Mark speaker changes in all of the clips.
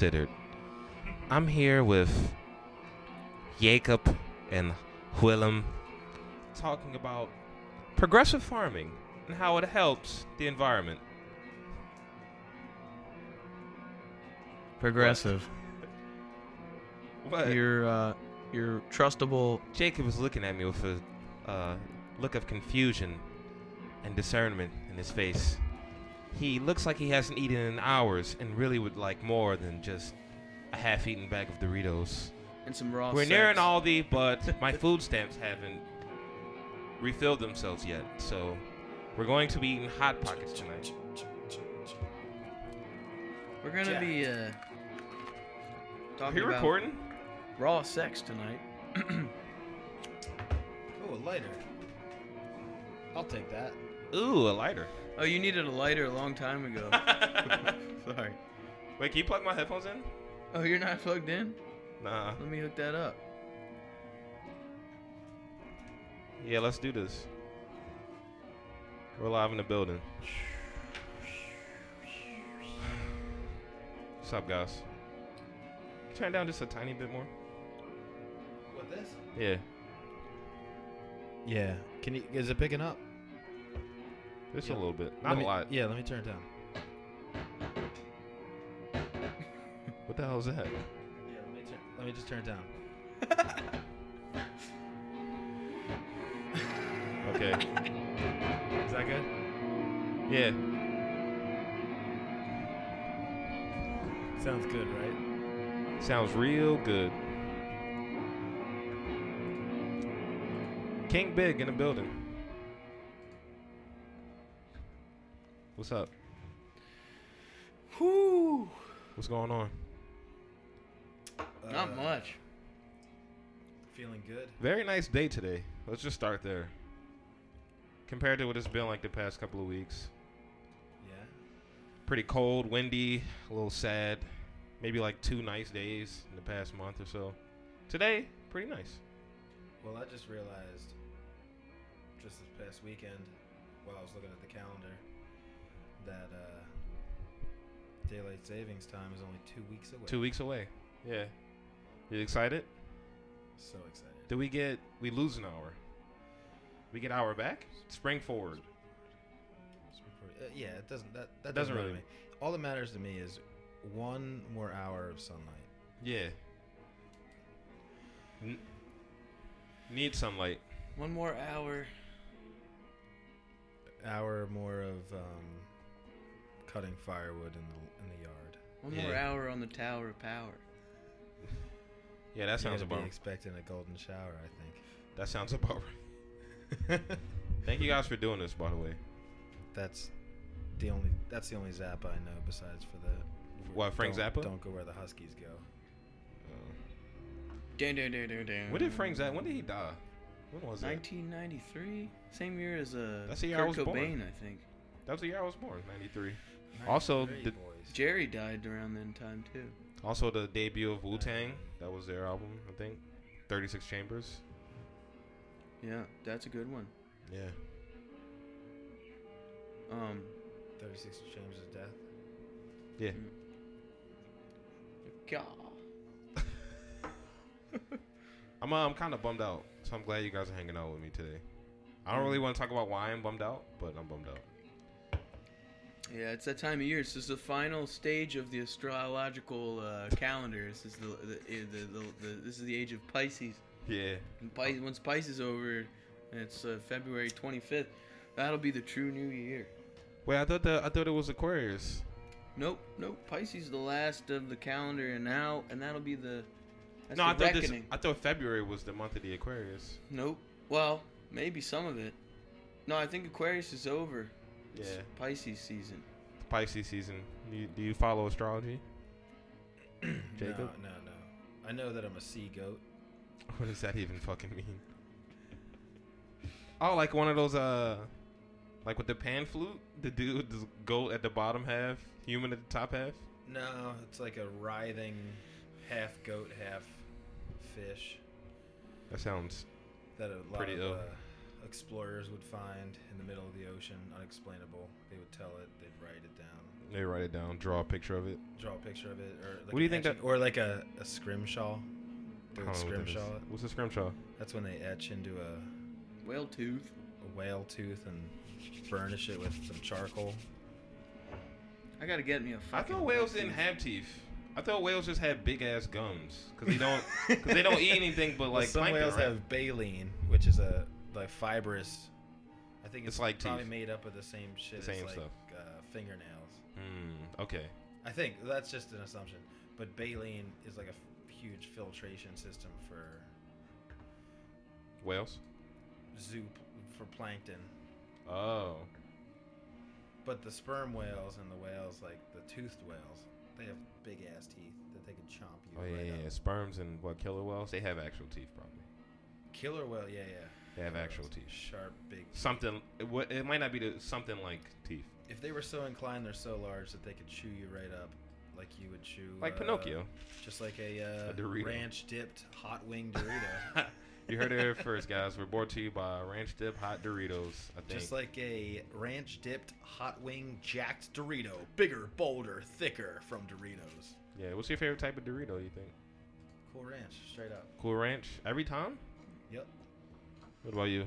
Speaker 1: considered. I'm here with Jacob and Willem talking about progressive farming and how it helps the environment.
Speaker 2: Progressive.
Speaker 1: What?
Speaker 2: Your uh, your trustable.
Speaker 1: Jacob was looking at me with a uh, look of confusion and discernment in his face. He looks like he hasn't eaten in hours and really would like more than just a half eaten bag of Doritos.
Speaker 2: And some raw.
Speaker 1: We're near an Aldi, but my food stamps haven't refilled themselves yet, so we're going to be eating Hot Pockets tonight.
Speaker 3: Oh,
Speaker 2: We're gonna
Speaker 3: Yeah.
Speaker 2: be uh,
Speaker 1: Are
Speaker 2: talking
Speaker 1: you
Speaker 2: about
Speaker 1: recording?
Speaker 2: raw sex tonight.
Speaker 3: Oh, a lighter. I'll take that.
Speaker 1: Ooh, a lighter.
Speaker 2: Oh, you needed a lighter a long time ago. Sorry.
Speaker 1: Wait, can you plug my headphones in?
Speaker 2: Oh, you're not plugged in?
Speaker 1: Nah.
Speaker 2: Let me hook that up.
Speaker 1: Yeah, let's do this. We're live in the building. What's up, guys? Turn it down just a tiny bit more.
Speaker 3: What this?
Speaker 1: Yeah,
Speaker 3: Yeah. Can you? Is it picking up?
Speaker 1: just
Speaker 3: Yeah.
Speaker 1: a little bit,
Speaker 3: Let
Speaker 1: not
Speaker 3: me-
Speaker 1: a lot.
Speaker 3: Yeah. Let me turn it down.
Speaker 1: What the hell is that?
Speaker 3: Yeah. Let me turn. Let me just turn it down.
Speaker 1: Okay.
Speaker 3: Is that good?
Speaker 1: yeah.
Speaker 3: Sounds good, right?
Speaker 1: Sounds real good. King Big in the building. What's up?
Speaker 2: Whoo!
Speaker 1: What's going on?
Speaker 2: Not much.
Speaker 3: Uh, Feeling good.
Speaker 1: Very nice day today. Let's just start there. Compared to what it's been like the past couple of weeks.
Speaker 3: Yeah.
Speaker 1: Pretty cold, windy, a little sad. Maybe like two nice days in the past month or so. Today, pretty nice.
Speaker 3: Well, I just realized, just this past weekend, while I was looking at the calendar, that uh, daylight savings time is only two weeks away.
Speaker 1: Two weeks away. Yeah. You excited?
Speaker 3: So excited.
Speaker 1: Do we get we lose an hour? We get hour back? Spring forward.
Speaker 3: Uh, yeah, it doesn't. That, that
Speaker 1: Doesn't
Speaker 3: matter
Speaker 1: really-
Speaker 3: to me. All that matters to me is one more hour of sunlight.
Speaker 1: Yeah. N- need sunlight.
Speaker 2: One more hour.
Speaker 3: hour more of um, cutting firewood in the in the yard.
Speaker 2: One more
Speaker 1: Yeah.
Speaker 2: hour on the Tower of Power.
Speaker 1: Yeah, that
Speaker 3: You're
Speaker 1: sounds
Speaker 3: gonna
Speaker 1: about
Speaker 3: be expecting a golden shower, I
Speaker 1: that sounds about right.
Speaker 3: think.
Speaker 1: Thank you guys for doing this by the way.
Speaker 3: that's the only that's the only Zappa I know besides for the
Speaker 1: What, Frank
Speaker 3: don't,
Speaker 1: Zappa?
Speaker 3: Don't go where the Huskies go.
Speaker 1: Uh,
Speaker 2: Dun, dun, dun, dun, dun.
Speaker 1: when did Frank Zappa when did he die? When was it?
Speaker 2: 1993? Same year as uh,
Speaker 1: That's the year I
Speaker 2: Kurt
Speaker 1: was
Speaker 2: Cobain,
Speaker 1: born.
Speaker 2: I think.
Speaker 1: That was the year I was born, ninety three. Also,
Speaker 3: Great
Speaker 1: the-
Speaker 3: boys.
Speaker 2: Jerry died around then time too.
Speaker 1: Also the debut of Wu Tang. That was their album, I think. Thirty six chambers.
Speaker 2: Yeah, that's a good one.
Speaker 1: Yeah.
Speaker 2: Um,
Speaker 3: 36 Chambers of Death.
Speaker 1: Yeah.
Speaker 2: God.
Speaker 1: I'm uh, I'm kinda bummed out. So I'm glad you guys are hanging out with me today. I don't really want to talk about why I'm bummed out, but I'm bummed out.
Speaker 2: Yeah, it's that time of year. This is the final stage of the astrological uh, calendar. This is the, the, eh, the, the, the this is the age of Pisces.
Speaker 1: Yeah.
Speaker 2: And Pis-
Speaker 1: Oh.
Speaker 2: once Pisces is over, and it's uh, February 25th, that'll be the true new year.
Speaker 1: Wait, I thought the I thought it was Aquarius.
Speaker 2: Nope, nope. Pisces is the last of the calendar, and now and that'll be the that's
Speaker 1: no,
Speaker 2: the
Speaker 1: I thought
Speaker 2: reckoning.
Speaker 1: this. I thought February was the month of the Aquarius.
Speaker 2: Nope. Well, maybe some of it. No, I think Aquarius is over.
Speaker 1: Yeah,
Speaker 2: It's Pisces season.
Speaker 1: Pisces season. Do you, do you follow astrology? Jacob?
Speaker 3: No, no, no. I know that I'm a sea goat.
Speaker 1: What does that even fucking mean? Oh, like one of those uh, like with the pan flute, the dude, the goat at the bottom half, human at the top half.
Speaker 3: No, it's like a writhing half goat, half fish.
Speaker 1: That sounds.
Speaker 3: that a lot
Speaker 1: Pretty
Speaker 3: of
Speaker 1: ill.
Speaker 3: uh, explorers would find in the middle of the ocean, unexplainable. They would tell it, they'd write it down.
Speaker 1: They write it down, draw a picture of it.
Speaker 3: Draw a picture of it, or like
Speaker 1: What do you
Speaker 3: an
Speaker 1: think
Speaker 3: etch-
Speaker 1: that- Oh,
Speaker 3: or like a a scrimshaw? They
Speaker 1: I don't know what that
Speaker 3: would
Speaker 1: is.
Speaker 3: scrimshaw. it.
Speaker 1: What's a scrimshaw?
Speaker 3: That's when they etch into a,
Speaker 2: Whale tooth.
Speaker 3: a whale tooth and burnish it with some charcoal.
Speaker 2: I gotta get me a
Speaker 1: I
Speaker 2: fucking.
Speaker 1: thought whales didn't have teeth. I thought whales just had big ass gums because they don't because they don't eat anything but
Speaker 3: Well,
Speaker 1: like
Speaker 3: some
Speaker 1: plankton,
Speaker 3: whales
Speaker 1: right?
Speaker 3: have baleen, which is a like fibrous. I think
Speaker 1: It's
Speaker 3: it's,
Speaker 1: like
Speaker 3: probably
Speaker 1: teeth.
Speaker 3: made up of the same shit.
Speaker 1: The same
Speaker 3: as, like,
Speaker 1: stuff.
Speaker 3: Uh, fingernails.
Speaker 1: Hmm, okay.
Speaker 3: I think that's just an assumption, but baleen is like a f- huge filtration system for
Speaker 1: Whales.
Speaker 3: zoo for plankton.
Speaker 1: Oh.
Speaker 3: But the sperm whales and the whales, like the toothed whales, they have big ass teeth that they can chomp you.
Speaker 1: Oh yeah,
Speaker 3: right
Speaker 1: yeah,
Speaker 3: up.
Speaker 1: yeah. Sperms and what killer whales? They have actual teeth, probably.
Speaker 3: Killer whale, yeah, yeah.
Speaker 1: They have
Speaker 3: Killer
Speaker 1: actual
Speaker 3: whales,
Speaker 1: teeth.
Speaker 3: Sharp, big.
Speaker 1: Something. It, wa- it might not be the, something like teeth,
Speaker 3: If they were so inclined, they're so large that they could chew you right up, like you would chew.
Speaker 1: like
Speaker 3: uh,
Speaker 1: Pinocchio.
Speaker 3: Just like a, uh,
Speaker 1: A Dorito.
Speaker 3: ranch dipped hot wing Dorito.
Speaker 1: you heard it here first, guys. We're brought to you by Ranch Dip Hot Doritos. I think.
Speaker 3: just like a ranch dipped hot wing jacked Dorito. Bigger, bolder, thicker from Doritos.
Speaker 1: yeah. What's your favorite type of Dorito? You think?
Speaker 3: Cool ranch, straight up.
Speaker 1: Cool Ranch. Every time.
Speaker 3: Yep.
Speaker 1: What about you?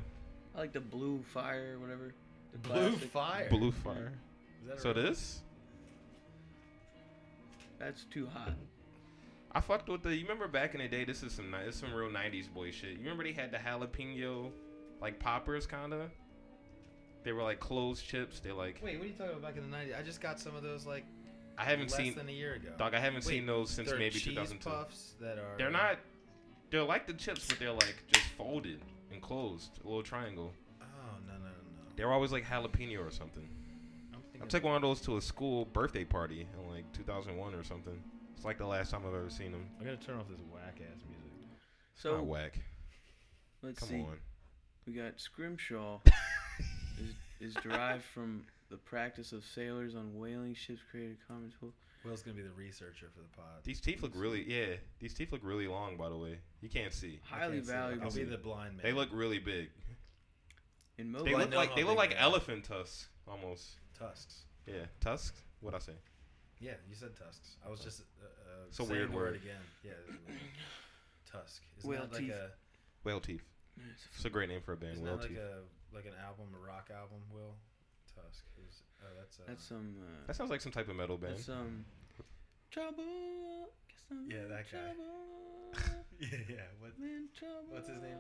Speaker 2: I like the blue fire, whatever. The
Speaker 3: Blue
Speaker 2: classic.
Speaker 3: fire.
Speaker 1: Blue Fire.
Speaker 3: Is that a
Speaker 1: So
Speaker 3: real-
Speaker 1: this.
Speaker 2: That's too hot.
Speaker 1: I fucked with the. You remember back in the day? This is some. ni- This is some real '90s boy shit. You remember they had the jalapeno, like poppers, kinda. They were like closed chips. They like.
Speaker 3: Wait, what are you talking about back in the 90s? I just got some of those like
Speaker 1: I haven't
Speaker 3: less
Speaker 1: seen.
Speaker 3: than a year ago.
Speaker 1: Dog, I haven't seen
Speaker 3: Wait,
Speaker 1: those since
Speaker 3: They're
Speaker 1: maybe
Speaker 3: cheese
Speaker 1: 2002.
Speaker 3: puffs that are
Speaker 1: They're not. They're like the chips, but they're like just folded and closed, a little triangle.
Speaker 3: Oh, no, no, no. no.
Speaker 1: They're always like jalapeno or something. I
Speaker 3: I'm
Speaker 1: took
Speaker 3: thinking
Speaker 1: one of those to a school birthday party in like 2001 or something. It's like the last time I've ever seen them.
Speaker 3: I gotta turn off this whack ass music.
Speaker 1: It's not
Speaker 2: So
Speaker 1: whack.
Speaker 2: let's
Speaker 1: Ah, Come
Speaker 2: see.
Speaker 1: on.
Speaker 2: We got scrimshaw is, is derived from the practice of sailors on whaling ships created a common tool.
Speaker 3: Will's gonna be the researcher for the pod.
Speaker 1: These teeth look really, yeah. These teeth look really long, by the way. You can't see.
Speaker 3: I
Speaker 2: Highly
Speaker 3: can't see it.
Speaker 2: valuable.
Speaker 3: I'll be the blind man.
Speaker 1: They look really big.
Speaker 2: In most
Speaker 1: They
Speaker 3: I
Speaker 1: look
Speaker 3: know
Speaker 1: like
Speaker 3: how
Speaker 1: they look
Speaker 3: big
Speaker 1: like
Speaker 3: they are.
Speaker 1: elephant tusks almost.
Speaker 3: tusks.
Speaker 1: Yeah, tusks. What I say?
Speaker 3: Yeah, you said tusks. I was
Speaker 2: Oh.
Speaker 3: just. Uh, uh,
Speaker 1: It's a
Speaker 3: saying
Speaker 1: weird
Speaker 3: the
Speaker 1: word.
Speaker 3: again. Yeah. it's weird. Tusk. Isn't
Speaker 2: Whale
Speaker 3: that like
Speaker 2: teeth.
Speaker 3: a?
Speaker 1: Whale teeth. It's a great name for a band.
Speaker 3: Isn't
Speaker 1: Whale
Speaker 3: that like
Speaker 1: teeth.
Speaker 3: a like an album, a rock album? Will Tusk. Who's? Oh, that's. Uh,
Speaker 2: that's some. Uh,
Speaker 1: That sounds like some type of metal band.
Speaker 2: that's some. Trouble. guess I'm
Speaker 3: Yeah,
Speaker 2: in
Speaker 3: that guy.
Speaker 2: trouble,
Speaker 3: yeah, yeah. What?
Speaker 2: I'm in trouble.
Speaker 3: What's his name?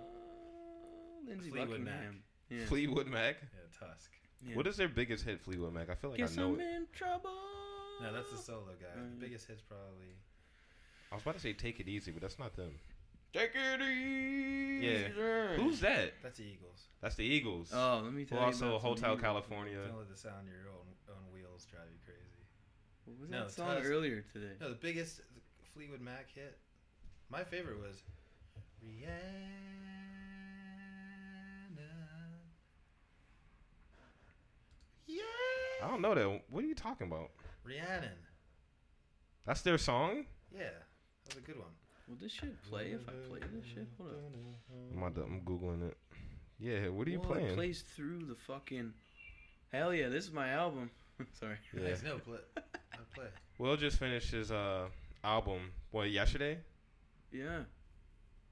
Speaker 2: Lindsey
Speaker 3: Fleetwood Mac.
Speaker 2: Buckingham. Yeah.
Speaker 1: Fleetwood Mac.
Speaker 3: Yeah, Tusk.
Speaker 2: yeah.
Speaker 1: What is their biggest hit, Fleetwood Mac? I feel like
Speaker 2: Guess
Speaker 1: I know
Speaker 2: I'm
Speaker 1: it.
Speaker 2: in trouble.
Speaker 3: No, that's the solo guy.
Speaker 2: Mm.
Speaker 3: The biggest hit's probably.
Speaker 1: I was about to say Take It Easy, but that's not them.
Speaker 2: Take it easy.
Speaker 1: Who's that?
Speaker 3: That's the Eagles.
Speaker 1: That's the Eagles.
Speaker 2: Oh, let me tell
Speaker 1: Well,
Speaker 2: you.
Speaker 1: also
Speaker 2: about some
Speaker 1: Hotel
Speaker 2: Eagles.
Speaker 1: California.
Speaker 3: Don't let the sound of your own own wheels drive you crazy.
Speaker 2: What was
Speaker 3: No,
Speaker 2: that song
Speaker 3: Tusk.
Speaker 2: earlier today?
Speaker 3: No, the biggest Fleetwood Mac hit. My favorite was Rihanna.
Speaker 1: I
Speaker 3: Yeah.
Speaker 1: don't know that. What are you talking about?
Speaker 3: Rhiannon.
Speaker 1: That's their song?
Speaker 3: Yeah, that was a good one.
Speaker 2: Will this shit play if I play this shit? Hold up.
Speaker 1: I'm, about to, I'm googling it. Yeah, what are you
Speaker 2: Whoa, It
Speaker 1: playing?
Speaker 2: plays through the fucking. Hell yeah, this is my album. Sorry.
Speaker 1: Yeah.
Speaker 3: Nice. No, play. I play.
Speaker 1: Will just finished his uh, album. What yesterday?
Speaker 2: Yeah.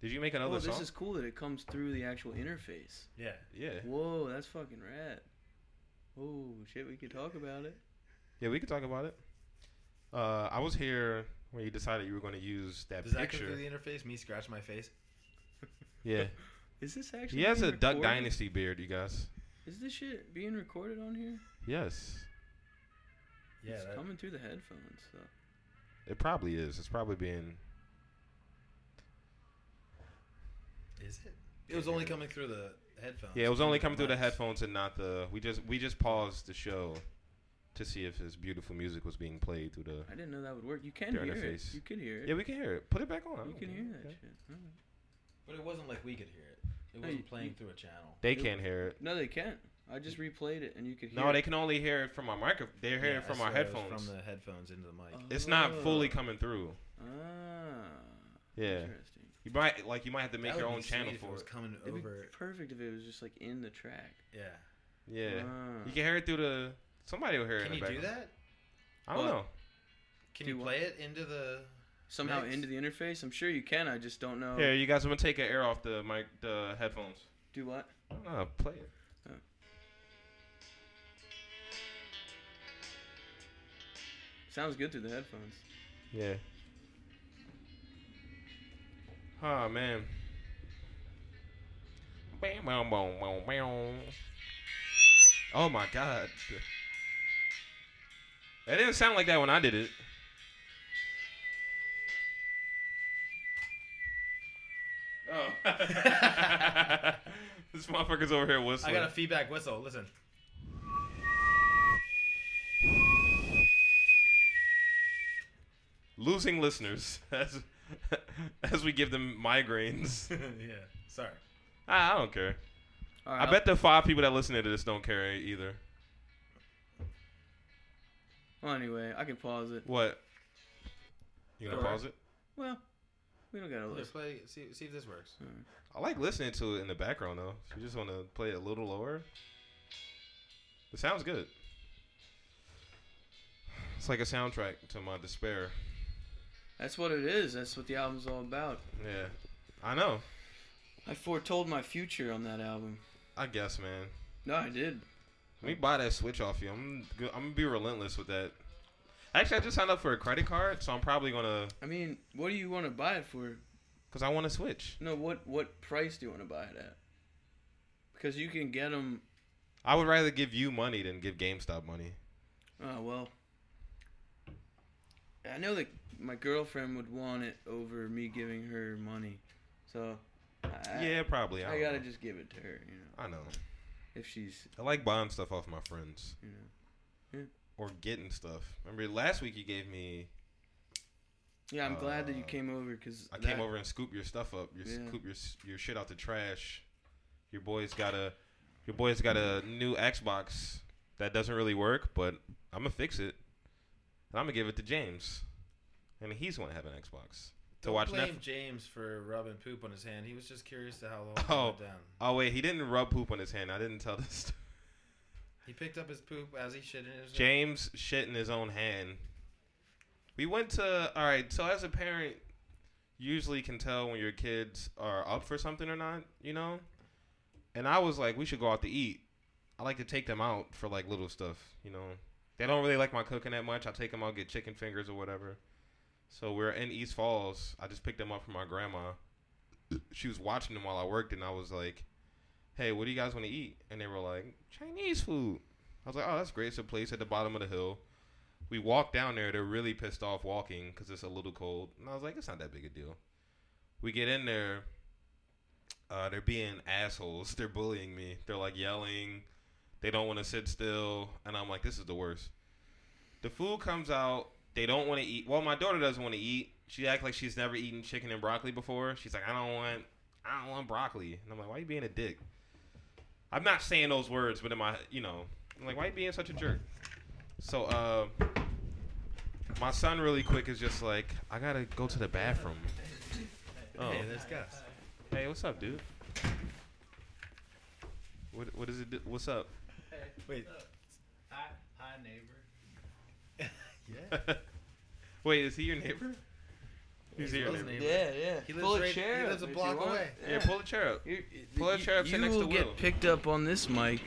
Speaker 1: Did you make
Speaker 2: Oh,
Speaker 1: another
Speaker 2: this
Speaker 1: song?
Speaker 2: is cool that it comes through the actual interface.
Speaker 3: Yeah.
Speaker 1: Yeah,
Speaker 2: Whoa, that's fucking rad. Oh shit, we could talk about it.
Speaker 1: yeah, we could talk about it. Uh, I was here when you decided you were going to use that
Speaker 3: Does that
Speaker 1: picture.
Speaker 3: go through the interface? Me scratch my face.
Speaker 1: yeah,
Speaker 2: Is this actually?
Speaker 1: he has
Speaker 2: being
Speaker 1: a Duck
Speaker 2: recorded?
Speaker 1: Dynasty beard, you guys.
Speaker 2: Is this shit being recorded on here?
Speaker 1: Yes,
Speaker 3: Yeah.
Speaker 2: it's
Speaker 3: That,
Speaker 2: coming through the headphones. though.
Speaker 1: it probably is. It's probably being
Speaker 3: is it? It was only coming through the headphones.
Speaker 1: Yeah, it was only coming through the
Speaker 3: mics.
Speaker 1: headphones and not the. We just we just paused the show to see if his beautiful music was being played through the.
Speaker 2: I didn't know that would work. You can
Speaker 1: Their
Speaker 2: hear
Speaker 1: interface.
Speaker 2: it. You could hear it.
Speaker 1: Yeah, we can hear it. Put it back on. I
Speaker 2: you
Speaker 1: don't
Speaker 2: can
Speaker 1: care.
Speaker 2: hear that
Speaker 1: Yeah.
Speaker 2: shit. Alright.
Speaker 3: But it wasn't like we could hear it. It
Speaker 2: No,
Speaker 3: wasn't
Speaker 2: you-
Speaker 3: playing
Speaker 2: you-
Speaker 3: through a channel.
Speaker 1: They
Speaker 2: It-
Speaker 1: can't hear it.
Speaker 2: No, they can't. I just replayed it, and you could hear.
Speaker 1: Mm. No,
Speaker 2: it.
Speaker 1: they can only hear it from our micro. They hear
Speaker 3: Yeah,
Speaker 1: it
Speaker 3: I
Speaker 1: from our
Speaker 3: swear it was
Speaker 1: headphones.
Speaker 3: From the headphones into the mic.
Speaker 1: it's not fully
Speaker 2: Oh.
Speaker 1: coming through.
Speaker 2: Ah.
Speaker 1: Mm. Yeah,
Speaker 2: Interesting.
Speaker 1: you might like you might have to make
Speaker 3: That
Speaker 1: your
Speaker 3: would be
Speaker 1: own
Speaker 3: sweet
Speaker 1: channel
Speaker 3: if
Speaker 1: for
Speaker 3: was
Speaker 1: it.
Speaker 3: coming
Speaker 2: It'd be
Speaker 3: over.
Speaker 2: perfect if it was just like in the track.
Speaker 3: Yeah.
Speaker 1: Yeah,
Speaker 2: Ah.
Speaker 1: you can hear it through the. Somebody will hear it.
Speaker 3: Uh. Can
Speaker 1: in
Speaker 3: you
Speaker 1: the
Speaker 3: do
Speaker 1: background.
Speaker 3: that? Oh.
Speaker 1: I don't
Speaker 2: Well,
Speaker 1: know.
Speaker 3: Can
Speaker 2: Do
Speaker 3: you
Speaker 2: what?
Speaker 3: play it into the?
Speaker 2: Somehow
Speaker 3: Next.
Speaker 2: into the interface. I'm sure you can. I just don't know.
Speaker 1: Here, you guys, I'm gonna take an air off the mic, the headphones.
Speaker 2: Do what?
Speaker 1: I don't know how to play it.
Speaker 2: Oh. Sounds good through the headphones.
Speaker 1: Yeah. Oh man. Bam, bam, bam, bam, bam. Oh my god. It didn't sound like that when I did it. Oh. this motherfucker's over here
Speaker 3: I
Speaker 1: whistling.
Speaker 3: got a feedback whistle. Listen.
Speaker 1: Losing listeners as as we give them migraines.
Speaker 3: yeah. Sorry.
Speaker 1: I, I don't care.
Speaker 2: All
Speaker 1: I bet the five people that listen to this don't care either.
Speaker 2: Well, anyway, I can pause it.
Speaker 1: What? You gonna
Speaker 3: Sure.
Speaker 1: pause it?
Speaker 2: Well, we don't gotta listen.
Speaker 3: Let's play. See, see if this works.
Speaker 1: I like listening to it in the background though. If you just want to play it a little lower, it sounds good. It's like a soundtrack to my despair.
Speaker 2: That's what it is. That's what the album's all about.
Speaker 1: Yeah, I know.
Speaker 2: I foretold my future on that album.
Speaker 1: I guess, man.
Speaker 2: No, I did.
Speaker 1: Let me buy that switch off you. I'm go- I'm gonna be relentless with that. Actually, I just signed up for a credit card, so I'm probably gonna
Speaker 2: I mean, what do you want to buy it for?
Speaker 1: cause I want to switch.
Speaker 2: No, what what price do you want to buy it at? Because you can get them.
Speaker 1: I would rather give you money than give GameStop money.
Speaker 2: Oh well. I know that my girlfriend would want it over me giving her money, so I,
Speaker 1: yeah, probably. I,
Speaker 2: Uh, I
Speaker 1: don't
Speaker 2: gotta
Speaker 1: know.
Speaker 2: just give it to her. You know,
Speaker 1: I know.
Speaker 2: if she's
Speaker 1: I like buying stuff off my friends.
Speaker 2: you know.
Speaker 1: or getting stuff. Remember last week you gave me
Speaker 2: Yeah, I'm glad that you
Speaker 1: Uh,
Speaker 2: came over because
Speaker 1: I came over and scooped your stuff up, your
Speaker 2: Yeah.
Speaker 1: scoop your s- your shit out the trash. Your boy's got a your boy's got a new Xbox that doesn't really work, but I'm gonna fix it. And I'm gonna give it to James. And he's gonna have an Xbox. To
Speaker 3: Don't
Speaker 1: watch
Speaker 3: blame
Speaker 1: Netflix.
Speaker 3: James for rubbing poop on his hand. He was just curious to how long
Speaker 1: Oh.
Speaker 3: it went down.
Speaker 1: Oh wait, he didn't rub poop on his hand. I didn't tell this.
Speaker 3: He picked up his poop as he shit in his.
Speaker 1: James shit in his own hand. We went to all right. So as a parent, you usually can tell when your kids are up for something or not, you know. And I was like, we should go out to eat. I like to take them out for like little stuff, you know. They don't really like my cooking that much. I take them out get chicken fingers or whatever. So we're in East Falls. I just picked them up from my grandma. She was watching them while I worked, and I was like, "Hey, what do you guys want to eat?" And they were like, "Chinese food." I was like, oh, that's great. It's a place at the bottom of the hill. We walked down there. They're really pissed off walking because it's a little cold. And I was like, it's not that big a deal. We get in there. Uh, they're being assholes. They're bullying me. They're like yelling. They don't want to sit still. And I'm like, this is the worst. The food comes out. They don't want to eat. Well, my daughter doesn't want to eat. She acts like she's never eaten chicken and broccoli before. She's like, I don't want, I don't want broccoli. And I'm like, why you being a dick? I'm not saying those words, but in my, you know, I'm like, why you being such a jerk? So, uh, my son really quick is just like, I gotta go to the bathroom. Oh,
Speaker 3: Hey, there's Gus.
Speaker 1: hey, what's up, dude? What, what is it? do- What's up?
Speaker 3: Wait.
Speaker 4: Hi, hi neighbor.
Speaker 3: yeah.
Speaker 1: Wait, is he your neighbor? He's
Speaker 3: He's
Speaker 1: your
Speaker 3: Will's
Speaker 1: neighbor.
Speaker 3: neighbor.
Speaker 2: Yeah, yeah.
Speaker 3: He lives right- he lives a
Speaker 2: if you
Speaker 3: block
Speaker 2: want.
Speaker 3: away.
Speaker 1: Yeah, pull the chair up.
Speaker 2: You- you-
Speaker 1: pull that
Speaker 2: you-
Speaker 1: chair up, sit
Speaker 2: You
Speaker 1: next to
Speaker 2: will
Speaker 1: Will.
Speaker 2: get picked up on this mic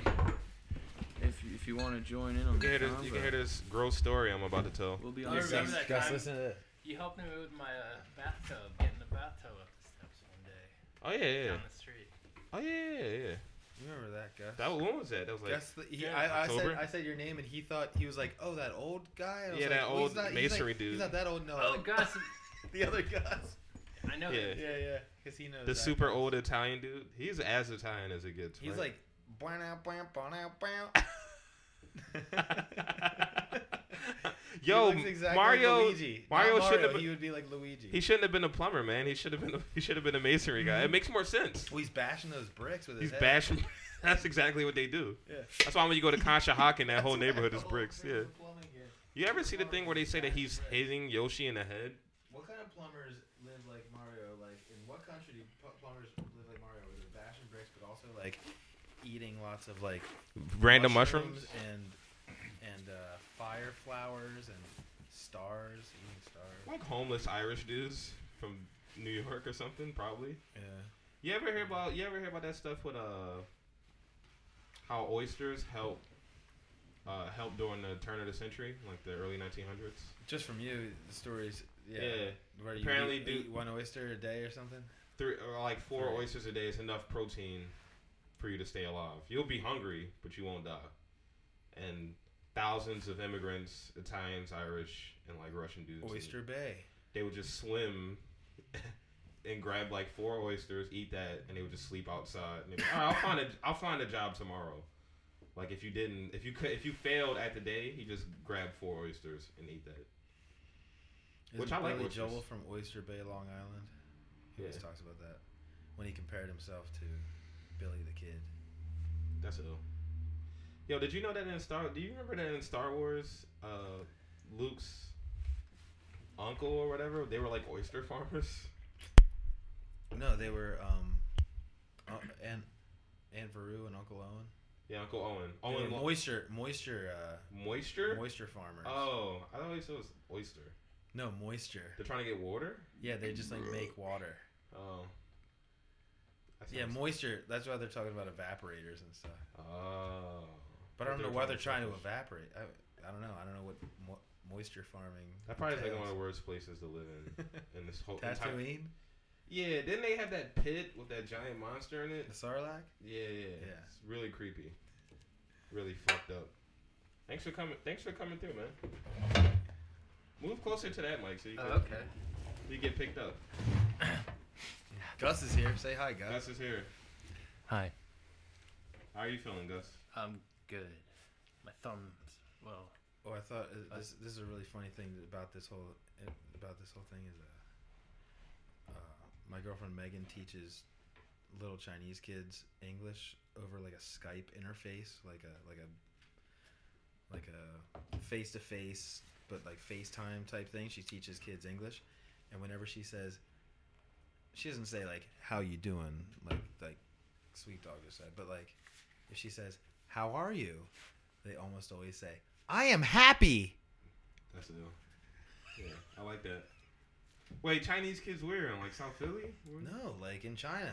Speaker 2: if if you want to join in on
Speaker 1: You can, hear
Speaker 2: the
Speaker 1: this, you
Speaker 2: convo.
Speaker 1: can hear this gross story I'm about to tell.
Speaker 2: We'll be
Speaker 4: You
Speaker 2: on.
Speaker 4: guys-
Speaker 2: Zoom.
Speaker 4: Remember that time?
Speaker 3: to that.
Speaker 4: You helped me with my uh, bathtub, getting the bathtub up the steps one day
Speaker 1: Oh yeah, yeah, yeah.
Speaker 4: down the street.
Speaker 1: Oh yeah, yeah, yeah.
Speaker 3: You remember that, Gus?
Speaker 1: That when was that? That was like
Speaker 3: Gus, the, he,
Speaker 4: Yeah.
Speaker 3: I, I said
Speaker 1: October?
Speaker 3: I said your name and he thought he was like, oh, that old guy. And I was
Speaker 1: Yeah,
Speaker 3: like,
Speaker 1: that
Speaker 3: well, he's
Speaker 1: old
Speaker 3: not- he's
Speaker 1: masonry
Speaker 3: like-
Speaker 1: dude.
Speaker 3: He's not that old, no.
Speaker 4: Oh, Gus,
Speaker 3: the other Gus.
Speaker 4: I know.
Speaker 1: Yeah.
Speaker 4: that.
Speaker 3: Yeah, yeah, because he knows.
Speaker 1: the
Speaker 3: that.
Speaker 1: super old Italian dude. He's as Italian as it gets.
Speaker 3: He's
Speaker 1: right?
Speaker 3: like, bow, bow, bow, bow. He
Speaker 1: Yo,
Speaker 3: looks exactly
Speaker 1: Mario-
Speaker 3: like Luigi.
Speaker 1: Mario
Speaker 3: Not
Speaker 1: shouldn't
Speaker 3: Mario,
Speaker 1: have-
Speaker 3: He would be like Luigi.
Speaker 1: He shouldn't have been a plumber, man. He should have been. A, he should have been a masonry guy.
Speaker 3: Mm-hmm.
Speaker 1: It makes more sense.
Speaker 3: Well, he's bashing those bricks with
Speaker 1: He's
Speaker 3: his head.
Speaker 1: bashing. That's exactly what they do.
Speaker 3: Yeah.
Speaker 1: That's why when you go to Conshohocken, that
Speaker 3: That's
Speaker 1: whole
Speaker 3: what
Speaker 1: neighborhood
Speaker 3: I
Speaker 1: is
Speaker 3: call
Speaker 1: bricks. Yeah.
Speaker 3: regular plumbing here.
Speaker 1: You ever see the thing where they say that he's hitting Yoshi in the head?
Speaker 3: What kind of plumbers live like Mario? Like, in what country do pl- plumbers live like Mario? Where they're bashing bricks, but also like eating lots of like
Speaker 1: Random mushrooms.
Speaker 3: and and uh, fire flowers and stars, eating stars.
Speaker 1: Like homeless Irish dudes from New York or something, probably.
Speaker 3: Yeah.
Speaker 1: You ever hear about you ever hear about that stuff with uh how oysters help uh help during the turn of the century, like the early 1900s?
Speaker 3: Just from you, the stories. Yeah.
Speaker 1: Yeah.
Speaker 3: Where you
Speaker 1: Apparently
Speaker 3: eat,
Speaker 1: do-
Speaker 3: eat one oyster a day or something.
Speaker 1: Three or like four
Speaker 3: Right.
Speaker 1: oysters a day is enough protein for you to stay alive. You'll be hungry, but you won't die. And thousands of immigrants, Italians, Irish, and like Russian dudes,
Speaker 3: Oyster Bay.
Speaker 1: they would just swim and grab like four oysters, eat that, and they would just sleep outside. And they'd be, All right, I'll find a I'll find a job tomorrow. Like if you didn't, if you could, if you failed at the day, you just grab four oysters and eat that. Which
Speaker 3: Isn't
Speaker 1: I like
Speaker 3: Billy
Speaker 1: oysters.
Speaker 3: Joel from Oyster Bay, Long Island. He always
Speaker 1: Yeah.
Speaker 3: talks about that when he compared himself to Billy the Kid.
Speaker 1: That's ill. Yo, did you know that in Star? Do you remember that in Star Wars, uh, Luke's uncle or whatever, they were like oyster farmers.
Speaker 3: No, they were um, uh, and Aunt Veru and Uncle Owen.
Speaker 1: Yeah, Uncle Owen.
Speaker 3: They
Speaker 1: Owen
Speaker 3: were
Speaker 1: Lo-
Speaker 3: moisture, moisture, uh,
Speaker 1: moisture.
Speaker 3: moisture farmers.
Speaker 1: Oh, I thought he said it was oyster.
Speaker 3: no, moisture.
Speaker 1: They're trying to get water.
Speaker 3: Yeah, they just like make water.
Speaker 1: Oh. That
Speaker 3: Yeah,
Speaker 1: sounds-
Speaker 3: moisture. That's why they're talking about evaporators and stuff.
Speaker 1: Oh.
Speaker 3: But I don't
Speaker 1: They're
Speaker 3: know why they're
Speaker 1: trying
Speaker 3: trying
Speaker 1: to
Speaker 3: to evaporate. I, I don't know. I don't know what mo- moisture farming.
Speaker 1: That probably is like one
Speaker 3: entails.
Speaker 1: of the worst places to live in in this whole entire.
Speaker 3: Tatooine,
Speaker 1: Yeah, didn't they have that pit with that giant monster in it?
Speaker 3: the Sarlacc.
Speaker 1: Yeah, yeah, yeah.
Speaker 3: Yeah.
Speaker 1: It's really creepy. Really fucked up. Thanks for coming. Thanks for coming through, man. Move closer to that mic so you, can,
Speaker 4: Oh, okay.
Speaker 1: you get picked up.
Speaker 3: Gus is here. Say hi, Gus.
Speaker 1: Gus is here.
Speaker 4: Hi.
Speaker 1: How are you feeling, Gus?
Speaker 4: I'm good. My thumbs. Well,
Speaker 3: Oh, I thought uh, this this is a really funny thing that- about this whole about this whole thing is uh, uh, my girlfriend Megan teaches little Chinese kids English over like a Skype interface, like a like a like a face to face, but like FaceTime type thing. She teaches kids English, and whenever she says, she doesn't say like "How you doing?" like like Sweet Dog just said, but like if she says "How are you," they almost always say. I am happy.
Speaker 1: That's the deal. Yeah, I like that. Wait, Chinese kids where? In, Like South Philly? Where-
Speaker 3: No, like in China.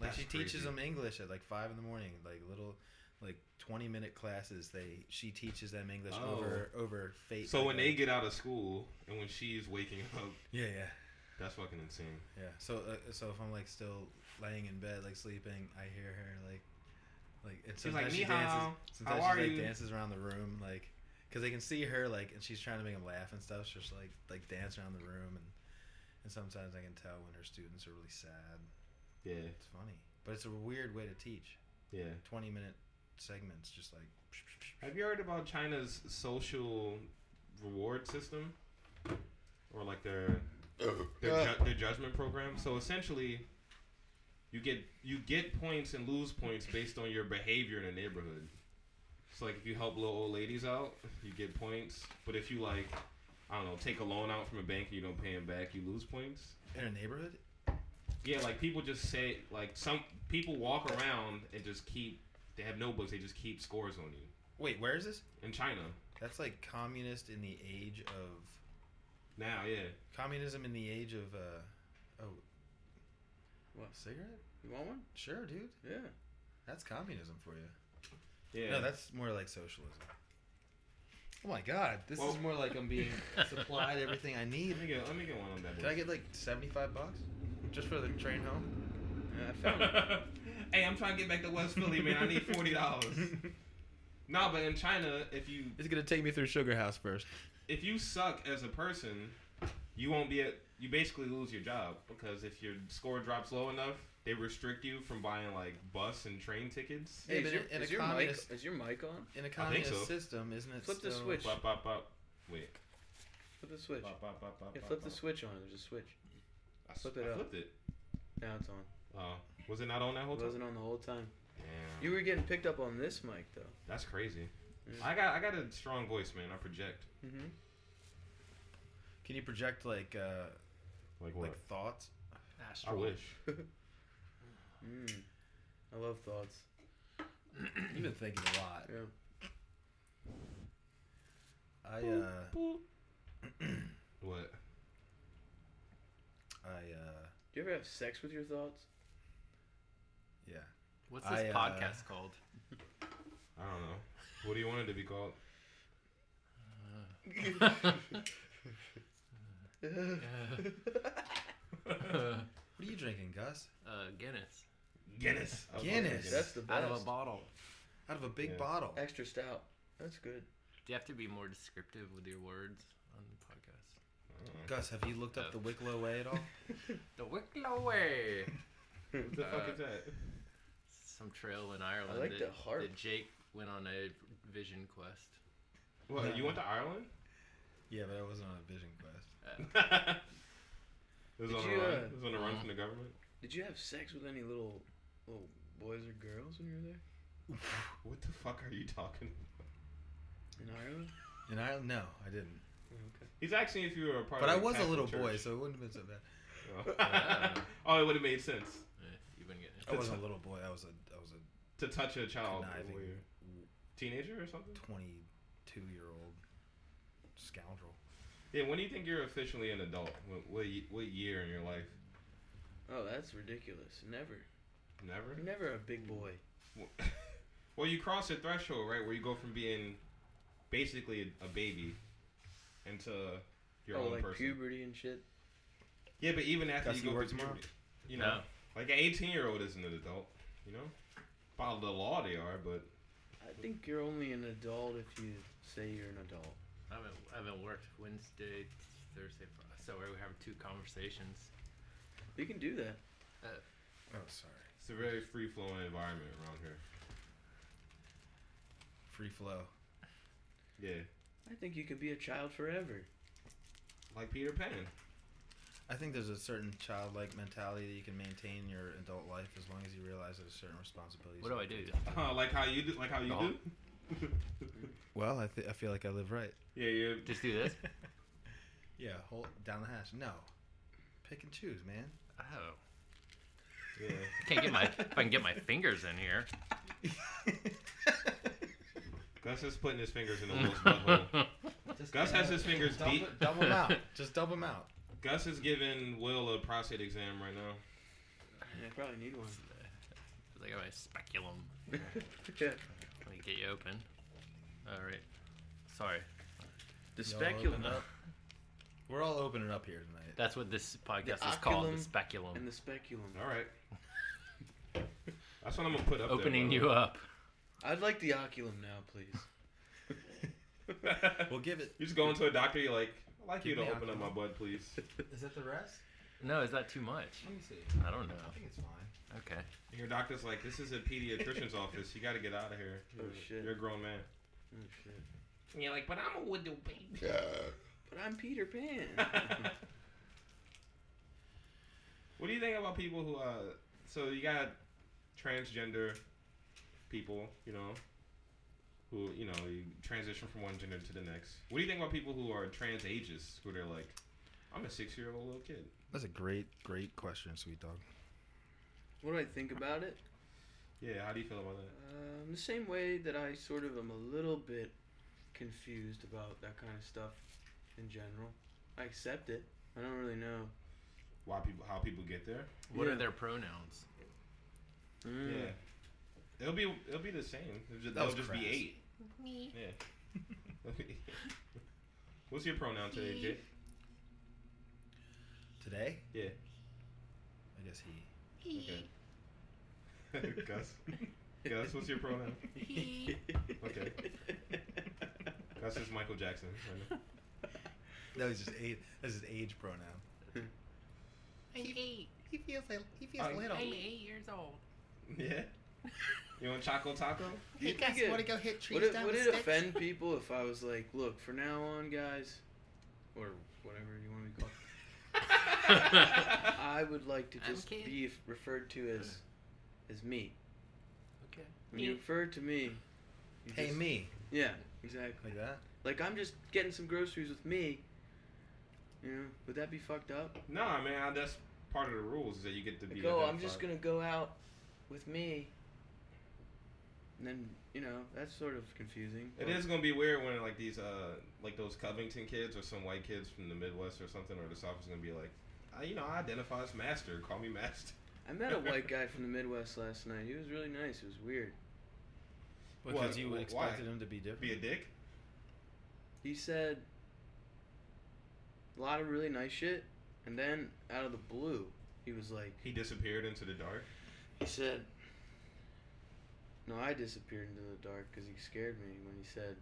Speaker 3: Like
Speaker 1: That's
Speaker 3: she teaches
Speaker 1: crazy.
Speaker 3: them English at like five in the morning, like little, like twenty minute classes. They she teaches them English
Speaker 1: Oh.
Speaker 3: over over fate.
Speaker 1: So
Speaker 3: like,
Speaker 1: when they
Speaker 3: uh,
Speaker 1: get out of school and when she's waking up,
Speaker 3: yeah yeah
Speaker 1: that's fucking insane.
Speaker 3: yeah. So uh, so if I'm like still laying in bed like sleeping, I hear her like like and
Speaker 1: She's like,
Speaker 3: sometimes she
Speaker 1: "Ni
Speaker 3: dances.
Speaker 1: hao,
Speaker 3: Sometimes
Speaker 1: how
Speaker 3: she
Speaker 1: are
Speaker 3: like
Speaker 1: you?"
Speaker 3: dances around the room like because they can see her like and she's trying to make them laugh and stuff. So she's like like dance around the room and and sometimes I can tell when her students are really sad.
Speaker 1: Yeah,
Speaker 3: It's funny, but it's a weird way to teach.
Speaker 1: yeah.
Speaker 3: Twenty minute segments, just like.
Speaker 1: Have you heard about China's social reward system, or like their Uh, their, ju- their judgment program? So essentially, you get you get points and lose points based on your behavior in a neighborhood. So like if you help little old ladies out, you get points. But if you like, I don't know, take a loan out from a bank and you don't pay them back, you lose points.
Speaker 3: In a neighborhood?
Speaker 1: Yeah, like people just say like some people walk around and just keep they have notebooks. They just keep scores on you
Speaker 3: Wait, where is this?
Speaker 1: in China
Speaker 3: That's like communist in the age of
Speaker 1: now. Yeah.
Speaker 3: communism in the age of uh oh.
Speaker 2: What?
Speaker 3: cigarette?
Speaker 2: You want one?
Speaker 3: Sure, dude.
Speaker 2: Yeah.
Speaker 3: That's communism for you.
Speaker 1: Yeah.
Speaker 3: No, that's more like socialism. Oh my god, this
Speaker 1: Well-
Speaker 3: is more like I'm being supplied everything I need.
Speaker 1: Let me get let me get one on that.
Speaker 3: Can I get like seventy five bucks just for the train home?
Speaker 2: Yeah, I found it.
Speaker 1: hey, I'm trying to get back to West Philly, man. I need forty dollars. no, but in China, if you
Speaker 3: It's gonna take me through Sugar House first.
Speaker 1: if you suck as a person, you won't be a, you basically lose your job because if your score drops low enough, they restrict you from buying like bus and train tickets.
Speaker 3: Yeah,
Speaker 2: Hey,
Speaker 3: but
Speaker 2: is, your,
Speaker 3: in- in a
Speaker 2: is, your mic,
Speaker 3: communist-
Speaker 2: is your mic on?
Speaker 3: In a
Speaker 1: think
Speaker 3: communist
Speaker 1: so.
Speaker 3: system, isn't it?
Speaker 2: Flip the
Speaker 3: still-
Speaker 2: switch.
Speaker 1: Bop bop bop. Wait.
Speaker 2: Flip the switch.
Speaker 1: Bop bop bop bop.
Speaker 2: Yeah,
Speaker 1: bop,
Speaker 2: flip the
Speaker 1: bop.
Speaker 2: switch on. There's a switch.
Speaker 1: I s-
Speaker 2: flip it
Speaker 1: I
Speaker 2: up.
Speaker 1: flipped it.
Speaker 2: Now it's on.
Speaker 1: Oh, was it not on that whole
Speaker 2: It
Speaker 1: time?
Speaker 2: wasn't on the whole time.
Speaker 1: Damn.
Speaker 2: You were getting picked up on this mic though.
Speaker 1: That's crazy.
Speaker 2: Mm.
Speaker 1: I got I got a strong voice, man. I project.
Speaker 2: Mm-hmm.
Speaker 3: Can you project like uh
Speaker 1: Like what?
Speaker 3: like thoughts?
Speaker 1: I
Speaker 4: astral.
Speaker 1: wish.
Speaker 2: Mm. I love thoughts.
Speaker 3: You've been thinking a lot.
Speaker 2: Yeah.
Speaker 3: I uh,
Speaker 1: What?
Speaker 3: I uh,
Speaker 2: Do you ever have sex with your thoughts?
Speaker 3: yeah.
Speaker 4: What's
Speaker 3: I,
Speaker 4: this
Speaker 3: uh,
Speaker 4: podcast called?
Speaker 1: I don't know. What do you want it to be called?
Speaker 3: What are you drinking, Gus?
Speaker 4: uh, Guinness.
Speaker 1: Guinness. I was looking for
Speaker 3: Guinness.
Speaker 2: That's the
Speaker 4: Out
Speaker 2: best.
Speaker 4: of a bottle.
Speaker 3: Out of a big
Speaker 1: Yeah.
Speaker 3: bottle.
Speaker 2: Extra stout. That's good.
Speaker 4: Do you have to be more descriptive with your words on the podcast?
Speaker 1: Uh-huh.
Speaker 3: Gus, have you looked up
Speaker 4: Oh.
Speaker 3: the Wicklow Way at all?
Speaker 4: The Wicklow Way.
Speaker 1: What the fuck is that?
Speaker 4: Some trail in Ireland.
Speaker 2: like
Speaker 4: that,
Speaker 2: the harp.
Speaker 4: that Jake went on a vision quest.
Speaker 1: What?
Speaker 3: No.
Speaker 1: You went to Ireland?
Speaker 3: yeah, but I wasn't on a vision quest.
Speaker 1: it was
Speaker 2: Did
Speaker 1: on
Speaker 2: you,
Speaker 1: a run.
Speaker 2: uh,
Speaker 1: It was on a run from the government.
Speaker 2: Did you have sex with any little little boys or girls when you were there
Speaker 1: What the fuck are you talking?
Speaker 2: in Ireland?
Speaker 3: And I no, I didn't.
Speaker 2: Oh,
Speaker 1: He's asking if you were a part.
Speaker 3: But I
Speaker 1: of the
Speaker 3: was a
Speaker 1: Catholic
Speaker 3: little
Speaker 1: church.
Speaker 3: boy, so it wouldn't have been so bad.
Speaker 1: Oh, oh it would have made sense
Speaker 4: Eh, you've been getting
Speaker 1: Oh,
Speaker 3: I wasn't a little boy. I was a I was a
Speaker 1: to touch a child, when
Speaker 3: Conniving.
Speaker 1: we were teenager or something.
Speaker 3: 22 year old scoundrel.
Speaker 1: Yeah. When do you think you're officially an adult? What what, ye- what year in your life?
Speaker 2: Oh, that's ridiculous. Never.
Speaker 1: Never.
Speaker 2: You're never a big boy.
Speaker 1: Well, you cross a threshold, right, where you go from being basically a baby into your
Speaker 2: oh,
Speaker 1: own
Speaker 2: like
Speaker 1: person.
Speaker 2: puberty and shit.
Speaker 1: Yeah, but even after
Speaker 3: That's
Speaker 1: you
Speaker 3: the
Speaker 1: go
Speaker 3: word
Speaker 1: through
Speaker 3: tomorrow.
Speaker 1: puberty, you know, like an 18 year old isn't an adult, you know. By the law, they are, but
Speaker 2: I think you're only an adult if you say you're an adult.
Speaker 4: I haven't, I haven't worked Wednesday, Thursday, Friday. So we're having two conversations.
Speaker 2: You can do that.
Speaker 3: Oh, sorry.
Speaker 1: it's a very free flowing environment around here.
Speaker 3: Free flow.
Speaker 1: Yeah,
Speaker 2: I think you can be a child forever.
Speaker 1: like Peter Pan.
Speaker 3: I think there's a certain childlike mentality that you can maintain in your adult life as long as you realize there's certain responsibilities.
Speaker 4: What do I do?
Speaker 1: Uh, like how you do. Like how you
Speaker 2: Uh-huh.
Speaker 4: No.
Speaker 1: do.
Speaker 3: Well, I, th- I feel like I live right.
Speaker 1: yeah, you.
Speaker 4: Just do this?
Speaker 3: yeah, hold down the hash. No. Pick and choose, man.
Speaker 4: Oh.
Speaker 1: Yeah.
Speaker 4: Can't get my if I can get my fingers in here.
Speaker 1: Gus is putting his fingers in the wolf's butthole.
Speaker 3: Just
Speaker 1: Gus has his fingers
Speaker 3: double,
Speaker 1: deep.
Speaker 3: Double them out. Just double them out.
Speaker 1: Gus is giving Will a prostate exam right now.
Speaker 2: Yeah, I probably need one.
Speaker 4: I got my speculum.
Speaker 2: yeah.
Speaker 4: Let me get you open. All right. Sorry.
Speaker 2: The
Speaker 3: Y'all
Speaker 2: speculum
Speaker 3: open up. We're all opening up here tonight.
Speaker 4: That's what this podcast
Speaker 2: The
Speaker 4: is called. The
Speaker 2: oculum
Speaker 4: speculum.
Speaker 2: and the speculum.
Speaker 1: All right. That's what I'm gonna put up. there,
Speaker 4: Opening
Speaker 1: by the
Speaker 4: you
Speaker 1: way.
Speaker 4: up.
Speaker 2: I'd like the oculum now, please.
Speaker 3: We'll give it.
Speaker 1: you just going to a doctor. You're like, I'd like you
Speaker 3: Give
Speaker 1: to
Speaker 3: me
Speaker 1: open up my
Speaker 3: alcohol.
Speaker 1: butt, please.
Speaker 2: Oh,
Speaker 3: Is that the rest?
Speaker 4: No, is that too much?
Speaker 3: Let me see.
Speaker 4: I don't know.
Speaker 3: I think it's fine.
Speaker 4: Okay.
Speaker 1: And your doctor's like, this is a pediatrician's office. You got to get out of here.
Speaker 2: Oh,
Speaker 1: You're,
Speaker 2: shit.
Speaker 1: you're a grown man.
Speaker 2: Oh, shit.
Speaker 1: And you're like, but I'm a wood baby.
Speaker 2: But I'm Peter Pan.
Speaker 1: what do you think about people who, uh, so you got transgender people, you know, who, you know, you transition from one gender to the next. What do you think about people who are trans ages, who they're like, I'm a six year old little kid?
Speaker 3: That's a great, great question, sweet dog.
Speaker 2: what do I think about it?
Speaker 1: Yeah, how do you feel about that?
Speaker 2: Um, the same way that I sort of am a little bit confused about that kind of stuff in general. I accept it. I don't really know.
Speaker 1: Why people, how people get there?
Speaker 4: What
Speaker 2: Yeah.
Speaker 4: are their pronouns?
Speaker 2: Mm.
Speaker 1: Yeah. It'll be, it'll be the same. It'll just,
Speaker 3: That was
Speaker 1: they'll just
Speaker 3: crass.
Speaker 1: be eight.
Speaker 5: Me.
Speaker 1: Yeah. What's your pronoun today, Jay?
Speaker 3: Today?
Speaker 1: Yeah.
Speaker 3: I guess he.
Speaker 1: Okay. Gus. Gus, what's your pronoun? Okay. Gus is Michael Jackson. right now.
Speaker 3: No, he's just age. That's his age pronoun.
Speaker 5: I'm eight.
Speaker 3: He feels like he feels
Speaker 1: Oh,
Speaker 5: I'm eight years old.
Speaker 1: Yeah. You want Choco Taco?
Speaker 2: You
Speaker 5: Hey guys,
Speaker 2: think it-
Speaker 5: wanna go hit trees
Speaker 2: Would it,
Speaker 5: down
Speaker 2: would
Speaker 5: with
Speaker 2: it
Speaker 5: sticks?
Speaker 2: offend people if I was like, look, for now on, guys, or whatever you want to be called, I would like to
Speaker 5: I'm
Speaker 2: just
Speaker 5: kid.
Speaker 2: be f- referred to as as me.
Speaker 4: Okay.
Speaker 2: When you
Speaker 5: Me.
Speaker 2: refer to me, you
Speaker 3: Hey
Speaker 2: just-
Speaker 3: me,
Speaker 2: Yeah, exactly.
Speaker 3: like that.
Speaker 2: Like I'm just getting some groceries with me. You know, would that be fucked up?
Speaker 1: nah, man. I- That's part of the rules is that you get to be.
Speaker 2: Like, oh, I'm just
Speaker 1: identified.
Speaker 2: gonna go out with me. And then you know that's sort of confusing.
Speaker 1: It is gonna be weird when like these uh like those Covington kids or some white kids from the Midwest or something or the South is gonna be like, I, you know, I identify as Master. Call me Master.
Speaker 2: I met a white guy from the Midwest last night. He was really nice. It was weird.
Speaker 1: Because
Speaker 3: Because
Speaker 1: Why-
Speaker 3: you
Speaker 1: why?
Speaker 3: expected him to be different.
Speaker 1: Be a dick.
Speaker 2: He said a lot of really nice shit, and then out of the blue, he was like,
Speaker 1: He disappeared into the dark.
Speaker 2: he said, "No, I disappeared into the dark because he scared me." When he said,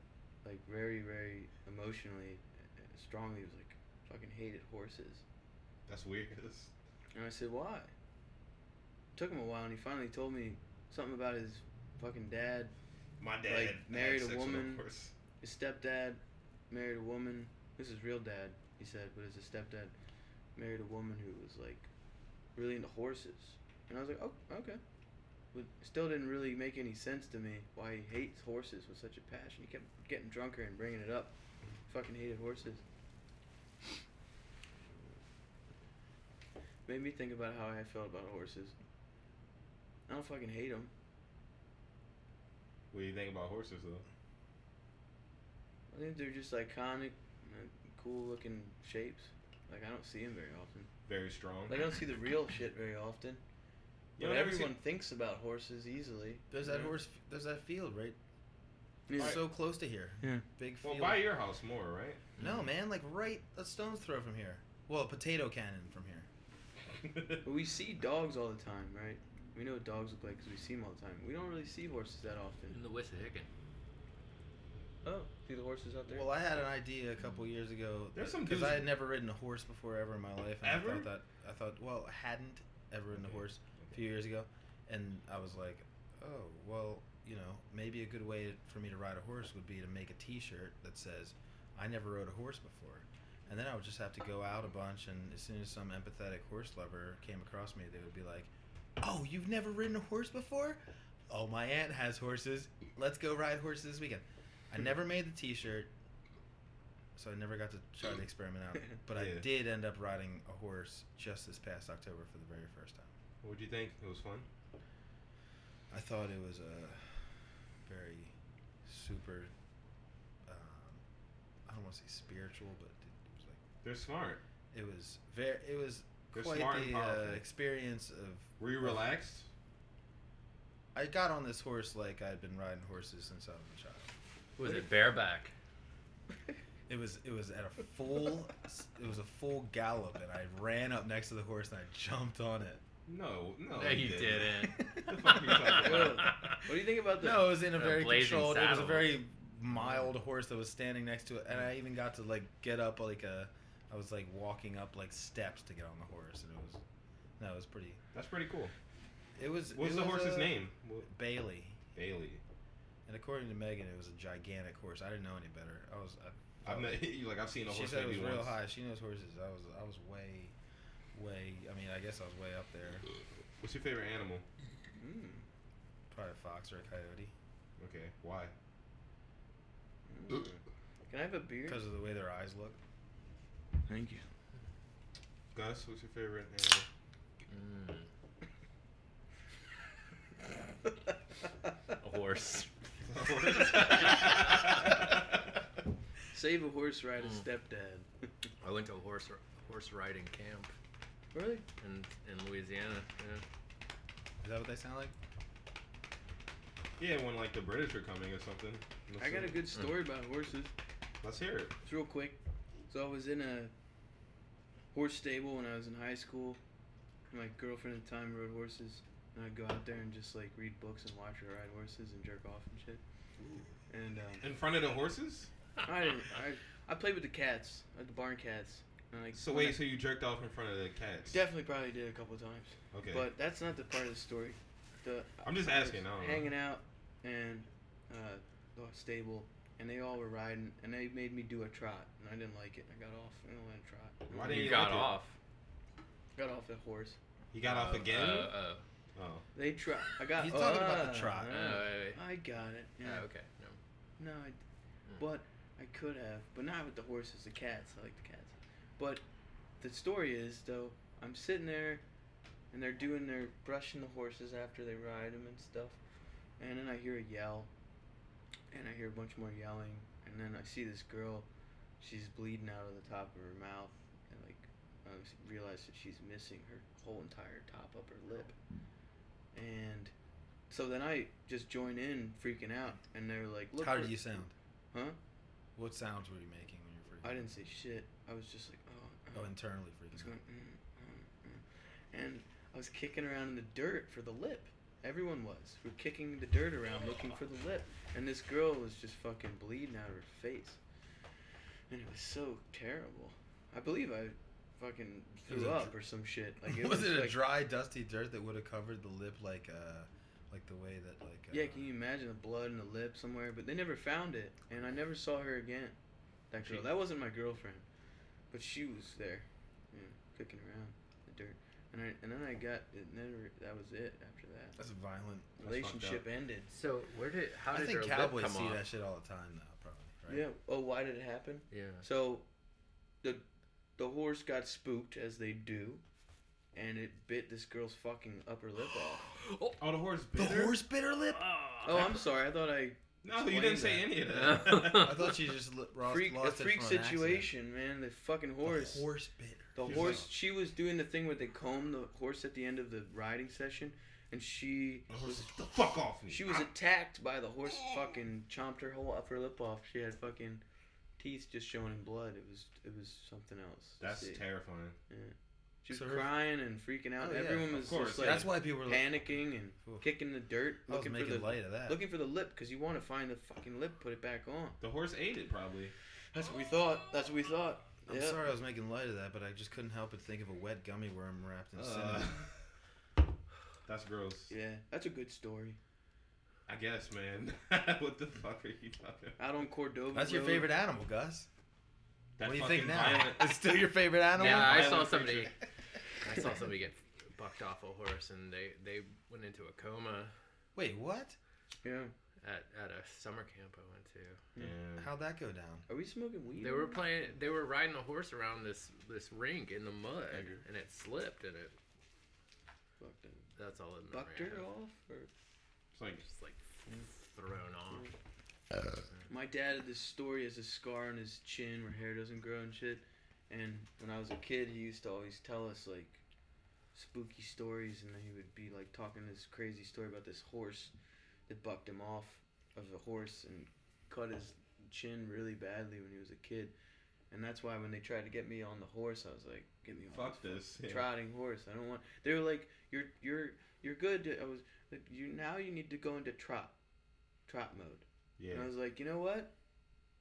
Speaker 2: like very, very emotionally, uh, strongly, he was like, "Fucking hated horses."
Speaker 1: That's weird. That's-
Speaker 2: And I said, why? took him a while, and he finally told me something about his fucking dad.
Speaker 1: My dad
Speaker 2: Like,
Speaker 1: had
Speaker 2: married a
Speaker 1: sex with
Speaker 2: woman.
Speaker 1: horse.
Speaker 2: His stepdad married a woman. This is real dad, he said, but his stepdad married a woman who was, like, really into horses. And I was like, oh, okay. But still didn't really make any sense to me why he hates horses with such a passion. He kept getting drunker and bringing it up. Fucking hated horses. Made me think about how I felt about horses. I don't fucking hate them.
Speaker 1: What do you think about horses though?
Speaker 2: I think they're just iconic, uh, cool looking shapes. Like I don't see them very often.
Speaker 1: Very strong.
Speaker 2: Like I don't see the real shit very often.
Speaker 1: You
Speaker 2: but
Speaker 1: don't ever see-
Speaker 2: everyone thinks about horses easily.
Speaker 3: There's that
Speaker 1: Yeah.
Speaker 3: horse. There's that field right.
Speaker 2: Yeah.
Speaker 3: It's so close to here.
Speaker 2: Yeah.
Speaker 3: Big
Speaker 1: Well,
Speaker 3: field.
Speaker 1: by your house more,
Speaker 3: no, man, like right a stone's throw from here. Well, a potato cannon from here.
Speaker 1: right?
Speaker 2: But we see dogs all the time, right? We know what dogs look like because we see them all the time. We don't really see horses that often.
Speaker 4: In the Wissahickon.
Speaker 2: Oh, see the horses out there.
Speaker 3: Well, I had an idea a couple years ago.
Speaker 1: There's some
Speaker 3: because
Speaker 1: dudes-
Speaker 3: I had never ridden a horse before ever in my life. And
Speaker 1: Ever?
Speaker 3: I thought that I thought well, I hadn't ever ridden
Speaker 1: Okay.
Speaker 3: a horse a few years ago, and I was like, oh well, you know, maybe a good way for me to ride a horse would be to make a T-shirt that says, "I never rode a horse before." And then I would just have to go out a bunch, and as soon as some empathetic horse lover came across me, they would be like, "Oh, you've never ridden a horse before? Oh, my aunt has horses. Let's go ride horses this weekend." I never made the T-shirt, so I never got to try the experiment out. But
Speaker 1: Yeah.
Speaker 3: I did end up riding a horse just this past October for the very first time.
Speaker 1: What'd you think? It was fun.
Speaker 3: I thought it was a very super. Um, I don't want to say spiritual, but it was like
Speaker 1: They're smart.
Speaker 3: it was very it was
Speaker 1: They're
Speaker 3: quite
Speaker 1: smart and
Speaker 3: the uh,
Speaker 1: powerful.
Speaker 3: experience of.
Speaker 1: Were you
Speaker 3: of-
Speaker 1: relaxed?
Speaker 3: I got on this horse like I'd been riding horses since I was a child.
Speaker 4: Was it bareback?
Speaker 3: It was it was at a full it was a full gallop, and I ran up next to the horse and I jumped on it.
Speaker 1: No, no.
Speaker 4: No, you didn't.
Speaker 1: The fuck are you talking
Speaker 2: about? what do you think about the?
Speaker 3: No, it was in a
Speaker 4: A
Speaker 3: very
Speaker 4: blazing
Speaker 3: controlled. It was a
Speaker 4: saddle.
Speaker 3: very mild horse that was standing next to it, and I even got to like get up like a. I was like walking up like steps to get on the horse, and it was no, it was pretty.
Speaker 1: That's pretty cool.
Speaker 3: It was.
Speaker 1: What's
Speaker 3: it
Speaker 1: the
Speaker 3: was,
Speaker 1: horse's
Speaker 3: uh,
Speaker 1: name? Well,
Speaker 3: Bailey,
Speaker 1: Bailey.
Speaker 3: and according to Megan, it was a gigantic horse. I didn't know any better. I was. I,
Speaker 1: I've met you like I've seen a
Speaker 3: She
Speaker 1: horse
Speaker 3: said it was
Speaker 1: maybe
Speaker 3: real
Speaker 1: once.
Speaker 3: high. She knows horses. I was. I was way, way. I mean, I guess I was way up there.
Speaker 1: What's your favorite animal?
Speaker 2: Mm.
Speaker 3: Probably a fox or a coyote
Speaker 1: Okay, why?
Speaker 2: Mm. Can I have a beer?
Speaker 3: because of the way their eyes look.
Speaker 2: Thank you.
Speaker 1: Gus, what's your favorite animal?
Speaker 4: Mm, a horse.
Speaker 1: I
Speaker 2: Save a horse ride, a
Speaker 4: Mm.
Speaker 2: stepdad.
Speaker 4: I went to a horse horse riding camp
Speaker 2: really?
Speaker 4: in in Louisiana. Yeah.
Speaker 3: Is that what they sound like?
Speaker 1: yeah, when like the British are coming or something. Let's
Speaker 2: I got
Speaker 1: see.
Speaker 2: a good
Speaker 4: Mm.
Speaker 2: story about horses.
Speaker 1: Let's hear it.
Speaker 2: It's real quick. So I was in a horse stable when I was in high school. My girlfriend at the time rode horses, and I'd go out there and just like read books and watch her ride horses and jerk off and shit. And um,
Speaker 1: In front of the horses.
Speaker 2: I didn't. I I played with the cats, like the barn cats. And, like,
Speaker 1: So
Speaker 2: when
Speaker 1: wait, so you jerked off in front of the cats?
Speaker 2: I definitely probably did a couple times,
Speaker 1: Okay.
Speaker 2: but that's not the part of the story. The
Speaker 1: I'm just
Speaker 2: I was
Speaker 1: asking, I don't know.
Speaker 2: hanging out and uh, the stable, and they all were riding, and they made me do a trot, and I didn't like it. I got off. I didn't want to trot.
Speaker 1: Why didn't
Speaker 4: you
Speaker 1: you like
Speaker 4: got
Speaker 1: it?
Speaker 4: off.
Speaker 2: Got off the horse.
Speaker 1: he got off
Speaker 4: Uh,
Speaker 1: again.
Speaker 4: Uh,
Speaker 1: oh,
Speaker 2: They try. I got.
Speaker 3: He's talking about the
Speaker 2: Ah,
Speaker 3: trot. Uh,
Speaker 4: uh,
Speaker 2: yeah.
Speaker 4: uh, wait, wait.
Speaker 2: I got it. Yeah.
Speaker 4: Oh, okay. No.
Speaker 2: No, I,
Speaker 3: Mm.
Speaker 2: but I could have, but not with the horses. The cats. I like the cats. But the story is though, I'm sitting there, and they're doing their brushing the horses after they ride them and stuff, And then I hear a yell, and I hear a bunch more yelling, and then I see this girl. She's bleeding out of the top of her mouth, and like I s- realize that she's missing her whole entire top of her lip. And so then I just join in, freaking out, and they're like, "Look,
Speaker 3: How
Speaker 2: we're-
Speaker 3: did you sound?
Speaker 2: Huh?
Speaker 3: What sounds were you making when you were freaking?
Speaker 2: I didn't say shit. I was just like, oh,
Speaker 3: Oh,
Speaker 2: oh,
Speaker 3: internally
Speaker 2: I was
Speaker 3: freaking.
Speaker 2: going,
Speaker 3: out.
Speaker 2: mm, mm, mm. and I was kicking around in the dirt for the lip. Everyone was. We were kicking the dirt around looking for the lip, and this girl was just fucking bleeding out of her face, and it was so terrible. I believe I fucking
Speaker 3: It was
Speaker 2: threw
Speaker 3: a
Speaker 2: up
Speaker 3: dr-
Speaker 2: or some shit. Like it
Speaker 3: was,
Speaker 2: was,
Speaker 3: it
Speaker 2: like,
Speaker 3: a dry, dusty dirt that would have covered the lip like, uh, like the way that like? Uh,
Speaker 2: Yeah, can you imagine the blood and the lip somewhere? But they never found it, and I never saw her again. That girl,
Speaker 4: She-
Speaker 2: that wasn't my girlfriend, but she was there, you know, kicking around in the dirt. And I and then I got it. Never, that was it. After that,
Speaker 3: That's violent. That's
Speaker 2: relationship
Speaker 3: fucked
Speaker 2: ended.
Speaker 4: So where did how
Speaker 3: up. I
Speaker 4: did
Speaker 3: think
Speaker 4: her
Speaker 3: cowboys
Speaker 4: lip come
Speaker 3: see
Speaker 4: off?
Speaker 3: that shit all the time now, probably.
Speaker 2: Yeah.
Speaker 3: Right?
Speaker 2: Oh, why did it happen?
Speaker 4: Yeah.
Speaker 2: So, the the horse got spooked as they do, and it bit this girl's fucking upper lip off.
Speaker 1: Oh, the horse
Speaker 3: The
Speaker 1: bit her?
Speaker 3: horse bit her lip.
Speaker 2: Oh, I'm sorry. I thought I
Speaker 1: No, you didn't say
Speaker 2: Explain
Speaker 1: any of that.
Speaker 3: I thought she just li- lost,
Speaker 2: freak
Speaker 3: lost
Speaker 2: a
Speaker 3: it
Speaker 2: freak
Speaker 3: from an accident.
Speaker 2: situation, man. The fucking horse.
Speaker 3: The horse bit
Speaker 2: The
Speaker 1: She was
Speaker 2: horse,
Speaker 1: like-
Speaker 2: she was doing the thing where they comb the horse at the end of the riding session, and she
Speaker 1: The horse
Speaker 2: was
Speaker 1: is, the fuck off me.
Speaker 2: she was attacked by the horse. Fucking chomped her whole upper lip off. She had fucking teeth just showing in blood. It was it was something else. to
Speaker 1: That's
Speaker 2: see.
Speaker 1: terrifying.
Speaker 2: She was
Speaker 3: So her-
Speaker 2: crying and freaking out.
Speaker 3: Oh, yeah,
Speaker 2: Everyone
Speaker 1: of
Speaker 2: was
Speaker 1: course,
Speaker 2: just
Speaker 1: yeah.
Speaker 2: like
Speaker 3: That's why people were like,
Speaker 2: panicking and
Speaker 3: Oof.
Speaker 2: kicking the dirt,
Speaker 3: I was
Speaker 2: looking for
Speaker 3: making
Speaker 2: the
Speaker 3: light of that.
Speaker 2: looking for the lip because you want to find the fucking lip, put it back on.
Speaker 1: The horse ate it probably.
Speaker 2: That's what we thought. That's what we thought.
Speaker 3: I'm
Speaker 2: Yeah.
Speaker 3: sorry I was making light of that, but I just couldn't help but think of a wet gummy worm wrapped in
Speaker 1: Uh,
Speaker 3: cinnamon.
Speaker 1: that's gross.
Speaker 2: Yeah, that's a good story.
Speaker 1: I guess, man. what the fuck are you talking? about?
Speaker 2: Out on Cordova.
Speaker 3: That's your
Speaker 2: Road.
Speaker 3: favorite animal, Gus.
Speaker 1: That
Speaker 3: what do you think
Speaker 1: fucking
Speaker 3: now?
Speaker 1: violent-
Speaker 3: It's still your favorite animal?
Speaker 4: Yeah, I saw
Speaker 1: violent
Speaker 4: somebody.
Speaker 1: creature.
Speaker 4: I saw somebody get bucked off a horse, and they they went into a coma
Speaker 3: Wait, what?
Speaker 2: Yeah.
Speaker 4: at at a summer camp I went to.
Speaker 1: Yeah.
Speaker 3: How'd that go down?
Speaker 2: Are we smoking weed?
Speaker 4: They were playing. They were riding a horse around this this rink in the mud,
Speaker 2: Okay.
Speaker 4: and it slipped, and it.
Speaker 2: Fucked her-
Speaker 4: That's all it.
Speaker 2: Bucked her off? Or?
Speaker 1: It's like
Speaker 4: Just like thrown off.
Speaker 2: My dad had this story as a scar on his chin where hair doesn't grow and shit. And when I was a kid, he used to always tell us like spooky stories, and then he would be like talking this crazy story about this horse that bucked him off of a horse and cut his chin really badly when he was a kid. And that's why when they tried to get me on the horse, I was like, "Get me on
Speaker 1: fuck this. Yeah.
Speaker 2: trotting horse. I don't want. They were like, you're you're you're good. To, I was like, you now you need to go into trot, trot mode.
Speaker 1: Yeah.
Speaker 2: And I was like, you know what?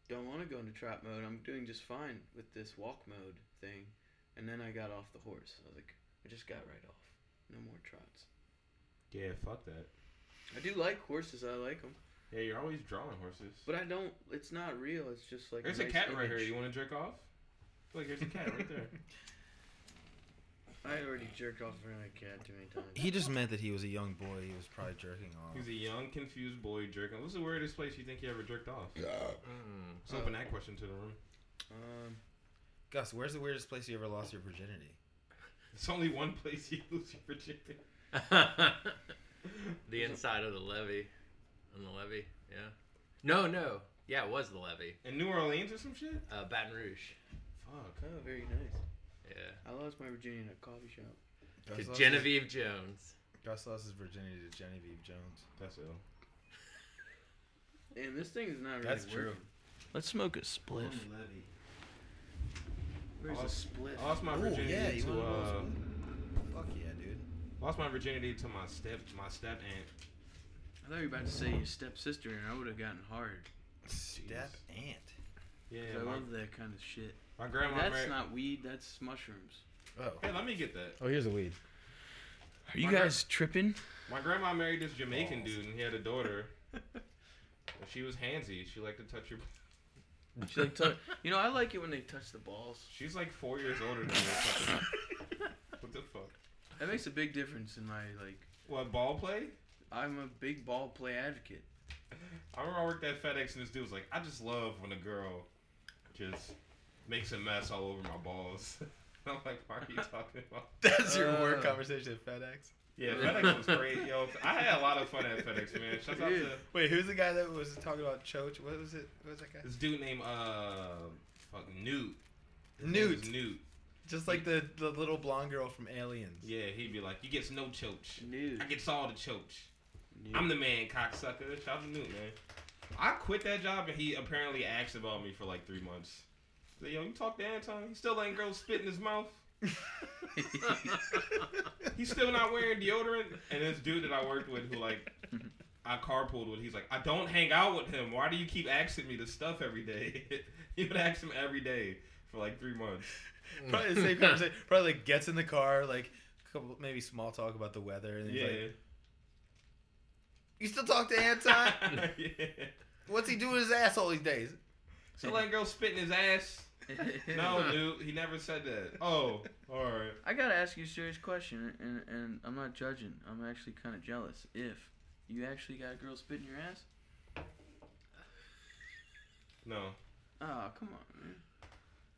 Speaker 2: Don't want to go into trot mode. I'm doing just fine with this walk mode thing. And then I got off the horse. I was like, I just got right off. No more trots.
Speaker 1: Yeah. Fuck that.
Speaker 2: I do like horses. I like them,
Speaker 1: Yeah, you're always drawing horses.
Speaker 2: but I don't. It's not real. It's just like
Speaker 1: There's a
Speaker 2: nice
Speaker 1: cat right here.
Speaker 2: image.
Speaker 1: You want to jerk off? Look, there's a cat right there.
Speaker 2: I already jerked off around a cat too many times.
Speaker 3: He just meant that he was a young boy. He was probably jerking off.
Speaker 1: He's a young, confused boy jerking. What's the weirdest place you think you ever jerked off? Let's
Speaker 4: Mm.
Speaker 1: open that question to the room.
Speaker 2: Um,
Speaker 3: Gus, where's the weirdest place you ever lost your virginity?
Speaker 1: It's only one place you lose your virginity.
Speaker 4: the Mm. inside of the levee, on the levee. Yeah. No, no. Yeah, it was the levee.
Speaker 1: In New Orleans or some shit?
Speaker 4: Uh, Baton Rouge.
Speaker 1: Fuck.
Speaker 2: oh, very nice. I
Speaker 4: Yeah.
Speaker 2: lost my virginity in a coffee shop.
Speaker 3: Gus
Speaker 4: To
Speaker 3: lost
Speaker 4: Genevieve Jones.
Speaker 3: His, Gus lost his virginity to Genevieve Jones.
Speaker 1: That's ill.
Speaker 2: Damn, this thing is not really
Speaker 3: That's
Speaker 2: working.
Speaker 3: true.
Speaker 2: Let's smoke a spliff. Where's
Speaker 1: Awesome.
Speaker 2: a split?
Speaker 1: I lost my
Speaker 3: Oh
Speaker 1: virginity
Speaker 3: yeah, you
Speaker 1: to
Speaker 3: wanna know
Speaker 1: uh,
Speaker 3: what's weird? Fuck yeah, dude.
Speaker 1: lost my virginity to my step my step aunt.
Speaker 2: I thought you were about to say your stepsister, and I would have gotten hard.
Speaker 3: Step aunt.
Speaker 2: Yeah,
Speaker 1: Yeah,
Speaker 2: I
Speaker 1: my,
Speaker 2: love that kind of shit.
Speaker 1: my grandma.
Speaker 2: that's
Speaker 1: married-
Speaker 2: not weed. That's mushrooms.
Speaker 3: Oh.
Speaker 1: Hey, let me get that.
Speaker 3: Oh, here's a weed.
Speaker 2: Are
Speaker 1: you guys
Speaker 2: tripping?
Speaker 1: My grandma married this Jamaican dude, and he had a daughter. And she was handsy. She liked to touch your.
Speaker 2: She's like, "Touch-" you know, I like it when they touch the balls.
Speaker 1: She's like four years older than me. or something. what the fuck?
Speaker 2: That makes a big difference in my like.
Speaker 1: What ball play?
Speaker 2: I'm a big ball play advocate.
Speaker 1: I remember I worked at FedEx, and this dude was like, "I just love when a girl just makes a mess all over my balls." I'm like, why are you talking about?
Speaker 3: That's your work
Speaker 2: Uh.
Speaker 3: conversation at FedEx.
Speaker 1: Yeah, FedEx was great, yo. I had a lot of fun at FedEx, man. Shout out to
Speaker 3: Wait, who's the guy that was talking about Choach? What was it? What was that guy?
Speaker 1: this dude named uh, fuck Newt. His name
Speaker 3: Newt.
Speaker 1: is Newt.
Speaker 3: Just like the, the little blonde girl from Aliens.
Speaker 1: Yeah, he'd be like, you gets no choach.
Speaker 2: New.
Speaker 1: I gets all the choach. I'm the man, cocksucker. Shout out to Newt, man. I quit that job and he apparently asked about me for like three months. So, yo, you talk to Anton? He still letting girls spit in his mouth. He's still not wearing deodorant. And this dude that I worked with, who like I carpooled with, he's like, I don't hang out with him. Why do you keep asking me this stuff every day? he would ask him every day for like three months.
Speaker 3: Probably
Speaker 4: Mm.
Speaker 3: the same conversation. Probably like gets in the car, like couple maybe small talk about the weather, and he's
Speaker 1: Yeah.
Speaker 3: like, "You still talk to Anton?
Speaker 1: yeah.
Speaker 3: What's he doing with his ass all these days?"
Speaker 1: So letting girls spit in his ass. No, dude, he never said that. Oh, all right.
Speaker 2: I gotta ask you a serious question, and, and I'm not judging. I'm actually kind of jealous. If you actually got a girl spitting your ass,
Speaker 1: No,
Speaker 2: oh come on, man.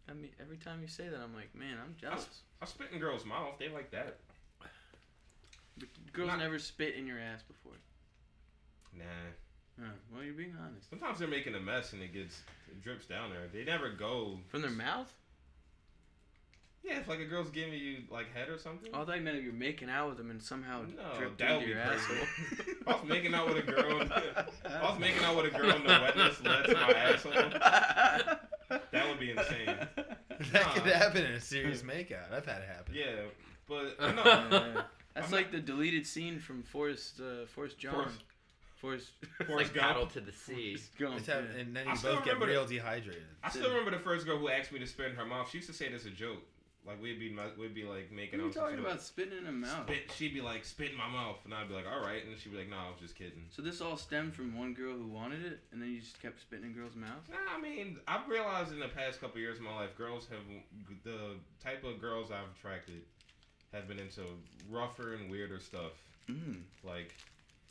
Speaker 2: I mean, every time you say that, I'm like, man, I'm jealous.
Speaker 1: I spit in girls' mouth. They like that.
Speaker 2: But girls
Speaker 1: Not-
Speaker 2: never spit in your ass before.
Speaker 1: Nah.
Speaker 2: Huh, well, you're being honest.
Speaker 1: Sometimes they're making a mess and it gets it drips down there. They never go
Speaker 2: From their mouth?
Speaker 1: Yeah, if like a girl's giving you like head or something.
Speaker 2: Oh, I thought you meant if you're making out with them and somehow
Speaker 1: No,
Speaker 2: dripped
Speaker 1: that
Speaker 2: into
Speaker 1: would be
Speaker 2: your
Speaker 1: crazy.
Speaker 2: asshole.
Speaker 1: If I was making out with a girl. if I was making out with a girl and the wetness led to my asshole. That would be insane.
Speaker 3: That
Speaker 1: Nah.
Speaker 3: could happen in a serious makeout. I've had it happen.
Speaker 1: Yeah, but I know.
Speaker 2: Yeah, that's
Speaker 1: I'm
Speaker 2: like the deleted scene from Forrest, uh, Forrest John.
Speaker 1: Forrest-
Speaker 2: Forrest,
Speaker 1: Forrest
Speaker 4: like
Speaker 1: Gump.
Speaker 4: paddle to the sea.
Speaker 2: Forrest Gump.
Speaker 3: It's happened,
Speaker 2: yeah.
Speaker 3: and then
Speaker 1: Oh, I
Speaker 3: you
Speaker 1: still
Speaker 3: both get
Speaker 1: remember the-
Speaker 3: real dehydrated.
Speaker 1: I still remember the first girl who asked me to spit in her mouth. She used to say it as a joke. Like we'd be mu- we'd be like making
Speaker 2: What are you
Speaker 1: out.
Speaker 2: talking
Speaker 1: with
Speaker 2: about spitting in a mouth?
Speaker 1: Spit, she'd be like, spit in my mouth. And I'd be like, all right. And she'd be like, no, I was just kidding.
Speaker 2: So this all stemmed from one girl who wanted it, and then you just kept spitting in girls' mouths.
Speaker 1: Nah, I mean, I've realized in the past couple years of my life, girls have the type of girls I've attracted have been into rougher and weirder stuff. Hmm.
Speaker 2: Mm.
Speaker 1: Like,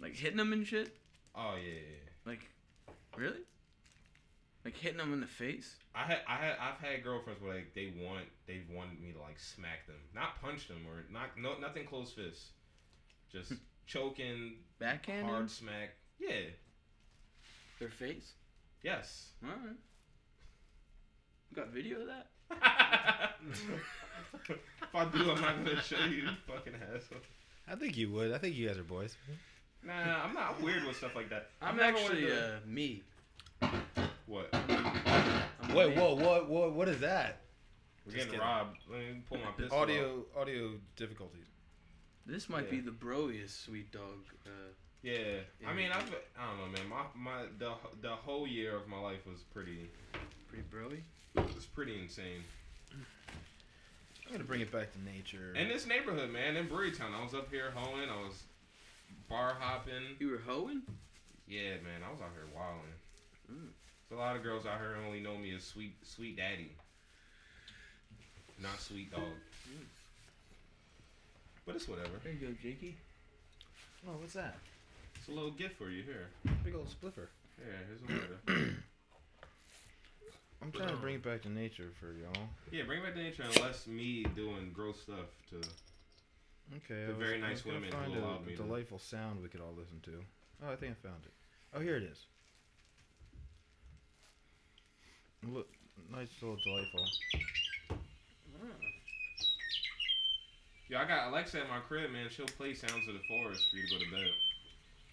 Speaker 2: Like hitting them and shit.
Speaker 1: oh yeah, yeah.
Speaker 2: Like, really? Like hitting them in the face.
Speaker 1: I had, I had, I've had girlfriends where like they want, they wanted me to like smack them, not punch them or not, no, nothing close fist, just choking,
Speaker 2: Backhand
Speaker 1: hard
Speaker 2: 'em?
Speaker 1: smack. Yeah,
Speaker 2: Their face?
Speaker 1: yes.
Speaker 2: Alright. You got video of that?
Speaker 1: if I do, I'm not gonna show you, you fucking asshole.
Speaker 3: I think you would. I think you guys are boys.
Speaker 1: Nah, I'm not. I'm weird with stuff like that.
Speaker 2: I'm
Speaker 1: never one of
Speaker 2: actually
Speaker 1: the-
Speaker 2: uh, me.
Speaker 1: what?
Speaker 2: I'm a
Speaker 3: Wait,
Speaker 2: man.
Speaker 3: whoa, what, what, what is that?
Speaker 1: We're
Speaker 3: Just
Speaker 1: getting
Speaker 3: kidding.
Speaker 1: robbed. Let me pull my pistol. out.
Speaker 3: Audio, audio difficulties.
Speaker 2: This might
Speaker 1: Yeah.
Speaker 2: be the broiest sweet dog. Uh,
Speaker 1: Yeah. I
Speaker 2: Yeah.
Speaker 1: mean, I've I don't know, man. My my the the whole year of my life was pretty
Speaker 2: pretty broy.
Speaker 1: it was pretty insane.
Speaker 3: I'm gonna bring it back to nature.
Speaker 1: In this neighborhood, man, in Brewerytown, I was up here hoeing. I was bar hopping.
Speaker 2: You were hoeing?
Speaker 1: Yeah, man, I was out here wilding.
Speaker 2: Mm.
Speaker 1: There's a lot of girls out here who only know me as sweet sweet daddy, not sweet dog. But it's whatever.
Speaker 2: There you go, Jakey.
Speaker 3: oh, what's that?
Speaker 1: It's a little gift for you here.
Speaker 3: Big old spliffer.
Speaker 1: Yeah, here's a letter.
Speaker 3: I'm trying to bring it back to nature for y'all.
Speaker 1: yeah, bring it back to nature and less me doing gross stuff to
Speaker 3: Okay.
Speaker 1: The
Speaker 3: I was-
Speaker 1: very
Speaker 3: I
Speaker 1: nice
Speaker 3: was gonna
Speaker 1: women who
Speaker 3: find a
Speaker 1: allowed me to-
Speaker 3: delightful sound we could all listen to. Oh, I think I found it. Oh, here it is. Look, nice little delightful.
Speaker 1: Yo, I got Alexa at my crib, man. She'll play Sounds of the Forest for you to go to bed.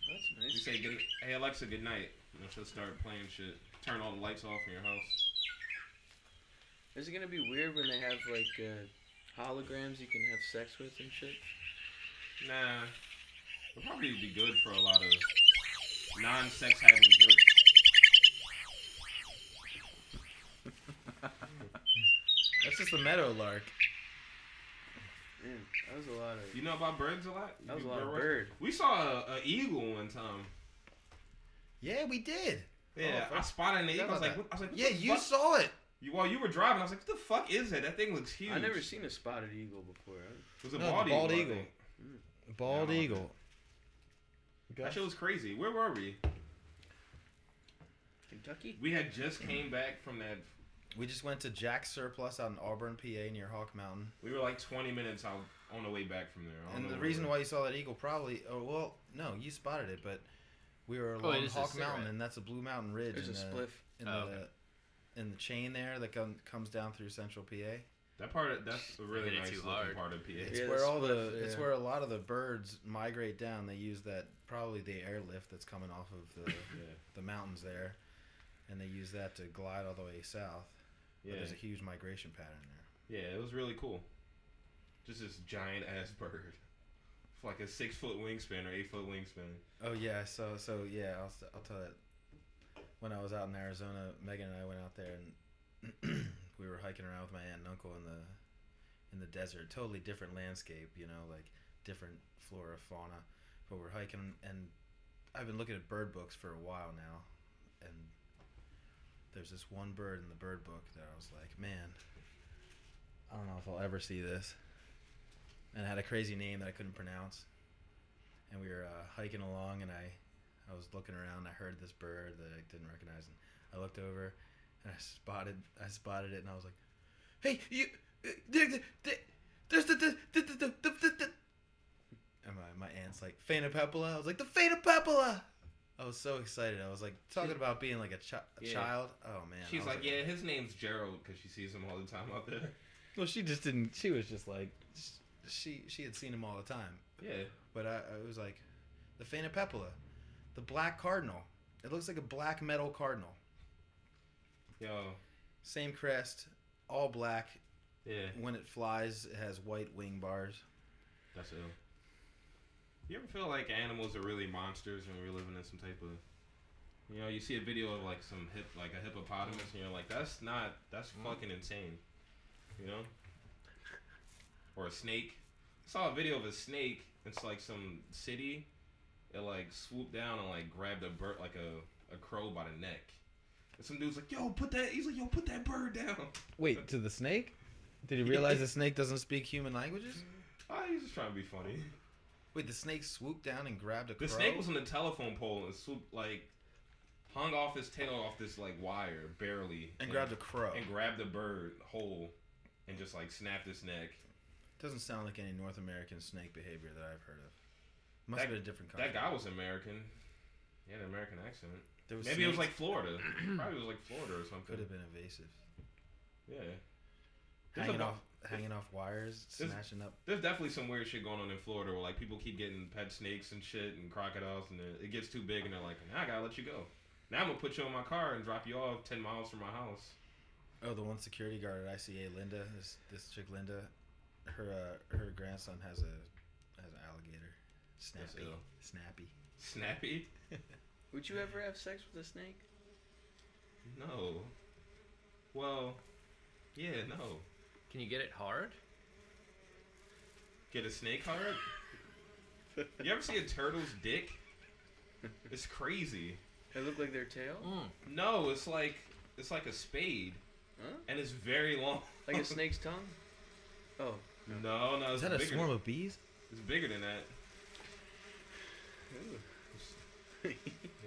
Speaker 2: That's
Speaker 1: You
Speaker 2: nice.
Speaker 1: say, good, hey, Alexa, good night. And she'll start playing shit. Turn all the lights off in your house.
Speaker 2: Is it gonna be weird when they have like uh, holograms you can have sex with and shit?
Speaker 1: Nah. It'll probably be good for a lot of non sex having jerks.
Speaker 3: That's just the meadow lark.
Speaker 2: Yeah, that was a lot of.
Speaker 1: You know about birds a lot? You
Speaker 2: That was a
Speaker 1: do
Speaker 2: lot of
Speaker 1: watch-
Speaker 2: bird.
Speaker 1: We saw a, a eagle one time.
Speaker 3: Yeah, we did.
Speaker 1: Yeah,
Speaker 3: fuck.
Speaker 1: I spotted an eagle. I was
Speaker 3: about
Speaker 1: like,
Speaker 3: that.
Speaker 1: what, I was like, what
Speaker 3: Yeah,
Speaker 1: the
Speaker 3: you
Speaker 1: fuck?
Speaker 3: saw it.
Speaker 1: You- While you were driving, I was like, what the fuck is that? That thing looks huge.
Speaker 2: I never seen a spotted eagle before. I-
Speaker 1: It was a
Speaker 3: No, the
Speaker 1: bald,
Speaker 3: bald
Speaker 1: eagle. I
Speaker 3: eagle.
Speaker 1: think.
Speaker 3: Bald
Speaker 1: Yeah, I don't
Speaker 3: eagle.
Speaker 1: That shit was crazy. Where were we?
Speaker 2: Kentucky.
Speaker 1: We had just came back from that
Speaker 3: We just went to Jack Surplus out in Auburn, PA, near Hawk Mountain.
Speaker 1: We were like 20 minutes out on the way back from there. I don't
Speaker 3: And
Speaker 1: know
Speaker 3: the
Speaker 1: where we
Speaker 3: reason
Speaker 1: were.
Speaker 3: why you saw that eagle probably, oh well, no, you spotted it, but we
Speaker 1: Oh,
Speaker 3: were along
Speaker 4: it is a
Speaker 3: Hawk
Speaker 4: cigarette.
Speaker 3: Mountain, and that's a Blue Mountain Ridge.
Speaker 2: There's a
Speaker 3: in the-
Speaker 2: spliff.
Speaker 3: in
Speaker 4: Oh,
Speaker 3: the in the chain there that com- comes down through central PA.
Speaker 1: that part of, that's a really
Speaker 4: Hit it
Speaker 1: nice
Speaker 4: too
Speaker 1: looking
Speaker 4: hard.
Speaker 1: part of PA.
Speaker 3: It's
Speaker 2: Yeah,
Speaker 3: where
Speaker 2: the
Speaker 3: all the
Speaker 2: spliff,
Speaker 3: it's
Speaker 2: yeah.
Speaker 3: where a lot of the birds migrate down. They use that probably the airlift that's coming off of the
Speaker 1: Yeah,
Speaker 3: the mountains there, and they use that to glide all the way south. But
Speaker 1: yeah,
Speaker 3: there's a huge migration pattern there.
Speaker 1: yeah. It was really cool. Just this giant ass bird, It's like a six foot wingspan or eight foot wingspan.
Speaker 3: Oh yeah, so so yeah, I'll s- I'll tell that. When I was out in Arizona, Megan and I went out there and we were hiking around with my aunt and uncle in the in the desert. Totally different landscape, you know, like different flora, fauna. But we're hiking, and I've been looking at bird books for a while now, and there's this one bird in the bird book that I was like, man, I don't know if I'll ever see this. And it had a crazy name that I couldn't pronounce. And we were uh, hiking along, and I, I was looking around. I heard this bird that I didn't recognize, and I looked over, and I spotted, I spotted it, and I was like, hey, you, uh, there, there, there, there's the, the, the, the, the, the, the, the. And my, my aunt's like, Phanopepula? I was like, the Phanopepula! I was so excited. I was like, talking about being like a, chi- a
Speaker 1: Yeah.
Speaker 3: child. Oh, man. I
Speaker 1: She's
Speaker 3: was
Speaker 1: like, yeah, his name's Gerald because she sees him all the time out there.
Speaker 3: Well, she just didn't. She was just like, she she had seen him all the time,
Speaker 1: Yeah,
Speaker 3: but I, I was like, the Phanapepula, the black cardinal. It looks like a black metal cardinal.
Speaker 1: yo,
Speaker 3: Same crest, all black.
Speaker 1: yeah,
Speaker 3: When it flies, it has white wing bars.
Speaker 1: that's ill. You ever feel like animals are really monsters and we're living in some type of, you know, you see a video of like some hip, like a hippopotamus, and you're like, that's not, that's fucking insane, you know? Or a snake. I saw a video of a snake. It's like some city. It like swooped down and like grabbed a bird, like a, a crow by the neck. And some dude's like, yo, put that. He's like, yo, put that bird down.
Speaker 3: Wait, to the snake? Did he realize the snake doesn't speak human languages?
Speaker 1: Oh, he's just trying to be funny.
Speaker 3: Wait, the snake swooped down and grabbed a
Speaker 1: The
Speaker 3: crow.
Speaker 1: snake was on the telephone pole and swooped like hung off his tail off this like wire barely
Speaker 3: and grabbed a crow.
Speaker 1: and grabbed the bird whole and just like snapped its neck.
Speaker 3: Doesn't sound like any North American snake behavior that I've heard of. Must have been a different country.
Speaker 1: That guy was American. He had an American accent.
Speaker 3: There
Speaker 1: Maybe it was
Speaker 3: snakes-
Speaker 1: like Florida. Probably it was like Florida or something.
Speaker 3: could have been evasive.
Speaker 1: Yeah. There's, a
Speaker 3: hanging
Speaker 1: bu-
Speaker 3: off hanging off wires,
Speaker 1: There's-
Speaker 3: smashing up.
Speaker 1: there's definitely some weird shit going on in Florida where like people keep getting pet snakes and shit and crocodiles and it, it gets too big and they're like, now I gotta let you go. Now I'm gonna put you in my car and drop you off ten miles from my house.
Speaker 3: Oh, the one security guard at ICA, Linda, this this chick Linda, her uh, her grandson has a has an alligator.
Speaker 1: That's
Speaker 3: Snappy,
Speaker 1: ill.
Speaker 3: snappy.
Speaker 1: Snappy?
Speaker 2: Would you ever have sex with a snake?
Speaker 1: No. Well, yeah, no.
Speaker 4: Can you get it hard?
Speaker 1: Get a snake hard? you ever see a turtle's dick? It's crazy.
Speaker 2: They look like their tail.
Speaker 4: Mm.
Speaker 1: No, it's like it's like a spade,
Speaker 2: Huh?
Speaker 1: and it's very long.
Speaker 2: Like a snake's tongue. Oh,
Speaker 1: No, no, it's
Speaker 3: Is that a
Speaker 1: bigger.
Speaker 3: swarm of bees?
Speaker 1: It's bigger than that. Yeah,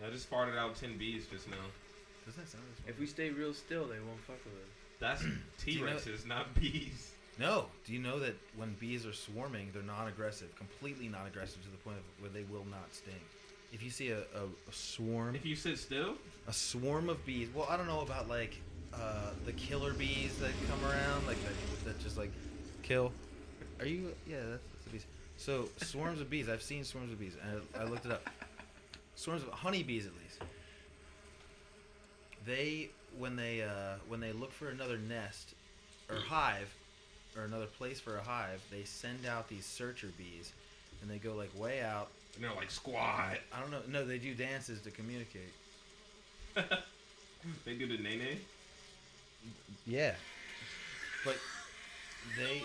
Speaker 1: I just farted out ten bees just now.
Speaker 3: Does that sound? Like a
Speaker 2: if
Speaker 3: swarm
Speaker 2: we stay real still, they won't fuck with us.
Speaker 1: That's T
Speaker 3: you know-
Speaker 1: Rexes, not bees.
Speaker 3: of- No. Do you know that when bees are swarming, they're non-aggressive, completely non-aggressive to the point of where they will not sting. If you see a, a, a swarm,
Speaker 1: If you sit still,
Speaker 3: a swarm of bees. Well, I don't know about like uh, the killer bees that come around, like that, that just like kill. Are you? Yeah, that's, that's the bees. So swarms of bees. I've seen swarms of bees, and I, I looked it up. Swarms of honeybees, at least. They when they uh, when they look for another nest or hive or another place for a hive, they send out these searcher bees, and they go like way out.
Speaker 1: and they're like squat.
Speaker 3: I don't know. No, they do dances to communicate.
Speaker 1: they do the nene.
Speaker 3: Yeah. But they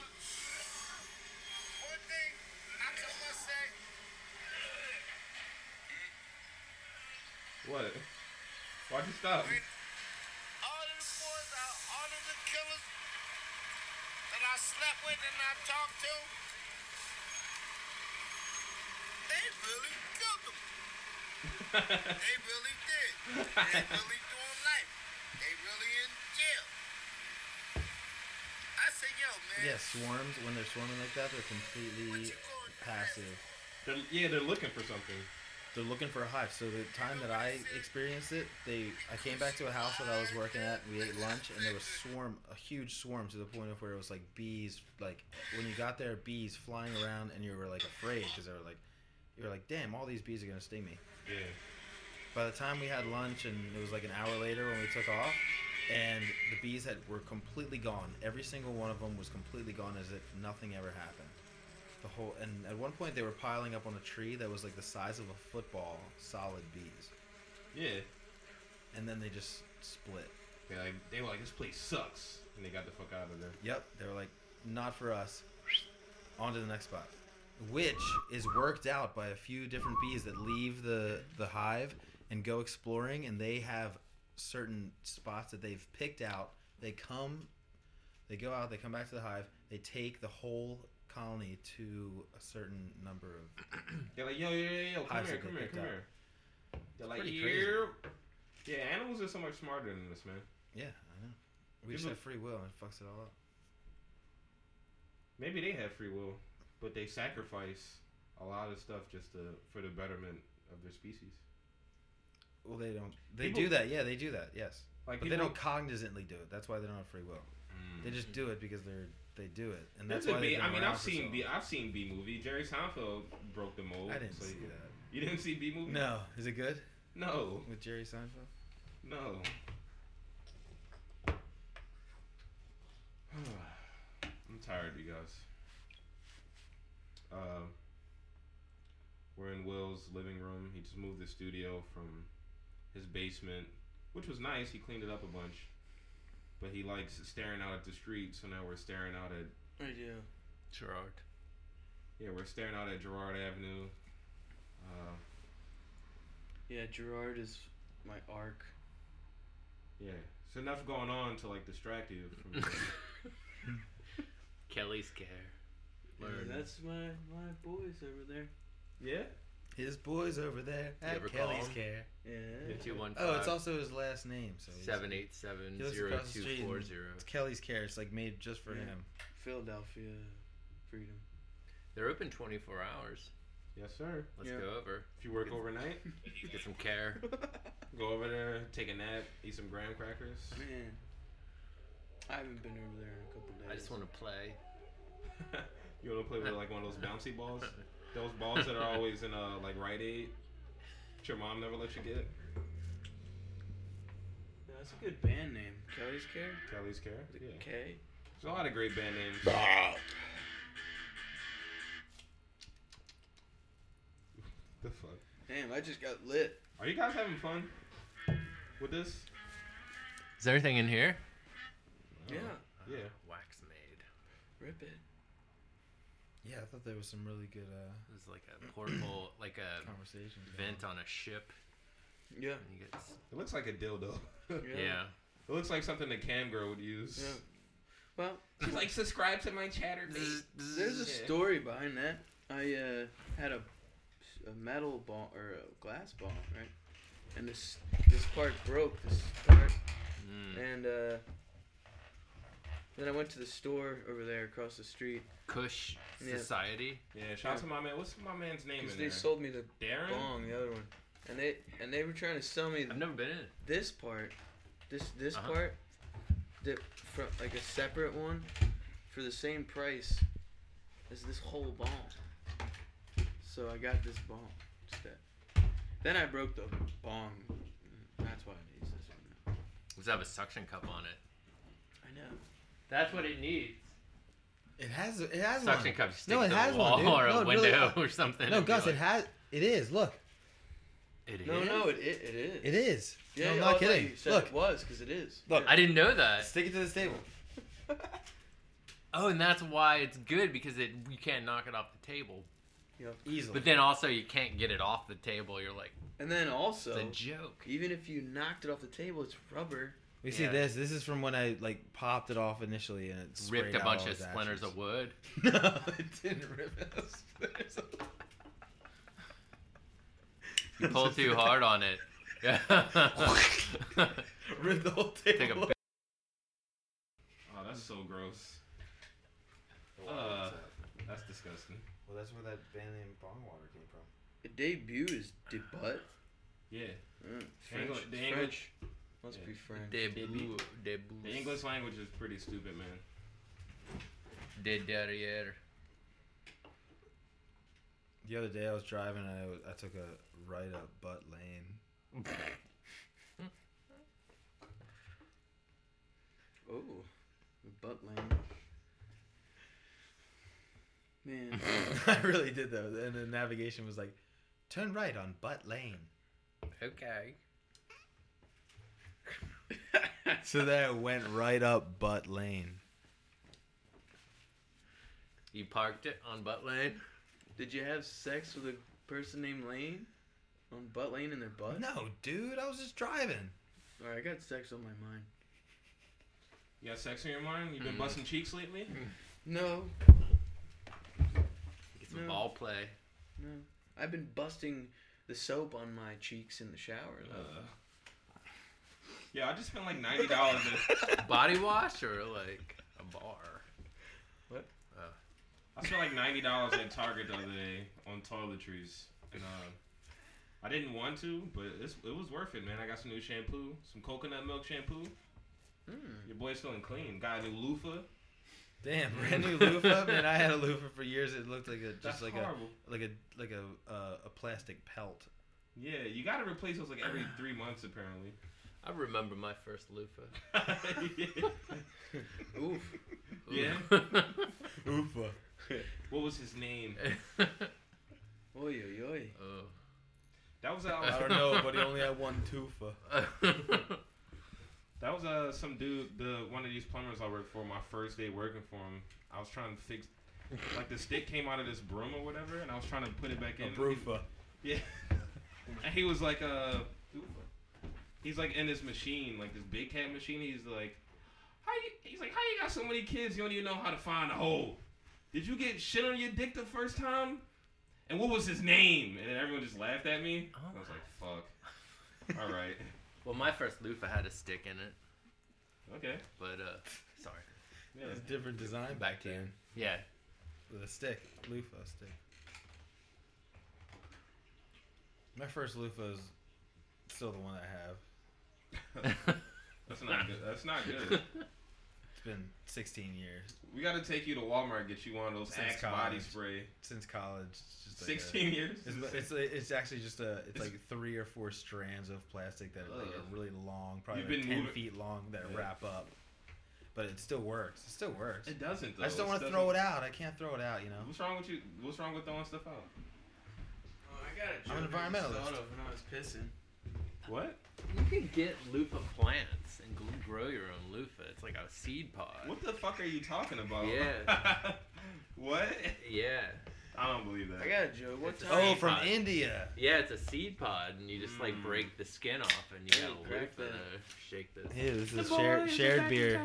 Speaker 6: One thing I just want to say,
Speaker 1: What? Why'd you stop?
Speaker 6: all of the boys, out, all of the killers that I slept with and I talked to, they really killed them. they really did. They really doing life. They really in jail.
Speaker 3: yeah, swarms when they're swarming like that, they're completely passive.
Speaker 1: They're, yeah, they're looking for something.
Speaker 3: They're looking for a hive. So the time that I experienced it, they I came back to a house that I was working at. We ate lunch, and there was swarm, a huge swarm to the point of where it was like bees. Like when you got there, bees flying around, and you were like afraid because they were like, you were like, damn, all these bees are gonna sting me.
Speaker 1: Yeah.
Speaker 3: By the time we had lunch, and it was like an hour later when we took off, and the bees had were completely gone. Every single one of them was completely gone, as if nothing ever happened. The whole and at one point they were piling up on a tree that was like the size of a football, solid bees,
Speaker 1: Yeah.
Speaker 3: and then they just split.
Speaker 1: They like they were like this place sucks, and they got the fuck out of there.
Speaker 3: Yep, they were like, not for us. On to the next spot, which is worked out by a few different bees that leave the the hive and go exploring, and they have certain spots that they've picked out. They come, they go out, they come back to the hive, they take the whole colony to a certain number of.
Speaker 1: They're like, yo, yo, yo, yo, come
Speaker 3: Hives
Speaker 1: here,
Speaker 3: that
Speaker 1: come
Speaker 3: they
Speaker 1: here,
Speaker 3: picked
Speaker 1: come
Speaker 3: up.
Speaker 1: here. They're like,
Speaker 3: pretty crazy.
Speaker 1: yeah. Yeah, animals are so much smarter than this, man.
Speaker 3: Yeah, I know. We just
Speaker 1: People-
Speaker 3: have free will and it fucks it all up.
Speaker 1: Maybe they have free will, but they sacrifice a lot of stuff just to for the betterment of their species.
Speaker 3: Well, they don't. They
Speaker 1: People-
Speaker 3: do that. Yeah, they do that. Yes,
Speaker 1: Like
Speaker 3: but they don't cognizantly do it. That's why they don't have free will.
Speaker 1: Mm.
Speaker 3: They just do it because they're they do it, and
Speaker 1: That's a
Speaker 3: that's why.
Speaker 1: B.
Speaker 3: they've been
Speaker 1: I mean,
Speaker 3: around
Speaker 1: I've
Speaker 3: for so
Speaker 1: seen B.
Speaker 3: long.
Speaker 1: I've seen B movie. Jerry Seinfeld broke the mold.
Speaker 3: I didn't
Speaker 1: so
Speaker 3: see
Speaker 1: you-
Speaker 3: that.
Speaker 1: You didn't see B movie?
Speaker 3: No, is it good
Speaker 1: No.
Speaker 3: with Jerry Seinfeld?
Speaker 1: No. I'm tired, you guys. Um, we're in Will's living room. He just moved the studio from his basement, which was nice. He cleaned it up a bunch. But he likes staring out at the street, so now we're staring out at
Speaker 2: I do.
Speaker 4: Gerard.
Speaker 1: yeah, we're staring out at Gerard Avenue. Uh,
Speaker 2: Yeah, Gerard is my arc.
Speaker 1: yeah, it's enough going on to like distract you from.
Speaker 4: Kelly's care.
Speaker 2: Yeah,
Speaker 4: Learn.
Speaker 2: that's my my boys over there.
Speaker 1: yeah.
Speaker 3: His boys over there
Speaker 4: You
Speaker 3: at
Speaker 4: ever call
Speaker 3: Kelly's
Speaker 4: him? Uh,
Speaker 3: care.
Speaker 2: Yeah.
Speaker 1: Yeah.
Speaker 4: Two one
Speaker 3: Oh, it's
Speaker 4: five
Speaker 3: also his last name. So he's-
Speaker 4: seven eight seven
Speaker 3: He lives
Speaker 4: zero
Speaker 3: across the
Speaker 4: two
Speaker 3: street
Speaker 4: four
Speaker 3: and-
Speaker 4: zero.
Speaker 3: It's Kelly's care. It's like made just for
Speaker 2: Yeah.
Speaker 3: him.
Speaker 2: Philadelphia Freedom.
Speaker 4: They're open twenty four hours.
Speaker 1: Yes, sir.
Speaker 4: Let's
Speaker 2: Yeah.
Speaker 4: go over.
Speaker 1: If you work overnight,
Speaker 4: Get some care.
Speaker 1: go over there, take a nap, eat some graham crackers.
Speaker 2: Man, I haven't been over there in a couple days.
Speaker 4: I just want to play.
Speaker 1: you want to play with like one of those bouncy balls? Those balls that are always in uh like Rite Aid. that Your mom never lets you get
Speaker 2: Yeah, that's a good band name. Kelly's Care.
Speaker 1: Kelly's Care.
Speaker 2: Is it
Speaker 1: Yeah,
Speaker 2: K.
Speaker 1: there's a lot of great band names. the fuck?
Speaker 2: Damn, I just got lit.
Speaker 1: Are you guys having fun with this?
Speaker 4: Is there anything in here?
Speaker 2: Yeah.
Speaker 1: Yeah.
Speaker 4: Uh, Wax made.
Speaker 2: Rip it.
Speaker 3: Yeah, I thought there was some really good uh,
Speaker 4: It was like a portable, like a
Speaker 3: conversation.
Speaker 4: vent on a ship.
Speaker 2: Yeah.
Speaker 4: And you get, s-
Speaker 1: It looks like a dildo. it
Speaker 4: yeah.
Speaker 1: looks like something a cam girl would use.
Speaker 2: Yeah. Well,
Speaker 1: She's like, subscribe to my chatter.
Speaker 2: There's a
Speaker 1: Yeah.
Speaker 2: story behind that. I uh, had a, a metal ball or a glass ball, right? And this this part broke. This part,
Speaker 4: Mm.
Speaker 2: and uh, then I went to the store over there across the street
Speaker 4: Kush
Speaker 2: Yeah.
Speaker 4: Society.
Speaker 1: Yeah, shout out to my man. What's my man's name
Speaker 2: because
Speaker 1: in
Speaker 2: they
Speaker 1: there?
Speaker 2: sold me the
Speaker 1: Darren?
Speaker 2: bong, the other one, and they and they were trying to sell me
Speaker 4: I've never been in. it.
Speaker 2: this part, this this
Speaker 4: Uh-huh.
Speaker 2: part, that from like a separate one, for the same price as this whole ball. So I got this ball instead. Then I broke the bong. That's why I use this one.
Speaker 4: Does have a suction cup on it?
Speaker 2: I know.
Speaker 4: That's what it needs.
Speaker 3: It has it has
Speaker 4: Suction
Speaker 3: one.
Speaker 4: cup stick
Speaker 3: No, it
Speaker 4: to
Speaker 3: has
Speaker 4: the
Speaker 3: one,
Speaker 4: wall
Speaker 3: dude.
Speaker 4: or a
Speaker 3: No, it really-
Speaker 4: window or something.
Speaker 3: No,
Speaker 4: and be
Speaker 3: Gus,
Speaker 4: like,
Speaker 3: it has. It is. Look,
Speaker 4: It
Speaker 2: No,
Speaker 4: is?
Speaker 2: no, it, it, it is.
Speaker 3: it is.
Speaker 2: Yeah,
Speaker 3: no, I'm
Speaker 2: yeah, I
Speaker 3: not
Speaker 2: thought you
Speaker 3: kidding.
Speaker 2: said
Speaker 3: Look,
Speaker 2: it was because it is.
Speaker 3: Look,
Speaker 4: I didn't know that.
Speaker 3: stick it to this table.
Speaker 4: Oh, and that's why it's good because it you can't knock it off the table.
Speaker 3: Easily.
Speaker 4: But then also you can't get it off the table. You're like
Speaker 2: and then also,
Speaker 4: it's a joke.
Speaker 2: even if you knocked it off the table, it's rubber.
Speaker 3: We see
Speaker 4: Yeah.
Speaker 3: this. This is from when I like popped it off initially, and it sprayed
Speaker 4: Ripped a
Speaker 3: out
Speaker 4: bunch
Speaker 3: all
Speaker 4: of
Speaker 3: his
Speaker 4: splinters
Speaker 3: ashes.
Speaker 4: of wood.
Speaker 3: no, it didn't rip out the splinters. Of...
Speaker 4: You pull too hard on it.
Speaker 3: Ripped the whole table.
Speaker 4: Take a
Speaker 3: off.
Speaker 4: big
Speaker 1: Oh, that's so gross. Justin.
Speaker 3: Well, that's where that band name Bong Water came from.
Speaker 2: The debut is debut.
Speaker 1: Yeah.
Speaker 2: Mm.
Speaker 1: English-
Speaker 2: French.
Speaker 1: the
Speaker 2: French.
Speaker 1: English-
Speaker 2: Must
Speaker 1: yeah.
Speaker 2: be French.
Speaker 4: Debut. Debut.
Speaker 1: The English language is pretty stupid, man.
Speaker 4: De derriere.
Speaker 3: The other day I was driving and I, was, I took a right up butt lane.
Speaker 2: Oh, the butt lane. Man,
Speaker 3: I really did though. And the navigation was like, turn right on butt lane.
Speaker 4: Okay.
Speaker 3: So then I went right up butt lane.
Speaker 4: You parked it on Butt Lane.
Speaker 2: did you have sex with a person named Lane? On butt lane in their butt?
Speaker 3: No, dude, I was just driving.
Speaker 2: Alright, I got sex on my mind.
Speaker 1: You got sex in your mind? You've been
Speaker 4: Mm.
Speaker 1: busting cheeks lately?
Speaker 2: No,
Speaker 4: Get some
Speaker 2: No.
Speaker 4: ball play.
Speaker 2: no. I've been busting the soap on my cheeks in the shower.
Speaker 1: Uh,
Speaker 2: though.
Speaker 1: yeah, I just spent like ninety dollars.
Speaker 4: Body wash or like a bar.
Speaker 1: I spent like ninety dollars at Target the other day on toiletries, and uh, I didn't want to, but it's, it was worth it, man. I got some new shampoo, some coconut milk shampoo.
Speaker 2: Mm.
Speaker 1: Your boy's feeling clean. Got a new loofah.
Speaker 3: Damn, brand new loofah, man. I had a loofah for years. It looked like a
Speaker 1: That's
Speaker 3: just like
Speaker 1: horrible.
Speaker 3: a like a like a uh, a plastic pelt.
Speaker 1: Yeah, you got to replace those like every three months apparently.
Speaker 4: I remember my first loofah.
Speaker 2: Oof.
Speaker 1: Yeah.
Speaker 4: Ooh.
Speaker 3: Loofah.
Speaker 1: What was his name?
Speaker 2: Oy, oy, oy.
Speaker 1: That was uh,
Speaker 3: I don't know, but he only had one toofa.
Speaker 4: oh.
Speaker 1: That was uh some dude, the one of these plumbers I worked for. My first day working for him, I was trying to fix, like the stick came out of this broom or whatever, and I was trying to put it back in.
Speaker 3: A broofa.
Speaker 1: Yeah. and he was like, uh, he's like in this machine, like this big cat machine. He's like, how you? He's like, how you got so many kids? You don't even know how to find a hole. Did you get shit on your dick the first time? And what was his name? And everyone just laughed at me. I was like, fuck. All right.
Speaker 4: Well, my first loofah had a stick in it,
Speaker 1: Okay.
Speaker 4: but uh, sorry.
Speaker 1: Yeah.
Speaker 3: It's different design back then.
Speaker 4: Yeah.
Speaker 3: With a stick, loofah stick. My first loofah is still the one I have.
Speaker 1: That's not good. That's not good.
Speaker 3: It's been 16 years
Speaker 1: We got to take you to Walmart and get you one of those
Speaker 3: Since
Speaker 1: Axe body
Speaker 3: college.
Speaker 1: spray.
Speaker 3: since college. It's just like a-
Speaker 1: 16 years.
Speaker 3: It's, but it's, it's actually just a it's,
Speaker 1: It's-
Speaker 3: like three or four strands of plastic that are like
Speaker 1: Ugh.
Speaker 3: are really long, probably
Speaker 1: You've
Speaker 3: like
Speaker 1: been
Speaker 3: ten
Speaker 1: moving-
Speaker 3: feet long that
Speaker 1: Yeah.
Speaker 3: wrap up. But it still works. It still works.
Speaker 1: it doesn't though.
Speaker 3: I just don't want to throw it out. I can't throw it out. You know.
Speaker 1: What's wrong with you? What's wrong with throwing stuff out?
Speaker 2: Oh, I got a
Speaker 3: I'm an
Speaker 2: joke I just
Speaker 3: environmentalist.
Speaker 2: thought of when I was pissing.
Speaker 1: What?
Speaker 4: You can get loofah plants and gl- grow your own loofah. It's like a seed pod.
Speaker 1: What the fuck are you talking about?
Speaker 4: Yeah.
Speaker 1: what?
Speaker 4: Yeah.
Speaker 1: I don't believe that.
Speaker 2: I got a joke. What
Speaker 4: It's a
Speaker 2: time?
Speaker 3: Oh,
Speaker 4: Seed
Speaker 3: from
Speaker 4: pod.
Speaker 3: India.
Speaker 4: Yeah, it's a seed pod, and you just
Speaker 1: Mm.
Speaker 4: like break the skin off, and you
Speaker 2: Yeah,
Speaker 4: got a
Speaker 2: crack
Speaker 4: loofah to
Speaker 2: that.
Speaker 4: uh, shake this.
Speaker 3: Yeah, this is shared, shared beer.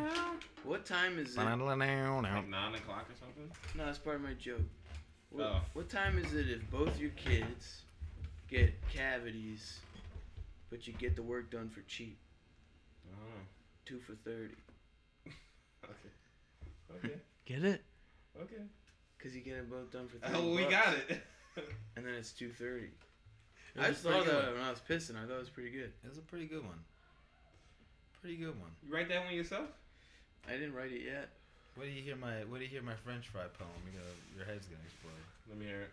Speaker 2: What time is it?
Speaker 1: Like
Speaker 3: Like,
Speaker 1: nine o'clock or something.
Speaker 2: No, that's part of my joke. What,
Speaker 1: Oh.
Speaker 2: what time is it if both your kids get cavities, but you get the work done for cheap?
Speaker 1: Oh.
Speaker 2: Two for 30.
Speaker 1: Okay. Okay.
Speaker 2: Get it?
Speaker 1: Okay.
Speaker 2: Because you get it both done for 30
Speaker 1: Oh, we
Speaker 2: bucks,
Speaker 1: got it.
Speaker 2: And then it's 230.
Speaker 3: It was
Speaker 2: I
Speaker 3: a
Speaker 2: just
Speaker 3: pretty
Speaker 2: thought of
Speaker 3: good
Speaker 2: that
Speaker 3: one.
Speaker 2: when I was pissing. I thought it was pretty good.
Speaker 3: It was a pretty good one. Pretty good one.
Speaker 1: You write that one yourself?
Speaker 2: I didn't write it yet.
Speaker 3: What do you hear my What do you hear my French fry poem? You gonna, your head's gonna explode.
Speaker 1: Let me hear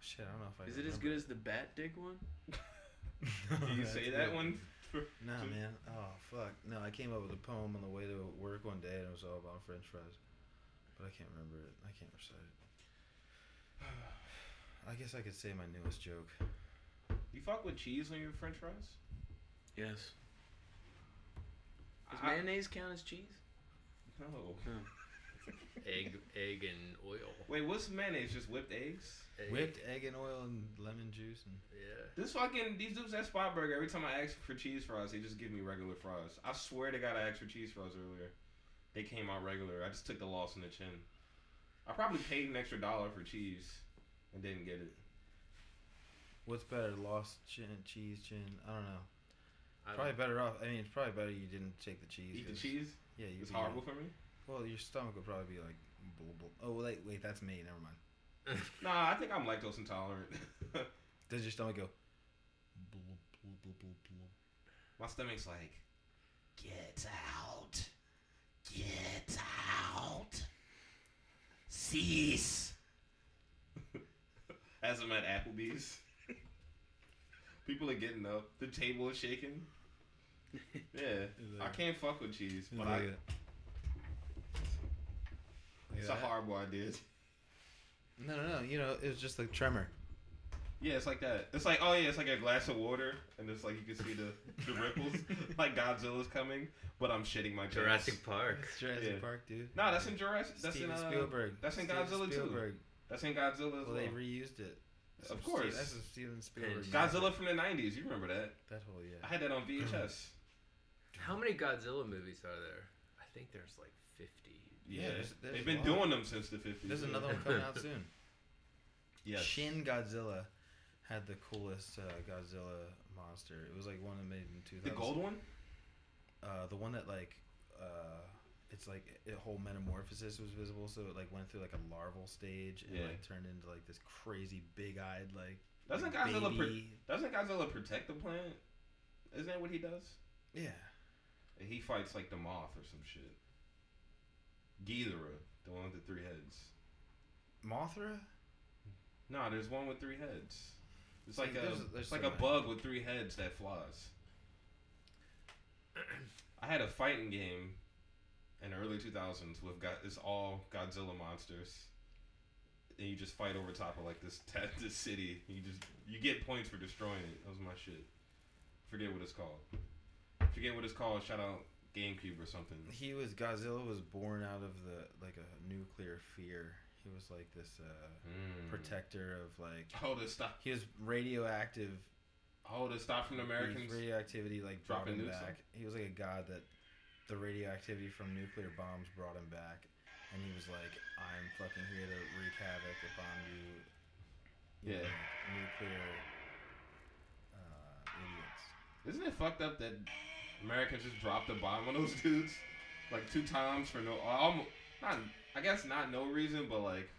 Speaker 3: Shit, I don't know if I.
Speaker 2: Is
Speaker 3: can
Speaker 2: it as
Speaker 3: remember.
Speaker 2: good as the bat dick one?
Speaker 1: it. Can you
Speaker 3: That's
Speaker 1: say
Speaker 3: good.
Speaker 1: that one?
Speaker 3: No
Speaker 1: Just-
Speaker 3: man. Oh fuck. No, I came up with a poem on the way to work one day, and it was all about French fries, but I can't remember it. I can't recite it. I guess I could say my newest joke.
Speaker 1: You fuck with cheese on your French fries?
Speaker 2: Yes. Does
Speaker 1: I-
Speaker 2: mayonnaise count as cheese?
Speaker 1: No.
Speaker 4: Egg, egg, and oil.
Speaker 1: Wait, what's mayonnaise? Just whipped eggs?
Speaker 4: Egg,
Speaker 3: Whipped egg and oil and lemon juice and
Speaker 4: Yeah.
Speaker 1: This fucking these dudes at Spot Burger. Every time I ask for cheese fries, they just give me regular fries. I swear to God, I asked for cheese fries earlier. They came out regular. I just took the loss in the chin. I probably paid an extra dollar for cheese and didn't get it.
Speaker 3: what's better, lost chin, cheese chin? I don't know.
Speaker 4: I
Speaker 3: Probably
Speaker 4: don't-
Speaker 3: better off. I mean, it's probably better you didn't take the cheese.
Speaker 1: Eat the
Speaker 3: 'cause-
Speaker 1: cheese.
Speaker 3: Yeah, you.
Speaker 1: It's
Speaker 3: be like-
Speaker 1: horrible for me.
Speaker 3: Well, your stomach would probably be like Bull, bull. Oh wait, wait, that's me. Never mind.
Speaker 1: Nah, I think I'm lactose intolerant.
Speaker 3: Does your stomach go? Bull, bull, bull, bull, bull.
Speaker 1: My stomach's like,
Speaker 6: Get out. Get out. Cease.
Speaker 1: as I'm at Applebee's, people are getting up. The table is shaking. Yeah, I can't fuck with cheese, but I,
Speaker 3: Look at that. Look at
Speaker 1: it's a
Speaker 3: that.
Speaker 1: horrible idea.
Speaker 3: No, no, no. You know, it was just like tremor.
Speaker 1: Yeah, it's like that. It's like oh yeah, it's like a glass of water, and it's like you can see the, the ripples, like Godzilla's coming, but I'm shitting my pants.
Speaker 4: Jurassic Park.
Speaker 3: It's Jurassic
Speaker 1: Yeah.
Speaker 3: Park, dude.
Speaker 1: No, that's in Jurassic. That's
Speaker 3: Steven
Speaker 1: in uh,
Speaker 3: Spielberg.
Speaker 1: that's in
Speaker 3: Steven
Speaker 1: Godzilla too.
Speaker 3: Spielberg.
Speaker 1: That's in Godzilla as
Speaker 3: Well,
Speaker 1: well.
Speaker 3: they reused it. That's
Speaker 1: Of
Speaker 3: from
Speaker 1: course.
Speaker 3: Steve, that's from Steven Spielberg.
Speaker 1: Godzilla from the '90s. You remember that?
Speaker 3: That whole yeah.
Speaker 1: I had that on VHS.
Speaker 4: How many Godzilla movies are there? I think there's like 50.
Speaker 1: Yeah,
Speaker 3: there's- there's
Speaker 1: they've
Speaker 3: a
Speaker 1: been
Speaker 3: lot.
Speaker 1: doing them since the '50s.
Speaker 3: There's another one coming out soon.
Speaker 1: Yes.
Speaker 3: Shin Godzilla had the coolest uh, Godzilla monster. It was like one that made in 2000.
Speaker 1: The gold one?
Speaker 3: Uh, the one that like, uh, it's like a whole metamorphosis was visible. So it like went through like a larval stage and
Speaker 1: Yeah.
Speaker 3: like turned into like this crazy big-eyed like.
Speaker 1: Doesn't Godzilla pro-
Speaker 3: baby.
Speaker 1: doesn't Godzilla protect the planet? Isn't that what he does?
Speaker 3: Yeah.
Speaker 1: He fights like the moth or some shit. Ghidorah, the one with the three heads.
Speaker 3: Mothra.
Speaker 1: Nah, there's one with three heads. It's
Speaker 3: See,
Speaker 1: like a
Speaker 3: there's- there's
Speaker 1: it's like
Speaker 3: so
Speaker 1: a
Speaker 3: many.
Speaker 1: bug with three heads that flies. I had a fighting game in the early 2000s with God, it's all Godzilla monsters, and you just fight over top of like this ta- this city. You just you get points for destroying it. That was my shit. Forget what it's called. Forget what it's called. Shout out GameCube or something.
Speaker 3: He was Godzilla was born out of the like a nuclear fear. He was like this uh,
Speaker 1: Mm.
Speaker 3: protector of like
Speaker 1: Oh, the stop.
Speaker 3: he was radioactive.
Speaker 1: Oh, the stop from the Americans.
Speaker 3: His radioactivity like brought
Speaker 1: Dropping
Speaker 3: him
Speaker 1: nukes on
Speaker 3: back. He was like a god that the radioactivity from nuclear bombs brought him back, and he was like, "I'm fucking here to wreak havoc upon you, you
Speaker 1: Yeah.
Speaker 3: know, nuclear uh, idiots."
Speaker 1: Isn't it fucked up that Americans just dropped a bomb on those dudes like two times for no, almost not. I guess not no reason, but like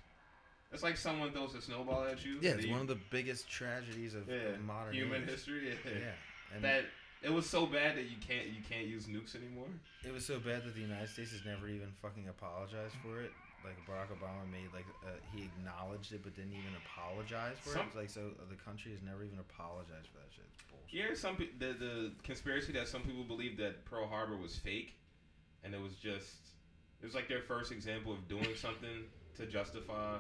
Speaker 1: it's like someone throws a snowball at you.
Speaker 3: Yeah,
Speaker 1: and
Speaker 3: it's
Speaker 1: you-
Speaker 3: one of the biggest tragedies of,
Speaker 1: yeah,
Speaker 3: of modern
Speaker 1: human
Speaker 3: age.
Speaker 1: history. Yeah.
Speaker 3: Yeah, and
Speaker 1: that it was so bad that you can't you can't use nukes anymore.
Speaker 3: It was so bad that the United States has never even fucking apologized for it. Like Barack Obama made like uh, he acknowledged it, but didn't even apologize for
Speaker 1: Some-
Speaker 3: it. Like so, uh, the country has never even apologized for that shit. It's bullshit.
Speaker 1: You hear some pe- the the conspiracy that some people believe that Pearl Harbor was fake, and it was just it was like their first example of doing something to justify,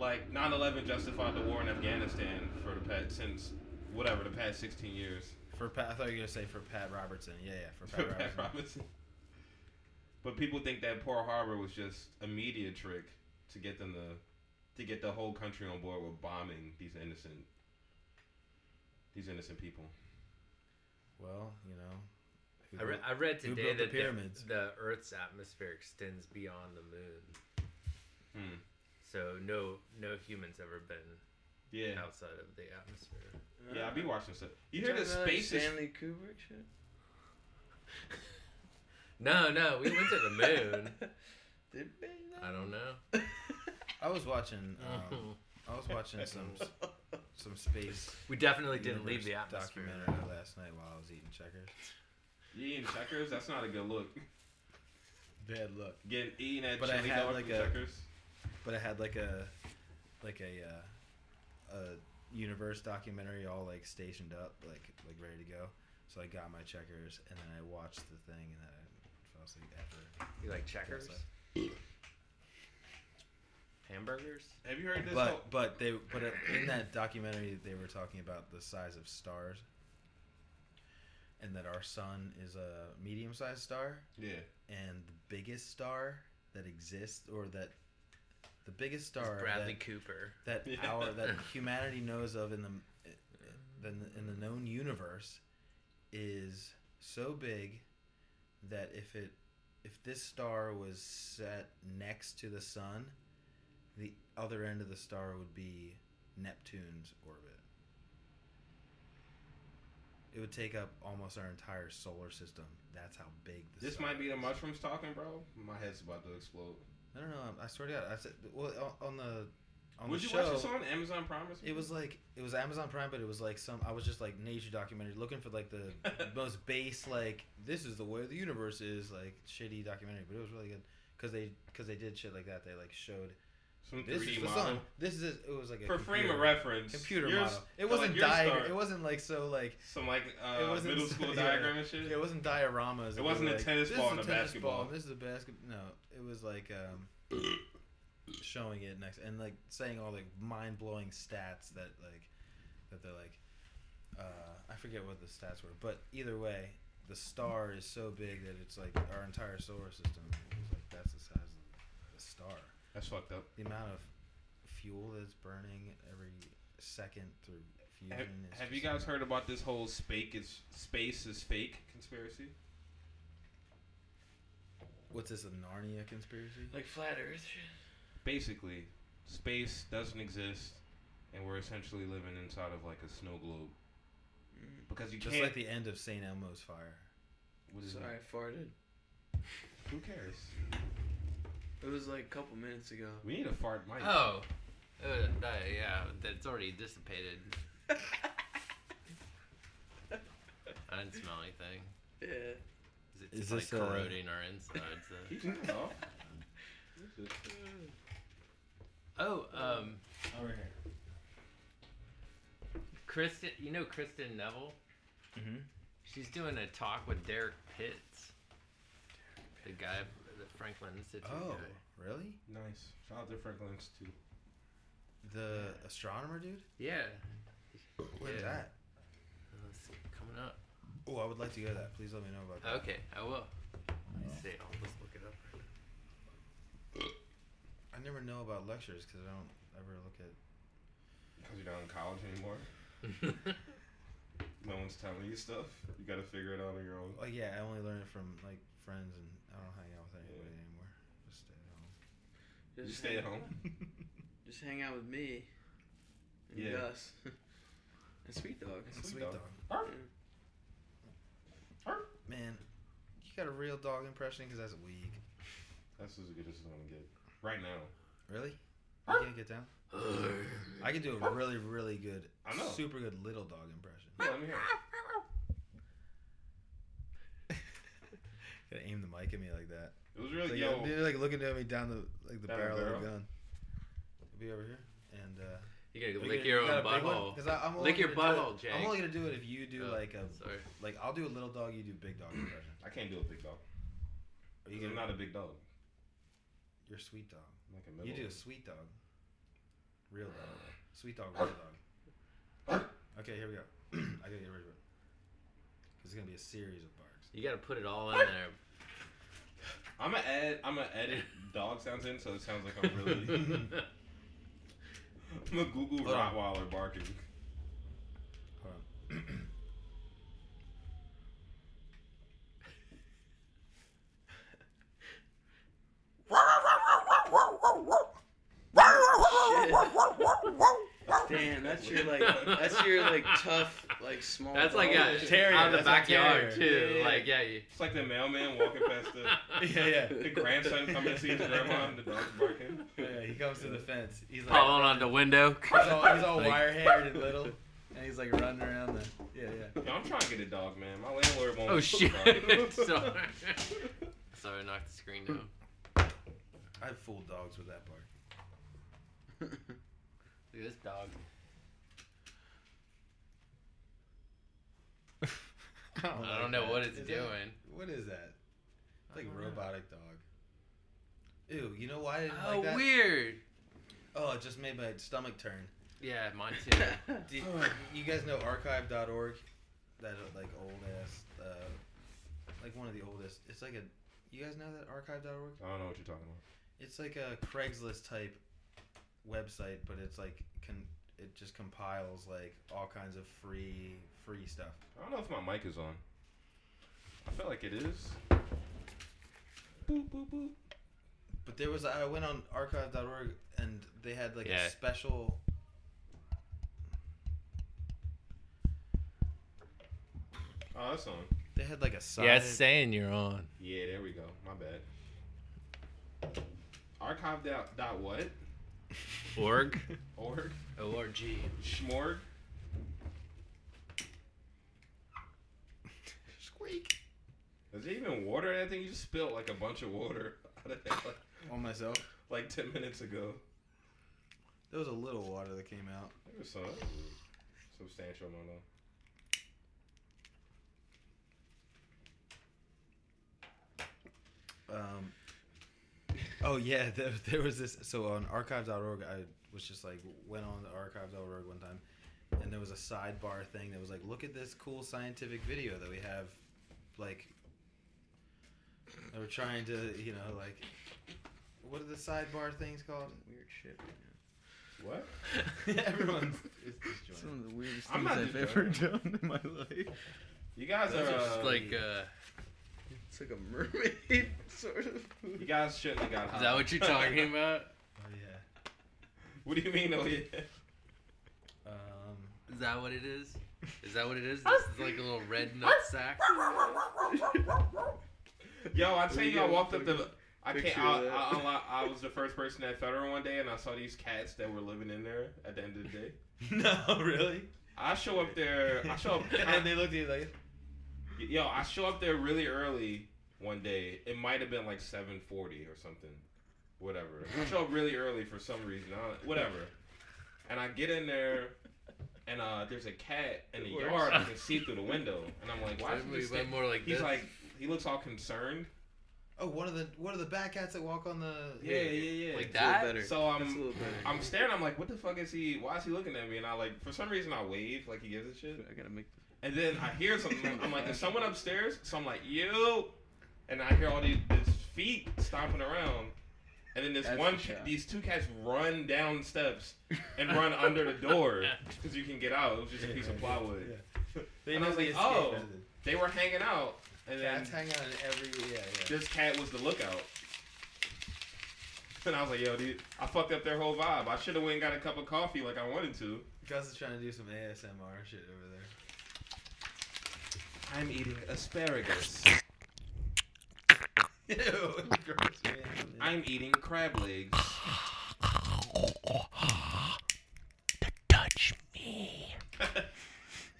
Speaker 1: like 9/11 justified the war in Afghanistan for the past since whatever the past 16 years
Speaker 3: For Pat, I thought you were gonna say for Pat Robertson. Yeah, yeah, for
Speaker 1: for
Speaker 3: Pat Robertson.
Speaker 1: Pat Robinson. But people think that Pearl Harbor was just a media trick to get them to to get the whole country on board with bombing these innocent these innocent people.
Speaker 3: Well, you know, who
Speaker 4: I, re-
Speaker 3: built-
Speaker 4: I read
Speaker 3: who
Speaker 4: today
Speaker 3: built the
Speaker 4: that
Speaker 3: pyramids?
Speaker 4: The, the Earth's atmosphere extends beyond the moon.
Speaker 1: Hmm.
Speaker 4: So no no humans ever been
Speaker 1: Yeah.
Speaker 4: outside of the atmosphere.
Speaker 1: Yeah, I be watching stuff. You
Speaker 2: Uh, Talking
Speaker 1: hear the
Speaker 2: about, like,
Speaker 1: space is
Speaker 2: Stanley Kubrick shit?
Speaker 4: No, no, we went to the moon.
Speaker 2: Did we?
Speaker 4: I don't know.
Speaker 3: I was watching. Um, I was watching some s- some space.
Speaker 4: we definitely didn't leave
Speaker 3: universe
Speaker 4: the atmosphere.
Speaker 3: Documentary last night while I was eating checkers.
Speaker 1: you eating checkers. That's not a good look.
Speaker 3: Bad luck.
Speaker 1: Getting eating at
Speaker 3: But I
Speaker 1: chili
Speaker 3: had,
Speaker 1: dog
Speaker 3: like,
Speaker 1: from
Speaker 3: a-
Speaker 1: checkers.
Speaker 3: but it had like a like a uh, a universe documentary all like stationed up like like ready to go so i got my checkers and then i watched the thing and then i fell asleep after
Speaker 4: You like checkers? Hamburgers?
Speaker 1: Have you heard this? Oh, whole-
Speaker 3: but but they but it- in that documentary they were talking about the size of stars and that our sun is a medium-sized star
Speaker 1: yeah,
Speaker 3: and the biggest star that exists or that the biggest
Speaker 4: It's
Speaker 3: star
Speaker 4: Bradley
Speaker 3: that,
Speaker 4: Cooper.
Speaker 3: that
Speaker 1: Yeah.
Speaker 3: our that humanity knows of in the in the, in the known universe is so big that if it if this star was set next to the sun, the other end of the star would be Neptune's orbit. It would take up almost our entire solar system. That's how big the
Speaker 1: this
Speaker 3: star
Speaker 1: might be the
Speaker 3: is.
Speaker 1: mushrooms talking, bro. My head's about to explode.
Speaker 3: I don't know. I swear to God, I said well on- on the on
Speaker 1: Would
Speaker 3: the
Speaker 1: you
Speaker 3: show.
Speaker 1: watch this on Amazon Prime? or something?
Speaker 3: It was like it was Amazon Prime, but it was like some. I was just like nature documentary, looking for like the most base, like this is the way the universe is, like shitty documentary. But it was really good because they because they did shit like that. They like showed
Speaker 1: some
Speaker 3: this
Speaker 1: 3D
Speaker 3: is the
Speaker 1: model.
Speaker 3: sun. This is it was like a
Speaker 1: For frame of
Speaker 3: computer-
Speaker 1: reference,
Speaker 3: Computer
Speaker 1: yours-
Speaker 3: model. It
Speaker 1: like
Speaker 3: wasn't
Speaker 1: your
Speaker 3: diagram.
Speaker 1: star-
Speaker 3: It wasn't like so like
Speaker 1: Some like uh,
Speaker 3: it wasn't
Speaker 1: middle
Speaker 3: so-
Speaker 1: school
Speaker 3: yeah.
Speaker 1: diagram and shit.
Speaker 3: it wasn't dioramas.
Speaker 1: It wasn't
Speaker 3: was
Speaker 1: a
Speaker 3: like,
Speaker 1: tennis
Speaker 3: this
Speaker 1: ball
Speaker 3: is
Speaker 1: and a
Speaker 3: tennis
Speaker 1: basketball.
Speaker 3: Ball, this is a basketball. No, it was like um, showing it next and like saying all like mind blowing stats that like that they're like uh, I forget what the stats were, but either way, the star is so big that it's like our entire solar system. Is like that's the size of the star.
Speaker 1: That's fucked up.
Speaker 3: The amount of fuel that's burning every second through fusion.
Speaker 1: Have,
Speaker 3: is
Speaker 1: have
Speaker 3: just
Speaker 1: you guys
Speaker 3: like-
Speaker 1: heard about this whole space is space is fake conspiracy?
Speaker 3: What's this? A Narnia conspiracy?
Speaker 2: Like flat Earth. shit.
Speaker 1: Mm-hmm. Basically, space doesn't exist, and we're essentially living inside of like a snow globe
Speaker 2: Mm.
Speaker 1: because you
Speaker 3: Just
Speaker 1: can't.
Speaker 3: like the end of St. Elmo's fire.
Speaker 1: what is
Speaker 2: Sorry, I farted.
Speaker 1: that? Who cares?
Speaker 2: It was like a couple minutes ago.
Speaker 1: We need a fart mic.
Speaker 4: Oh, uh, uh, yeah, that's already dissipated. I didn't smell anything.
Speaker 2: Yeah.
Speaker 4: It's
Speaker 3: Is
Speaker 4: like
Speaker 3: this, uh,
Speaker 4: corroding our insides. uh.
Speaker 1: Keep your hands off.
Speaker 4: Oh, um,
Speaker 3: Over here.
Speaker 4: Kristen, you know Kristen Neville?
Speaker 3: Mm-hmm.
Speaker 4: She's doing a talk with Derek Pitts, the guy, the Franklin Institute
Speaker 3: Oh,
Speaker 4: guy.
Speaker 3: really?
Speaker 1: Nice. Shout out to Franklin Institute.
Speaker 3: The astronomer dude?
Speaker 4: Yeah.
Speaker 3: Where's
Speaker 4: Yeah.
Speaker 3: that?
Speaker 4: Oh, It's coming up.
Speaker 3: Oh, I would like to go to that. Please let me know about that.
Speaker 4: Okay, I will. Let me see. I'll just look it up.
Speaker 3: I never know about lectures because I don't ever look at.
Speaker 1: Because you're not in college anymore. No one's telling you stuff. You got to figure it out on your own.
Speaker 3: Like, yeah, I only learn it from like friends, and I don't hang out with anybody anymore. Just stay at home.
Speaker 1: You
Speaker 2: Just
Speaker 1: stay at
Speaker 2: hang-
Speaker 1: home.
Speaker 2: Just hang out with me. And
Speaker 1: Yeah.
Speaker 2: Gus. and Sweet Dog.
Speaker 1: Sweet
Speaker 3: Sweet
Speaker 1: dog.
Speaker 3: dog.
Speaker 1: Arf. Arf.
Speaker 3: Man, you got a real dog impression because that's weak.
Speaker 1: That's as good as it's gonna get right now.
Speaker 3: Really? You can't get down. I can do a really, really good,
Speaker 1: I know.
Speaker 3: super good little dog impression.
Speaker 1: Yeah, let me hear. it.
Speaker 3: Gotta aim the mic at me like that.
Speaker 1: It was
Speaker 3: It's
Speaker 1: really
Speaker 3: Like,
Speaker 1: yo.
Speaker 3: They're like looking at me down the like the
Speaker 1: Down the
Speaker 3: barrel,
Speaker 1: barrel.
Speaker 3: of a gun. It'll be over here, and uh,
Speaker 4: You gotta
Speaker 3: we
Speaker 4: lick
Speaker 3: gotta-
Speaker 4: your
Speaker 3: we
Speaker 4: own
Speaker 3: got a big one,
Speaker 4: butthole.
Speaker 3: 'cause I- I'm only
Speaker 4: Lick your
Speaker 3: gonna do it-
Speaker 4: butthole,
Speaker 3: I'm
Speaker 4: Jake.
Speaker 3: only gonna do it if you do
Speaker 4: Oh,
Speaker 3: like um, a
Speaker 4: sorry.
Speaker 3: like I'll do a little dog, you do big dog impression.
Speaker 1: I can't do a big dog.
Speaker 3: Are you
Speaker 1: I'm
Speaker 3: gonna,
Speaker 1: not a big dog.
Speaker 3: you're sweet dog.
Speaker 1: I'm like a middle.
Speaker 3: You do a sweet dog, real dog, sweet dog, real dog. Okay, here we go. I gotta get rid of it. 'Cause it's gonna be a series of barks.
Speaker 4: You gotta put it all in there.
Speaker 1: I'm gonna add. I'm gonna edit dog sounds in, so it sounds like I'm Oh, really. I'm a Google
Speaker 3: Hold on.
Speaker 1: Rottweiler barking.
Speaker 3: Hold on.
Speaker 2: Damn, that's your like that's your like tough like small.
Speaker 4: That's like
Speaker 2: dog.
Speaker 4: a
Speaker 3: terrier,
Speaker 4: out of the
Speaker 3: that's a
Speaker 4: backyard
Speaker 2: terrier.
Speaker 4: too.
Speaker 2: Yeah.
Speaker 4: Like yeah, you.
Speaker 1: It's like the mailman walking past the,
Speaker 3: Yeah, yeah.
Speaker 1: the grandson coming to see his grandma, and the dog's barking.
Speaker 3: Yeah, he comes to the fence. He's like,
Speaker 4: Falling on the window.
Speaker 3: he's all, he's all
Speaker 4: Oh. Like-
Speaker 3: wire haired and little, and he's like running around the. Yeah, yeah.
Speaker 1: Yo, I'm trying to get a dog, man. My landlord won't.
Speaker 4: Oh shit! Sorry.
Speaker 1: Dog.
Speaker 4: Sorry, I knocked the screen down.
Speaker 3: I've fooled dogs with that bark.
Speaker 4: Look at this dog.
Speaker 3: Oh
Speaker 4: I don't know what it's doing.
Speaker 3: what is that? It's like
Speaker 4: I don't know.
Speaker 3: robotic dog. Ew, you know why I didn't
Speaker 4: Oh
Speaker 3: like that?
Speaker 4: weird.
Speaker 3: Oh, it just made my stomach turn.
Speaker 4: Yeah, mine too.
Speaker 3: Do you, you guys know archive.org? That uh, like old ass, uh, like one of the oldest. It's like a. You guys know that archive.org?
Speaker 1: I don't know what you're talking about.
Speaker 3: It's like a Craigslist type website, but it's like can it just compiles like all kinds of free free stuff.
Speaker 1: I don't know if my mic is on. I feel like it is. Boop boop boop.
Speaker 3: But there was I went on archive.org and they had like
Speaker 4: Yeah.
Speaker 3: a special
Speaker 1: Oh, that's on.
Speaker 3: they had like a side
Speaker 4: yeah, it's saying you're on.
Speaker 1: Yeah, there we go. My bad. Archive dot, dot what?
Speaker 4: Org.
Speaker 1: Org?
Speaker 4: O R G.
Speaker 1: Schmorg?
Speaker 3: Squeak.
Speaker 1: Is there even water in that thing? You just spilled like a bunch of water out of that like,
Speaker 3: On myself.
Speaker 1: like 10 minutes ago.
Speaker 3: There was a little water that came out.
Speaker 1: There was some substantial amount of.
Speaker 3: Um, oh yeah, there, there was this. So on archives.org, I was just like went on the archives.org one time, and there was a sidebar thing that was like, look at this cool scientific video that we have, like. They were trying to, you know, like, what are the sidebar things called?
Speaker 2: Weird shit right now.
Speaker 1: What?
Speaker 3: Everyone's it's disjointed.
Speaker 2: Some of the weirdest
Speaker 1: I'm
Speaker 2: things
Speaker 1: not
Speaker 2: I've
Speaker 1: just
Speaker 2: ever done in my life.
Speaker 1: You guys are.
Speaker 4: Those are just
Speaker 1: uh,
Speaker 4: like, uh,
Speaker 2: It's like a mermaid sort of.
Speaker 1: you guys shouldn't have got high.
Speaker 4: is that what you're talking about?
Speaker 3: Oh yeah.
Speaker 1: what do you mean, oh yeah?
Speaker 3: Um,
Speaker 4: Is that what it is? Is that what it is? This is like a little red nut sack.
Speaker 1: Yo, I tell
Speaker 2: We
Speaker 1: you, I
Speaker 2: got a
Speaker 1: walked up to.
Speaker 2: fucking
Speaker 1: I can't.
Speaker 2: picture
Speaker 1: I,
Speaker 2: of that.
Speaker 1: I, unlo- I was the first person at Federal one day, and I saw these cats that were living in there. At the end of the day,
Speaker 3: no, really.
Speaker 1: I show up there. I show up.
Speaker 3: and they looked at you like,
Speaker 1: yo, I show up there really early one day. It might have been like seven forty or something, whatever. I show up really early for some reason. I don't- whatever. And I get in there, and uh, there's a cat in the
Speaker 2: It works.
Speaker 1: yard. I can see through the window, and I'm like, why
Speaker 4: Why
Speaker 1: is
Speaker 4: we
Speaker 1: this?
Speaker 4: went more like
Speaker 1: He's
Speaker 4: this?
Speaker 1: like, he looks all concerned.
Speaker 3: oh, one of the one of the bat cats that walk on the
Speaker 1: Yeah, yeah, yeah.
Speaker 4: like
Speaker 2: It's a little
Speaker 4: that.
Speaker 2: better.
Speaker 1: So I'm
Speaker 2: That's a little
Speaker 3: um,
Speaker 2: better.
Speaker 1: I'm staring. I'm like, what the fuck is he? Why is he looking at me? And I like, for some reason, I wave like he gives a
Speaker 3: um,
Speaker 1: shit.
Speaker 2: I gotta make.
Speaker 1: And then I hear something. I'm like, is someone upstairs? So I'm like, yo. And I hear all these, these feet stomping around. And then this
Speaker 2: That's
Speaker 1: one,
Speaker 2: the shot.
Speaker 1: these two cats run down steps and run under the door because you can get out. It was just a piece of plywood.
Speaker 3: They
Speaker 1: And I was
Speaker 3: know the
Speaker 1: like,
Speaker 3: escape
Speaker 1: oh.
Speaker 3: method.
Speaker 1: They were hanging out, and then
Speaker 3: Cats hang out in every yeah yeah.
Speaker 1: this cat was the lookout. And I was like, yo, dude, I fucked up their whole vibe. I should have went and got a cup of coffee like I wanted to.
Speaker 3: Gus is trying to do some ASMR shit over there.
Speaker 7: I'm eating asparagus.
Speaker 3: Ew, gross, man.
Speaker 7: I'm eating crab legs.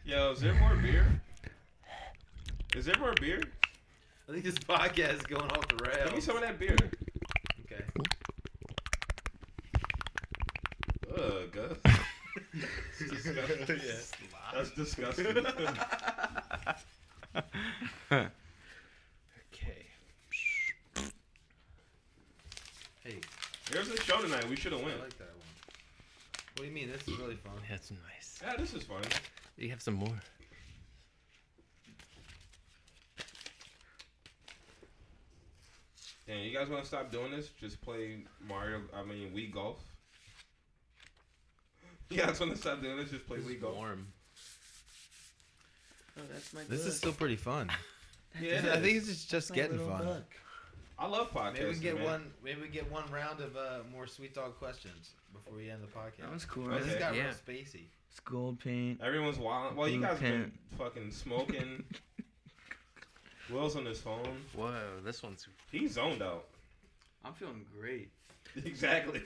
Speaker 1: Yo, is there more beer? Is there more beer?
Speaker 3: I think this podcast is going off the
Speaker 1: Give me
Speaker 3: rails.
Speaker 1: some of that beer.
Speaker 3: Okay.
Speaker 1: Ugh, Gus. That's disgusting. That's disgusting.
Speaker 4: Okay.
Speaker 3: Hey,
Speaker 1: There's a show tonight. We should have
Speaker 3: I
Speaker 1: went.
Speaker 3: like that one. What do you mean? This is really fun.
Speaker 4: That's nice.
Speaker 1: Yeah, this is fun.
Speaker 4: You have some more.
Speaker 1: Damn, you guys want to stop doing this? Just play Mario. I mean, Wii golf. You guys want to stop doing this? Just play
Speaker 4: This
Speaker 1: Wii
Speaker 4: is
Speaker 1: golf.
Speaker 4: warm.
Speaker 2: Oh, that's my.
Speaker 3: This is
Speaker 2: duck.
Speaker 3: still pretty fun.
Speaker 1: Yeah,
Speaker 3: I think it's just, just
Speaker 2: My
Speaker 3: getting
Speaker 2: little
Speaker 3: fun.
Speaker 2: duck.
Speaker 1: I love podcasts.
Speaker 3: Maybe we can get
Speaker 1: man.
Speaker 3: one. Maybe we get one round of uh, more sweet dog questions before we end the podcast.
Speaker 2: That was cool.
Speaker 3: This
Speaker 2: Right?
Speaker 1: Okay.
Speaker 3: got
Speaker 4: Yeah.
Speaker 3: real spacey.
Speaker 2: It's gold paint.
Speaker 1: Everyone's wild. Well, you guys been
Speaker 2: Intent.
Speaker 1: fucking smoking. Will's on his phone.
Speaker 4: Whoa, this one's.
Speaker 1: He's zoned out.
Speaker 2: I'm feeling great.
Speaker 1: Exactly.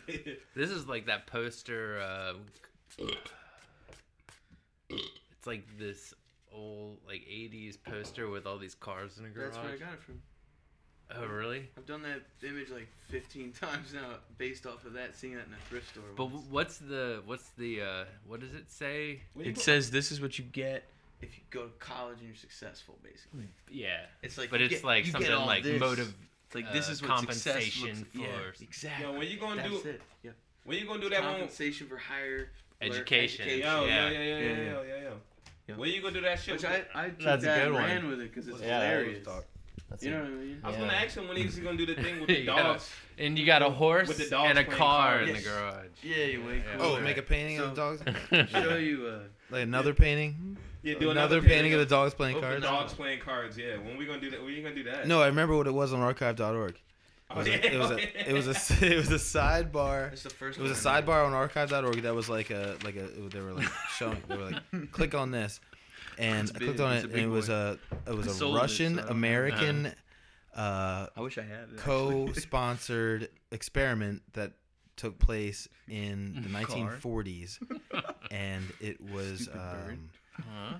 Speaker 4: This is like that poster. Uh, it's like this old like 80s poster with all these cars in a garage.
Speaker 2: That's where I got it from.
Speaker 4: Oh, really?
Speaker 2: I've done that image like 15 times now, based off of that, seeing that in a thrift store.
Speaker 4: But
Speaker 2: once.
Speaker 4: wh- what's the what's the uh what does it say?
Speaker 1: It
Speaker 8: says this is what you get.
Speaker 2: if you go to college and you're successful, basically,
Speaker 4: Yeah.
Speaker 2: it's like.
Speaker 4: But
Speaker 2: you
Speaker 4: it's
Speaker 2: get-
Speaker 4: like
Speaker 2: you get
Speaker 4: something
Speaker 2: all
Speaker 4: like
Speaker 2: this.
Speaker 4: motive
Speaker 2: It's like this
Speaker 4: uh,
Speaker 2: is what success
Speaker 4: compensation
Speaker 2: looks- yeah,
Speaker 4: for-
Speaker 2: exactly.
Speaker 1: Yo, when you gonna
Speaker 2: That's
Speaker 1: do?
Speaker 2: it. Yep.
Speaker 1: When you gonna do that one?
Speaker 2: compensation for higher lear-
Speaker 4: Education.
Speaker 1: Yo, yo, yo,
Speaker 4: Oh, Yeah.
Speaker 1: yo, yo,
Speaker 2: Yeah,
Speaker 1: yo,
Speaker 2: yeah.
Speaker 1: yo, yo.
Speaker 2: Yeah.
Speaker 1: When you gonna do that shit?
Speaker 2: Which
Speaker 1: with
Speaker 2: I,
Speaker 1: the-
Speaker 2: I took
Speaker 8: That's a
Speaker 2: that and
Speaker 8: good one.
Speaker 2: ran with it because it's
Speaker 8: Yeah, that was
Speaker 2: hilarious.
Speaker 8: dark.
Speaker 2: You know what I mean?
Speaker 1: I was gonna
Speaker 8: Yeah.
Speaker 1: ask him when he's gonna do the thing with the
Speaker 4: You gotta-
Speaker 1: dogs.
Speaker 4: and you got a horse
Speaker 1: With the dogs
Speaker 4: and a
Speaker 1: playing
Speaker 4: car in the
Speaker 2: cards.
Speaker 4: garage.
Speaker 2: Yeah, you wait.
Speaker 4: Yeah.
Speaker 3: Oh,
Speaker 4: Alright.
Speaker 3: make a painting of
Speaker 2: So-
Speaker 3: the dogs.
Speaker 2: Show you. Uh,
Speaker 3: Like another painting.
Speaker 1: Yeah, do
Speaker 3: another, painting of the dogs playing
Speaker 2: Open
Speaker 3: cards.
Speaker 1: dogs playing cards. Yeah, when we gonna do that? When you gonna do that?
Speaker 3: No, I remember what it was on archive.org. It
Speaker 1: Oh,
Speaker 3: was,
Speaker 1: yeah,
Speaker 3: a, it, was
Speaker 1: okay.
Speaker 3: a, it was a it was a sidebar.
Speaker 2: that's the first.
Speaker 3: It was a
Speaker 2: one I
Speaker 3: sidebar on archive.org that was like a like a they were like showing they were like click on this, and
Speaker 2: It's
Speaker 3: I clicked
Speaker 2: big,
Speaker 3: on
Speaker 2: it's
Speaker 3: it
Speaker 2: a
Speaker 3: and it
Speaker 2: big
Speaker 3: was
Speaker 2: boy.
Speaker 3: a it was
Speaker 2: I
Speaker 3: a
Speaker 2: sold it, so I
Speaker 3: Russian
Speaker 2: don't know.
Speaker 3: American uh,
Speaker 2: I wish I had it, actually.
Speaker 3: co-sponsored experiment that took place in the
Speaker 4: Car.
Speaker 3: 1940s, and it was
Speaker 2: Stupid bird.
Speaker 3: um,
Speaker 4: Huh?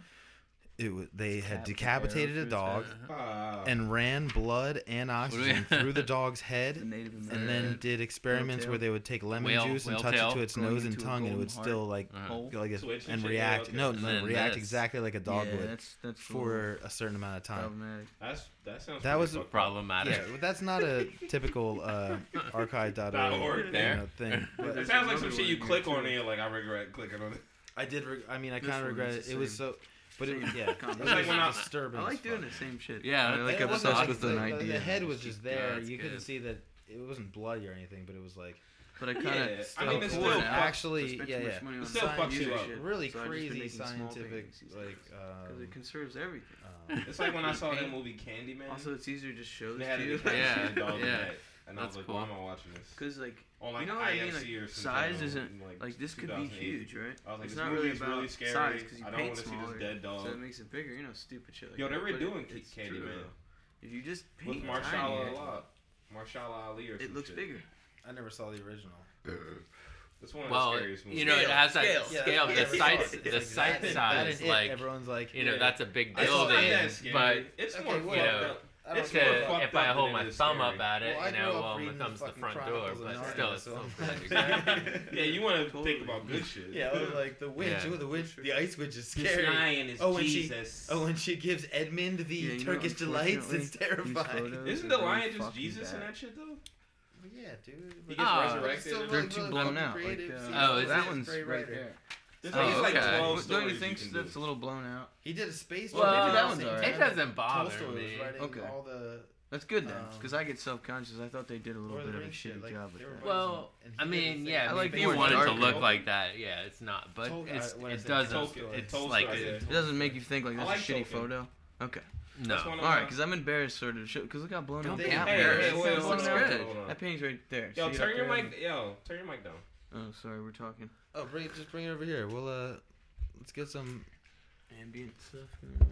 Speaker 3: it was, they had
Speaker 2: Cap-
Speaker 3: decapitated a
Speaker 2: arrow through
Speaker 3: dog
Speaker 4: Uh-huh.
Speaker 1: Ah.
Speaker 3: and ran blood and oxygen through the dog's
Speaker 2: The
Speaker 3: head.
Speaker 2: Native American
Speaker 3: And then did experiments
Speaker 2: tail.
Speaker 3: where they would take lemon
Speaker 4: Whale-
Speaker 3: juice and
Speaker 4: whale
Speaker 3: touch
Speaker 4: tail.
Speaker 3: it to its
Speaker 2: Going
Speaker 3: nose and
Speaker 2: into a
Speaker 3: tongue, and it
Speaker 2: golden
Speaker 3: would
Speaker 2: heart.
Speaker 3: still like
Speaker 4: Uh-huh.
Speaker 2: hole.
Speaker 3: go like this
Speaker 1: Switch and
Speaker 3: and
Speaker 1: shit, yeah,
Speaker 3: react.
Speaker 1: okay.
Speaker 3: No,
Speaker 4: And
Speaker 3: no,
Speaker 4: then
Speaker 3: react
Speaker 4: this.
Speaker 3: exactly like a dog
Speaker 2: yeah,
Speaker 3: would
Speaker 2: That's that's a little
Speaker 3: for a certain amount of time.
Speaker 2: problematic.
Speaker 1: That's, that sounds.
Speaker 3: That
Speaker 1: pretty
Speaker 3: was-
Speaker 1: fucked up.
Speaker 4: Problematic.
Speaker 3: Yeah, well, that's not a typical uh,
Speaker 1: Dot
Speaker 3: archive.org
Speaker 1: org
Speaker 3: you
Speaker 4: there.
Speaker 3: know, thing. But
Speaker 1: It sounds like some
Speaker 2: Another
Speaker 1: shit you
Speaker 2: one
Speaker 1: click
Speaker 2: here,
Speaker 1: on
Speaker 2: too.
Speaker 1: and you're like, I regret clicking on it.
Speaker 3: I did. Reg- I mean, I
Speaker 2: This
Speaker 3: kind of
Speaker 2: one
Speaker 3: regret
Speaker 2: is
Speaker 3: it.
Speaker 2: the
Speaker 3: It was
Speaker 2: same.
Speaker 3: so, but it,
Speaker 2: Same
Speaker 3: yeah,
Speaker 2: concept.
Speaker 3: it was
Speaker 1: Like when I-
Speaker 3: disturbing.
Speaker 2: I
Speaker 3: as
Speaker 2: like doing
Speaker 3: fuck.
Speaker 2: the same shit.
Speaker 4: Yeah,
Speaker 2: I
Speaker 4: that-
Speaker 2: like
Speaker 3: It
Speaker 4: that
Speaker 3: wasn't
Speaker 2: obsessed
Speaker 4: obsessed
Speaker 3: like-
Speaker 2: with
Speaker 3: the,
Speaker 2: an
Speaker 3: the-
Speaker 2: idea.
Speaker 3: The head was just there.
Speaker 4: it's
Speaker 3: you couldn't
Speaker 4: good.
Speaker 3: see that it wasn't bloody or anything, but it was like
Speaker 2: But I kind
Speaker 1: Yeah,
Speaker 2: of.
Speaker 1: I mean, it's
Speaker 3: cool
Speaker 1: still
Speaker 3: and
Speaker 1: fuck-
Speaker 3: actually, yeah, yeah,
Speaker 1: It still fucks you up.
Speaker 3: really crazy scientific, like
Speaker 2: Because
Speaker 3: um,
Speaker 2: it conserves everything.
Speaker 3: um,
Speaker 1: It's like when I saw that movie Candyman.
Speaker 2: Also, it's easier to just show
Speaker 1: they
Speaker 2: this
Speaker 1: had
Speaker 2: to
Speaker 1: a
Speaker 2: you.
Speaker 1: they had a
Speaker 4: Yeah,
Speaker 1: dog in
Speaker 4: yeah.
Speaker 1: that, and I was
Speaker 4: That's
Speaker 1: like,
Speaker 4: cool.
Speaker 1: why am I watching this?
Speaker 2: Because like,
Speaker 1: On like
Speaker 2: you know what I mean?
Speaker 1: IFC
Speaker 2: Like,
Speaker 1: or some
Speaker 2: size
Speaker 1: channel
Speaker 2: isn't
Speaker 1: in, like,
Speaker 2: like this could be
Speaker 1: 2008.
Speaker 2: huge, right?
Speaker 1: I was like,
Speaker 2: it's
Speaker 1: this
Speaker 2: not
Speaker 1: movie
Speaker 2: really
Speaker 1: is
Speaker 2: about
Speaker 1: really scary.
Speaker 2: size because you
Speaker 1: I don't
Speaker 2: paint
Speaker 1: wanna see this
Speaker 2: smaller,
Speaker 1: dead dog.
Speaker 2: so it makes it bigger. You know, stupid shit. Like
Speaker 1: Yo,
Speaker 2: that.
Speaker 1: they were
Speaker 2: But
Speaker 1: doing
Speaker 2: it, it's true,
Speaker 1: Candyman
Speaker 2: though. If you just
Speaker 1: with
Speaker 2: paint
Speaker 1: Marshala
Speaker 2: tiny,
Speaker 1: Allah, Marshala Ali or
Speaker 2: it
Speaker 1: some
Speaker 2: looks
Speaker 1: shit.
Speaker 2: bigger.
Speaker 3: I never saw the original.
Speaker 1: That's one of
Speaker 4: Well,
Speaker 1: the scariest movies.
Speaker 4: you know, it has that
Speaker 2: Scale.
Speaker 4: scale.
Speaker 2: Yeah,
Speaker 4: The
Speaker 2: that's what I
Speaker 4: site,
Speaker 2: saw.
Speaker 4: the
Speaker 2: It's
Speaker 4: site
Speaker 3: That- that
Speaker 4: size
Speaker 3: is
Speaker 4: is
Speaker 3: it.
Speaker 4: like,
Speaker 3: everyone's like,
Speaker 4: you know,
Speaker 3: yeah.
Speaker 4: that's a big
Speaker 1: it's not
Speaker 4: building,
Speaker 1: that scary.
Speaker 4: but
Speaker 1: it's
Speaker 3: Okay,
Speaker 1: more
Speaker 3: well,
Speaker 1: fucked
Speaker 4: you know,
Speaker 1: up.
Speaker 3: I don't
Speaker 1: it's
Speaker 4: It's
Speaker 3: know
Speaker 1: more
Speaker 3: about-
Speaker 4: a,
Speaker 1: fucked
Speaker 4: if I
Speaker 1: up
Speaker 4: hold
Speaker 1: than it
Speaker 4: my
Speaker 1: is
Speaker 4: thumb
Speaker 1: scary.
Speaker 4: up at it,
Speaker 3: Well, I
Speaker 4: you
Speaker 3: grew
Speaker 4: know,
Speaker 3: up
Speaker 4: well, my
Speaker 3: reading the
Speaker 4: thumb's the
Speaker 3: fucking
Speaker 4: front door,
Speaker 3: Chronicles of
Speaker 4: but
Speaker 3: Narnia,
Speaker 4: still, it's
Speaker 3: so-
Speaker 4: still big.
Speaker 1: yeah, you want to
Speaker 2: Totally.
Speaker 1: think about good shit.
Speaker 3: Yeah, I was like the witch.
Speaker 4: Yeah.
Speaker 3: Oh, the witch. The ice witch is scary. Oh, and she- Oh, and she gives Edmund the
Speaker 2: Yeah, you know,
Speaker 3: Turkish delights. It's
Speaker 2: unfortunately, these
Speaker 3: terrifying.
Speaker 2: photos
Speaker 1: Isn't
Speaker 2: are
Speaker 1: the
Speaker 2: really
Speaker 1: lion just
Speaker 2: fucking
Speaker 1: Jesus in
Speaker 2: bad.
Speaker 1: that shit though?
Speaker 3: Yeah, dude.
Speaker 1: He gets
Speaker 4: Ah.
Speaker 1: resurrected. and
Speaker 2: They're
Speaker 1: all
Speaker 3: Like,
Speaker 2: too
Speaker 3: really
Speaker 2: blown
Speaker 3: fucking
Speaker 2: out. Like,
Speaker 3: creative.
Speaker 2: uh,
Speaker 3: See,
Speaker 4: Oh, is
Speaker 2: that
Speaker 4: it?
Speaker 2: one's
Speaker 3: great
Speaker 2: right
Speaker 3: writer.
Speaker 2: there.
Speaker 1: There's
Speaker 4: Oh,
Speaker 1: like, there's like
Speaker 4: okay.
Speaker 1: twelve
Speaker 2: Don't you
Speaker 1: stories
Speaker 2: think
Speaker 1: can
Speaker 2: that's
Speaker 1: do.
Speaker 2: a little blown out?
Speaker 3: He did a space.
Speaker 2: Well,
Speaker 3: jam
Speaker 2: maybe
Speaker 3: at
Speaker 2: that
Speaker 3: the
Speaker 2: one's
Speaker 3: same
Speaker 2: alright.
Speaker 4: it
Speaker 3: time.
Speaker 4: doesn't bother
Speaker 3: Tolstoy was
Speaker 4: me.
Speaker 3: writing
Speaker 2: Okay.
Speaker 3: all the
Speaker 2: That's good then,
Speaker 3: Um,
Speaker 2: because I get self-conscious. I thought they did a little
Speaker 3: Lord of
Speaker 2: bit
Speaker 3: the
Speaker 2: of a
Speaker 3: Rings shit,
Speaker 2: shitty
Speaker 3: like,
Speaker 2: job
Speaker 3: they
Speaker 2: with
Speaker 3: were
Speaker 2: that.
Speaker 3: both-
Speaker 4: Well,
Speaker 3: and he
Speaker 4: I
Speaker 3: did
Speaker 4: mean,
Speaker 3: his
Speaker 4: yeah,
Speaker 3: thing.
Speaker 2: I
Speaker 4: I
Speaker 2: like
Speaker 4: like
Speaker 2: the
Speaker 4: you
Speaker 2: more
Speaker 4: want it to
Speaker 2: darker-
Speaker 4: look like that. Yeah, it's not, but
Speaker 3: Tol-
Speaker 4: it's,
Speaker 3: uh, what is
Speaker 4: it
Speaker 3: it?
Speaker 4: doesn't.
Speaker 1: Tolkien.
Speaker 4: It's
Speaker 1: Tolstoy.
Speaker 4: like
Speaker 1: Yeah.
Speaker 4: a,
Speaker 2: It doesn't make you think like
Speaker 1: I
Speaker 2: that's a
Speaker 1: like
Speaker 2: shitty
Speaker 1: Tolkien.
Speaker 2: photo. Okay.
Speaker 1: That's one
Speaker 4: no.
Speaker 1: of
Speaker 2: All right,
Speaker 1: my-
Speaker 2: because I'm embarrassed sort of show because look how blown
Speaker 4: Don't
Speaker 2: out
Speaker 4: be
Speaker 2: the apple
Speaker 4: embarrassed.
Speaker 2: is.
Speaker 4: Hey, wait,
Speaker 2: It's
Speaker 4: hold
Speaker 2: blown
Speaker 4: on,
Speaker 2: out.
Speaker 4: hold
Speaker 1: on.
Speaker 2: That painting's right there.
Speaker 1: Yo,
Speaker 2: See it
Speaker 1: turn
Speaker 2: up
Speaker 1: your
Speaker 2: there?
Speaker 1: mic. Yo, turn your mic down.
Speaker 2: Oh, sorry, we're talking
Speaker 3: Oh, bring just bring it over here. We'll uh, let's get some.
Speaker 2: ambient stuff.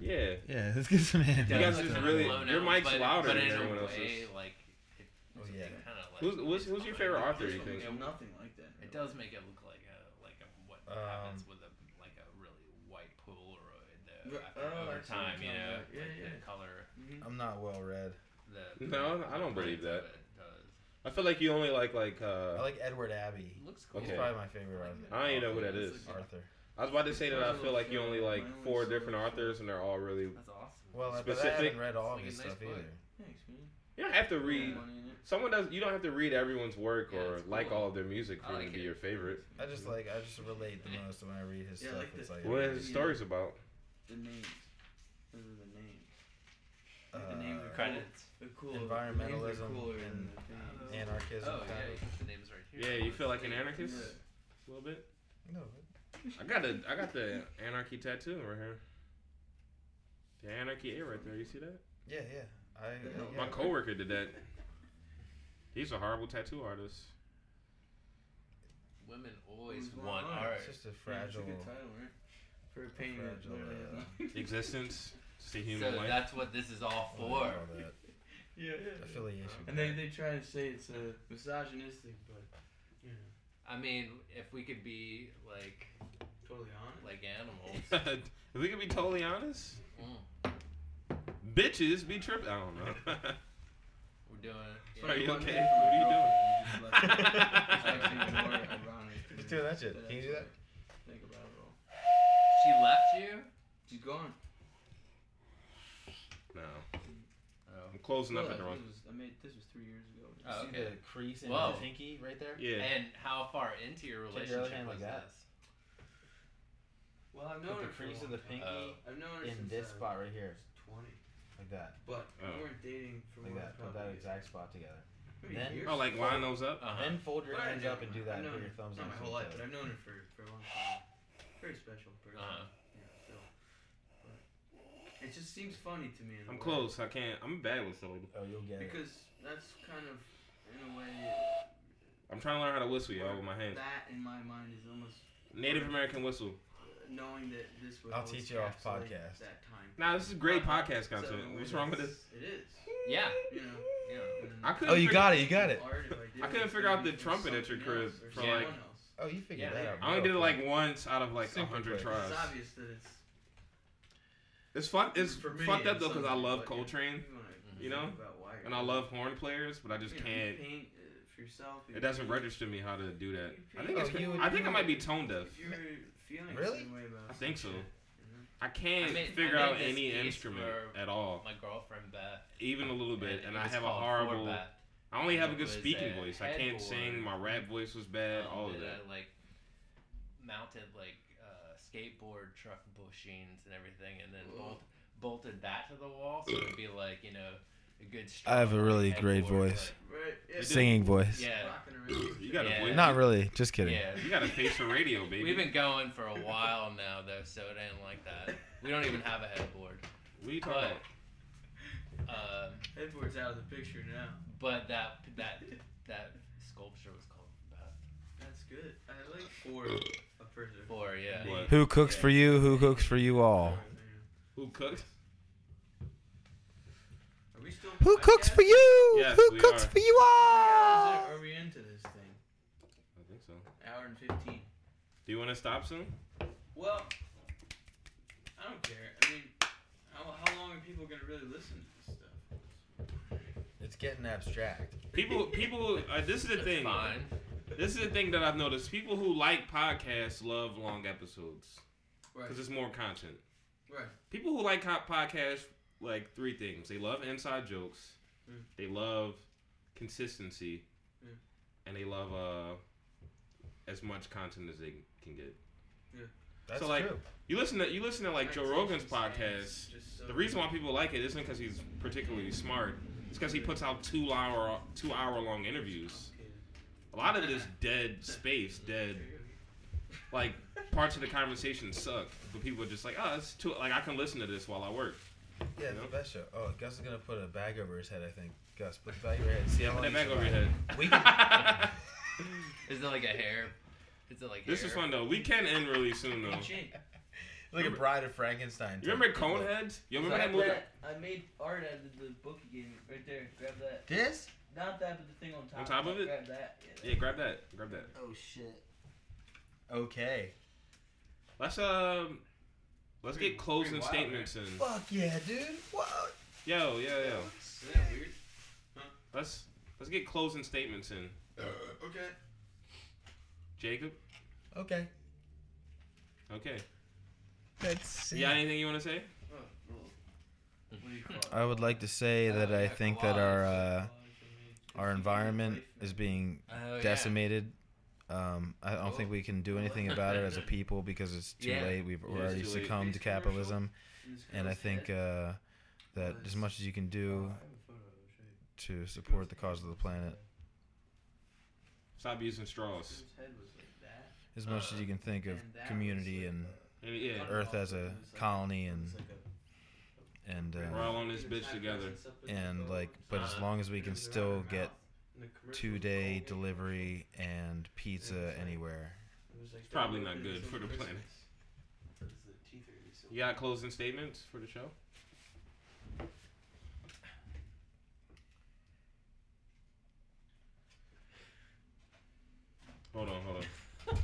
Speaker 1: Yeah.
Speaker 3: Yeah, let's get some. You
Speaker 1: guys just really- your mic's
Speaker 4: but,
Speaker 1: louder
Speaker 4: but
Speaker 1: than
Speaker 4: in a
Speaker 1: everyone else's.
Speaker 4: way, Like, it,
Speaker 3: Oh, yeah.
Speaker 4: kind of like
Speaker 1: Who's- who's- who's your favorite author,
Speaker 4: It,
Speaker 1: you think?
Speaker 4: it-
Speaker 2: nothing like that.
Speaker 4: it does make it look like a like a, what
Speaker 3: Um,
Speaker 4: happens with a like a really white Polaroid though,
Speaker 2: Right.
Speaker 4: after
Speaker 2: Oh,
Speaker 4: over
Speaker 2: I see what
Speaker 4: time,
Speaker 2: you're
Speaker 4: you
Speaker 2: talking
Speaker 4: know,
Speaker 2: about. Yeah,
Speaker 4: like
Speaker 2: yeah.
Speaker 4: the color.
Speaker 3: I'm not well read.
Speaker 4: The,
Speaker 1: No,
Speaker 4: the
Speaker 1: I don't believe
Speaker 4: print of
Speaker 1: that.
Speaker 4: it does.
Speaker 1: I feel like you only like like. uh
Speaker 3: I like Edward Abbey.
Speaker 4: It looks cool.
Speaker 1: Okay.
Speaker 3: He's probably my favorite author.
Speaker 1: I don't even know who that is.
Speaker 3: Arthur.
Speaker 1: I was about to say that I feel like you only like four different authors, and they're all really.
Speaker 4: That's awesome.
Speaker 3: Well, I- but I
Speaker 1: Specific-
Speaker 3: haven't read all of
Speaker 4: It's
Speaker 3: his
Speaker 4: like a nice
Speaker 3: stuff
Speaker 4: book.
Speaker 3: either.
Speaker 2: Thanks, man.
Speaker 1: You don't have to read.
Speaker 2: Money in it.
Speaker 1: Someone does. You don't have to read everyone's work
Speaker 4: Yeah,
Speaker 1: or
Speaker 4: it's
Speaker 1: like
Speaker 4: cool.
Speaker 1: all of their music for
Speaker 4: I
Speaker 1: it to
Speaker 4: like
Speaker 1: be
Speaker 4: it.
Speaker 1: your favorite.
Speaker 3: I just like I just relate the most when I read his
Speaker 2: Yeah,
Speaker 3: stuff.
Speaker 2: like
Speaker 3: it's
Speaker 2: the-
Speaker 3: like
Speaker 1: What are his
Speaker 2: Yeah.
Speaker 1: stories about?
Speaker 2: The names. Those are the names.
Speaker 3: uh,
Speaker 2: the name of the
Speaker 3: kind
Speaker 4: Credits.
Speaker 2: They're cool.
Speaker 3: Environmentalism and
Speaker 4: Oh.
Speaker 3: of anarchism.
Speaker 4: Oh yeah,
Speaker 3: kind
Speaker 4: you
Speaker 3: of.
Speaker 4: put the names right
Speaker 1: Yeah,
Speaker 4: here.
Speaker 1: you feel like an anarchist
Speaker 2: Yeah.
Speaker 1: a little bit.
Speaker 3: No,
Speaker 1: I got the I got the anarchy tattoo right here. The anarchy A right there. You see that?
Speaker 3: yeah, yeah. I, uh,
Speaker 2: hell?
Speaker 3: yeah.
Speaker 1: My coworker did that. He's a horrible tattoo artist.
Speaker 4: Women always
Speaker 2: Who's
Speaker 4: want
Speaker 2: wrong?
Speaker 4: art.
Speaker 3: It's just a fragile.
Speaker 2: a good title, right? For a painting that
Speaker 3: fragile,
Speaker 2: literally
Speaker 3: uh,
Speaker 2: has
Speaker 1: Existence, it's a
Speaker 4: So
Speaker 1: human life.
Speaker 4: that's what this is all
Speaker 3: all
Speaker 4: for.
Speaker 3: that
Speaker 2: Yeah, yeah.
Speaker 3: affiliation.
Speaker 2: And they, they try to say it's uh, misogynistic, but, you know,
Speaker 4: I mean, if we could be like
Speaker 2: totally honest.
Speaker 4: like animals,
Speaker 1: if we can be totally honest,
Speaker 4: mm,
Speaker 1: bitches be tripping. I don't know.
Speaker 4: we're doing. it.
Speaker 1: Are you
Speaker 2: Like,
Speaker 1: okay?
Speaker 2: fuck
Speaker 1: What are you
Speaker 2: you.
Speaker 1: doing?
Speaker 2: It's actually more ironic
Speaker 3: Just
Speaker 2: than
Speaker 3: doing that shit.
Speaker 2: that
Speaker 3: Can you do
Speaker 2: I
Speaker 3: that?
Speaker 2: Think about it all.
Speaker 4: She left you.
Speaker 2: She's gone.
Speaker 1: No,
Speaker 4: Oh.
Speaker 1: I'm closing up
Speaker 2: Well,
Speaker 1: at the wrong.
Speaker 2: This was, I made, this was three years ago.
Speaker 4: Oh,
Speaker 3: See
Speaker 4: okay.
Speaker 3: the crease in
Speaker 4: Whoa.
Speaker 3: his pinky right there?
Speaker 1: Yeah.
Speaker 4: And how far into your
Speaker 3: Take your other
Speaker 4: relationship
Speaker 3: hand
Speaker 4: was
Speaker 3: like that.
Speaker 4: this?
Speaker 2: Well, I've known
Speaker 3: Put the
Speaker 2: her for a
Speaker 3: crease in
Speaker 2: while.
Speaker 3: the pinky
Speaker 4: Oh.
Speaker 2: I've known her
Speaker 3: in
Speaker 2: since
Speaker 3: this
Speaker 2: I
Speaker 3: spot right here,
Speaker 2: was 20.
Speaker 3: like that,
Speaker 2: But
Speaker 1: Oh.
Speaker 2: we weren't dating for
Speaker 3: like
Speaker 2: more
Speaker 3: that. Put
Speaker 2: probably
Speaker 3: that exact spot together.
Speaker 2: maybe
Speaker 3: then-
Speaker 2: years.
Speaker 1: Oh, like line those up.
Speaker 4: Uh-huh.
Speaker 3: Then fold your
Speaker 2: Well, I
Speaker 3: hands
Speaker 2: know
Speaker 3: up and do that.
Speaker 2: I've
Speaker 3: and
Speaker 2: known
Speaker 3: Put your
Speaker 2: her-
Speaker 3: thumbs
Speaker 2: Not
Speaker 3: on
Speaker 2: my
Speaker 3: each
Speaker 2: whole life,
Speaker 3: other.
Speaker 2: but I've known her for, for a long time. Very special person.
Speaker 4: Uh-huh.
Speaker 2: Yeah, so. But it just seems funny to me. In a
Speaker 1: I'm
Speaker 2: way,
Speaker 1: close. I can't. I'm bad with soda.
Speaker 3: Oh, you'll get it.
Speaker 2: Because that's kind of, in a way,
Speaker 1: I'm trying to learn how to whistle, y'all, with my hands.
Speaker 2: that in my mind is almost uh,
Speaker 1: Native American whistle.
Speaker 2: knowing that this would
Speaker 3: I'll
Speaker 2: always
Speaker 3: teach you off
Speaker 2: encapsulate
Speaker 3: podcast.
Speaker 2: That time.
Speaker 1: Nah, this is great
Speaker 2: Uh-huh.
Speaker 1: podcast
Speaker 2: So,
Speaker 1: content.
Speaker 2: in a
Speaker 1: What's
Speaker 2: way,
Speaker 1: wrong with this?
Speaker 2: that's- It is.
Speaker 4: Yeah.
Speaker 2: You know.
Speaker 4: Yeah.
Speaker 1: I couldn't
Speaker 3: Oh, you
Speaker 1: figure-
Speaker 3: got it. You got it.
Speaker 2: Art, if did
Speaker 1: I couldn't
Speaker 2: it,
Speaker 1: figure out the
Speaker 2: for
Speaker 1: trumpet at your
Speaker 2: something
Speaker 1: crib
Speaker 2: else or
Speaker 1: for,
Speaker 2: someone
Speaker 4: like-
Speaker 2: else.
Speaker 3: Oh, you figured
Speaker 4: Yeah,
Speaker 3: that out.
Speaker 1: I only did it
Speaker 3: real quick.
Speaker 1: like once out of like a
Speaker 3: Super
Speaker 1: hundred
Speaker 3: quick.
Speaker 1: tries.
Speaker 2: It's obvious that it's
Speaker 1: It's fun. It's
Speaker 2: for me,
Speaker 1: fucked up
Speaker 2: it's
Speaker 1: though because I
Speaker 2: something,
Speaker 1: love
Speaker 2: but, yeah,
Speaker 1: Coltrane
Speaker 2: you wanna
Speaker 1: you know?
Speaker 2: think about why you're
Speaker 1: and I
Speaker 2: doing
Speaker 1: love horn players, but I
Speaker 2: it.
Speaker 1: just
Speaker 2: You know, you
Speaker 1: can't.
Speaker 2: paint, uh, for yourself, you
Speaker 1: It doesn't
Speaker 2: paint.
Speaker 1: register me how to do that. I think
Speaker 2: Oh,
Speaker 1: it's.
Speaker 3: you would
Speaker 1: I
Speaker 3: do
Speaker 1: think I
Speaker 2: it.
Speaker 1: might be tone deaf.
Speaker 2: If you're feeling
Speaker 3: Really?
Speaker 2: the same way about
Speaker 1: I think so.
Speaker 2: some shit, you know?
Speaker 1: I can't
Speaker 4: I mean-
Speaker 1: figure
Speaker 4: I mean,
Speaker 1: out
Speaker 4: this
Speaker 1: any
Speaker 4: piece
Speaker 1: instrument
Speaker 4: were-
Speaker 1: at all,
Speaker 4: My girlfriend Beth.
Speaker 1: even a little bit,
Speaker 4: it
Speaker 1: and I
Speaker 4: was
Speaker 1: have a
Speaker 4: called
Speaker 1: horrible.
Speaker 4: Forbat.
Speaker 1: I only have a
Speaker 4: It
Speaker 1: good
Speaker 4: was
Speaker 1: speaking
Speaker 4: a
Speaker 1: voice. I can't sing.
Speaker 4: headboard.
Speaker 1: My rap voice was bad.
Speaker 4: um,
Speaker 1: All of
Speaker 4: that
Speaker 1: that.
Speaker 4: I, like mounted like uh, skateboard truck bushings and everything, and then
Speaker 2: Whoa.
Speaker 4: bolt, bolted that to the wall, so it'd be like you know a good.
Speaker 3: I have
Speaker 4: strong,
Speaker 3: a really
Speaker 4: like,
Speaker 3: great
Speaker 4: headboard,
Speaker 3: voice.
Speaker 2: Right. Yeah.
Speaker 3: Singing voice.
Speaker 4: Yeah.
Speaker 2: Rocking around.
Speaker 1: You got a
Speaker 4: Yeah.
Speaker 1: voice.
Speaker 3: Not really. Just
Speaker 4: but-
Speaker 3: kidding.
Speaker 4: yeah.
Speaker 1: You got a face for radio, baby.
Speaker 4: We've been going for a while now though, so it ain't like that. We don't even have a headboard,
Speaker 1: What you talking
Speaker 4: but.
Speaker 1: about?
Speaker 4: Um,
Speaker 2: Edward's out of the picture now.
Speaker 4: but that that that sculpture was called Beth.
Speaker 2: That's good. I like four a person.
Speaker 4: Four, yeah.
Speaker 1: What?
Speaker 3: Who cooks for you? Who cooks for you all?
Speaker 1: Who cooks?
Speaker 2: Are we still
Speaker 3: Who cooks for you?
Speaker 1: Yes,
Speaker 3: Who
Speaker 1: we
Speaker 3: cooks
Speaker 1: are.
Speaker 3: for you all?
Speaker 2: Are we into this thing?
Speaker 1: I think so.
Speaker 2: Hour and fifteen.
Speaker 1: Do you want to stop soon?
Speaker 2: Well, I don't care. I mean, how, how long are people gonna really listen to this stuff?
Speaker 3: It's getting abstract.
Speaker 1: People, people. Uh, this is the
Speaker 4: That's
Speaker 1: thing.
Speaker 4: fine.
Speaker 1: This is the thing that I've noticed. People who like podcasts love long episodes
Speaker 2: Right.
Speaker 1: because it's more content.
Speaker 2: Right.
Speaker 1: People who like hot podcasts like three things: they love inside jokes,
Speaker 2: Mm.
Speaker 1: they love consistency,
Speaker 2: Mm.
Speaker 1: and they love uh as much content as they can get.
Speaker 3: That's
Speaker 1: So, like,
Speaker 3: true.
Speaker 1: You listen to you listen to like Joe
Speaker 2: Conversation
Speaker 1: Rogan's
Speaker 2: stands
Speaker 1: podcast.
Speaker 2: just so-
Speaker 1: The reason why people like it isn't because he's particularly smart. It's because he puts out two hour two hour long interviews. A lot of this dead space, dead like parts of the conversation suck, but people are just like, oh, it's too like I can listen to this while I work.
Speaker 3: Yeah,
Speaker 1: Yeah.
Speaker 3: the best show. Oh, Gus is gonna put a bag over his head. I think. Gus, put the bag over your head. See
Speaker 1: Yeah,
Speaker 3: how
Speaker 1: put
Speaker 3: long
Speaker 1: that
Speaker 3: you
Speaker 1: back over your
Speaker 3: survive.
Speaker 1: head.
Speaker 3: We can-
Speaker 4: Is it like a hair? Is it like
Speaker 1: this
Speaker 4: hair?
Speaker 1: is fun though. We can end really soon though. You
Speaker 2: Jake,
Speaker 3: Like a bride of Frankenstein.
Speaker 1: remember
Speaker 3: type people.
Speaker 1: Coneheads? You remember that
Speaker 2: grab
Speaker 1: movie?
Speaker 2: that. I made art out of the book again, right there. Grab that.
Speaker 3: This?
Speaker 2: Not that, but the thing on top.
Speaker 1: On top of it?
Speaker 2: Grab that.
Speaker 1: Yeah, grab that. Grab that.
Speaker 3: Oh shit. Okay.
Speaker 1: Let's um, let's
Speaker 2: Pretty-
Speaker 1: get closing
Speaker 2: pretty wild,
Speaker 1: statements in.
Speaker 3: Fuck yeah, dude. What?
Speaker 1: Yo, yo, yo.
Speaker 2: Isn't that weird?
Speaker 1: Let's let's get closing statements in.
Speaker 2: okay.
Speaker 1: Jacob.
Speaker 3: Okay.
Speaker 1: Okay.
Speaker 3: That's.
Speaker 1: You got anything you want to say?
Speaker 2: Oh, well, what do you call it?
Speaker 3: I would like to say that I
Speaker 4: yeah,
Speaker 3: think
Speaker 4: koalas.
Speaker 3: that our uh, our
Speaker 2: It's
Speaker 3: environment
Speaker 2: life,
Speaker 3: is
Speaker 2: man.
Speaker 3: being
Speaker 4: Oh, yeah.
Speaker 3: decimated. Um, I don't
Speaker 4: Oh.
Speaker 3: think we can do anything about it as a people because it's too
Speaker 4: Yeah.
Speaker 3: late. We've
Speaker 1: Yeah, it's
Speaker 3: already
Speaker 1: too late.
Speaker 3: succumbed to
Speaker 2: Face commercial?
Speaker 3: capitalism,
Speaker 2: In this
Speaker 3: and I
Speaker 2: girl's
Speaker 3: think
Speaker 2: head.
Speaker 3: uh, that as much as you can do to support the cause of the planet,
Speaker 1: Stop using straws.
Speaker 2: His head was like that,
Speaker 3: as much as you can think of
Speaker 2: and that was
Speaker 3: community
Speaker 2: like
Speaker 3: and
Speaker 2: a-
Speaker 1: And, yeah,
Speaker 3: Earth as a colony
Speaker 2: it
Speaker 3: and
Speaker 2: was like a-
Speaker 3: and
Speaker 1: we're
Speaker 3: uh,
Speaker 1: all on this bitch together.
Speaker 3: and like, but as long as we can still get two day delivery and pizza anywhere.
Speaker 2: It's
Speaker 1: probably not good for the planet. You got closing statements for the show? Hold on, hold on.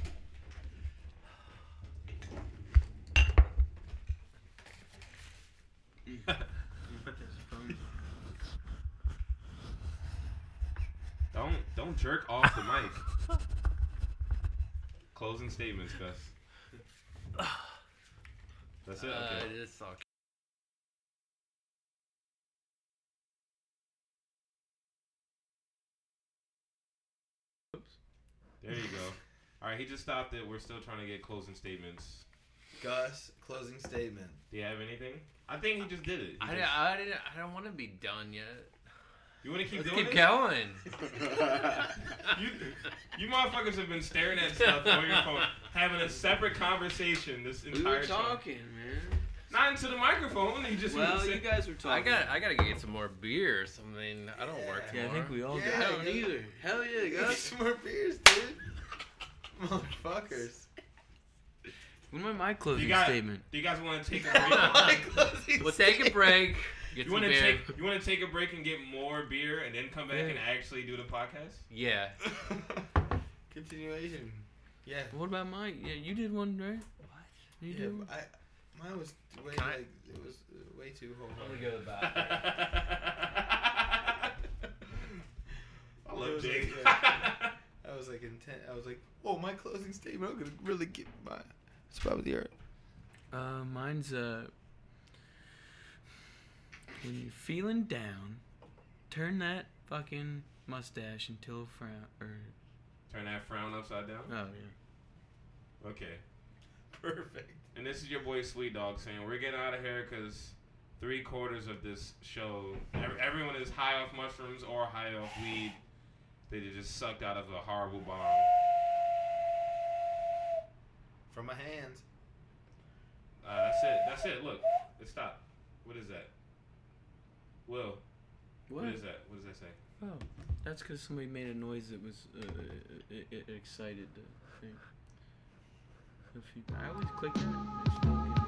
Speaker 1: Don't don't jerk off the mic. Closing statements, Gus. That's it.
Speaker 4: Uh,
Speaker 1: Okay.
Speaker 4: this sucks.
Speaker 1: There you go. All right, he just stopped it. We're still trying to get closing statements.
Speaker 3: Gus, closing statement.
Speaker 1: Do you have anything? I think he just did it. He
Speaker 4: I,
Speaker 1: just-
Speaker 4: I, didn't, uh, I don't want to be done yet.
Speaker 1: you want to keep
Speaker 4: Let's
Speaker 1: doing
Speaker 4: keep
Speaker 1: it?
Speaker 4: going.
Speaker 1: You, you motherfuckers have been staring at stuff on your phone, having a separate conversation this
Speaker 2: We
Speaker 1: entire
Speaker 2: were
Speaker 1: time.
Speaker 2: talking, man.
Speaker 1: Not into the microphone. You just
Speaker 2: Well, you
Speaker 1: said-
Speaker 2: guys were
Speaker 4: I
Speaker 2: talking.
Speaker 4: got I gotta get some more beers. I mean, I don't work
Speaker 2: Yeah, I
Speaker 4: tomorrow.
Speaker 2: think we all
Speaker 3: Yeah,
Speaker 2: got. I don't
Speaker 3: yeah.
Speaker 2: either. Hell yeah, guys.
Speaker 3: some more beers, dude. Motherfuckers.
Speaker 2: What am I my closing
Speaker 1: got-
Speaker 2: statement?
Speaker 4: Oh
Speaker 1: Do you guys want to take a break?
Speaker 4: We'll take a break. Get
Speaker 1: You
Speaker 4: some
Speaker 1: want to
Speaker 4: beer.
Speaker 1: take you want to take a break and get more beer and then come back and actually do the podcast?
Speaker 4: Yeah.
Speaker 2: Continuation.
Speaker 3: Yeah.
Speaker 4: What about mine? Yeah, you did one, right? What? You
Speaker 3: Yeah,
Speaker 4: did one?
Speaker 3: I, mine was way
Speaker 4: Can I-
Speaker 3: like, it was uh, way too whole.
Speaker 8: I'm gonna go to the bathroom.
Speaker 1: I love Jake.
Speaker 3: I was like intent. I was like, oh, my closing statement. I'm gonna really get my spot with the earth.
Speaker 2: Uh, mine's uh. When you're feeling down, turn that fucking mustache until a frown or
Speaker 1: Turn that frown upside down.
Speaker 2: oh
Speaker 1: Okay.
Speaker 3: Perfect.
Speaker 1: And this is your boy Sweet Dog saying we're getting out of here because three quarters of this show, ev- everyone is high off mushrooms or high off weed. They just sucked out of a horrible bomb.
Speaker 3: From my hands.
Speaker 1: Uh, that's it. That's it. Look, it stopped. What is that? Will,
Speaker 2: yeah. What?
Speaker 1: what is that? What does that say?
Speaker 2: Oh, that's because somebody made a noise that was uh, it, it excited the thing. If you, I always click that. It's not good.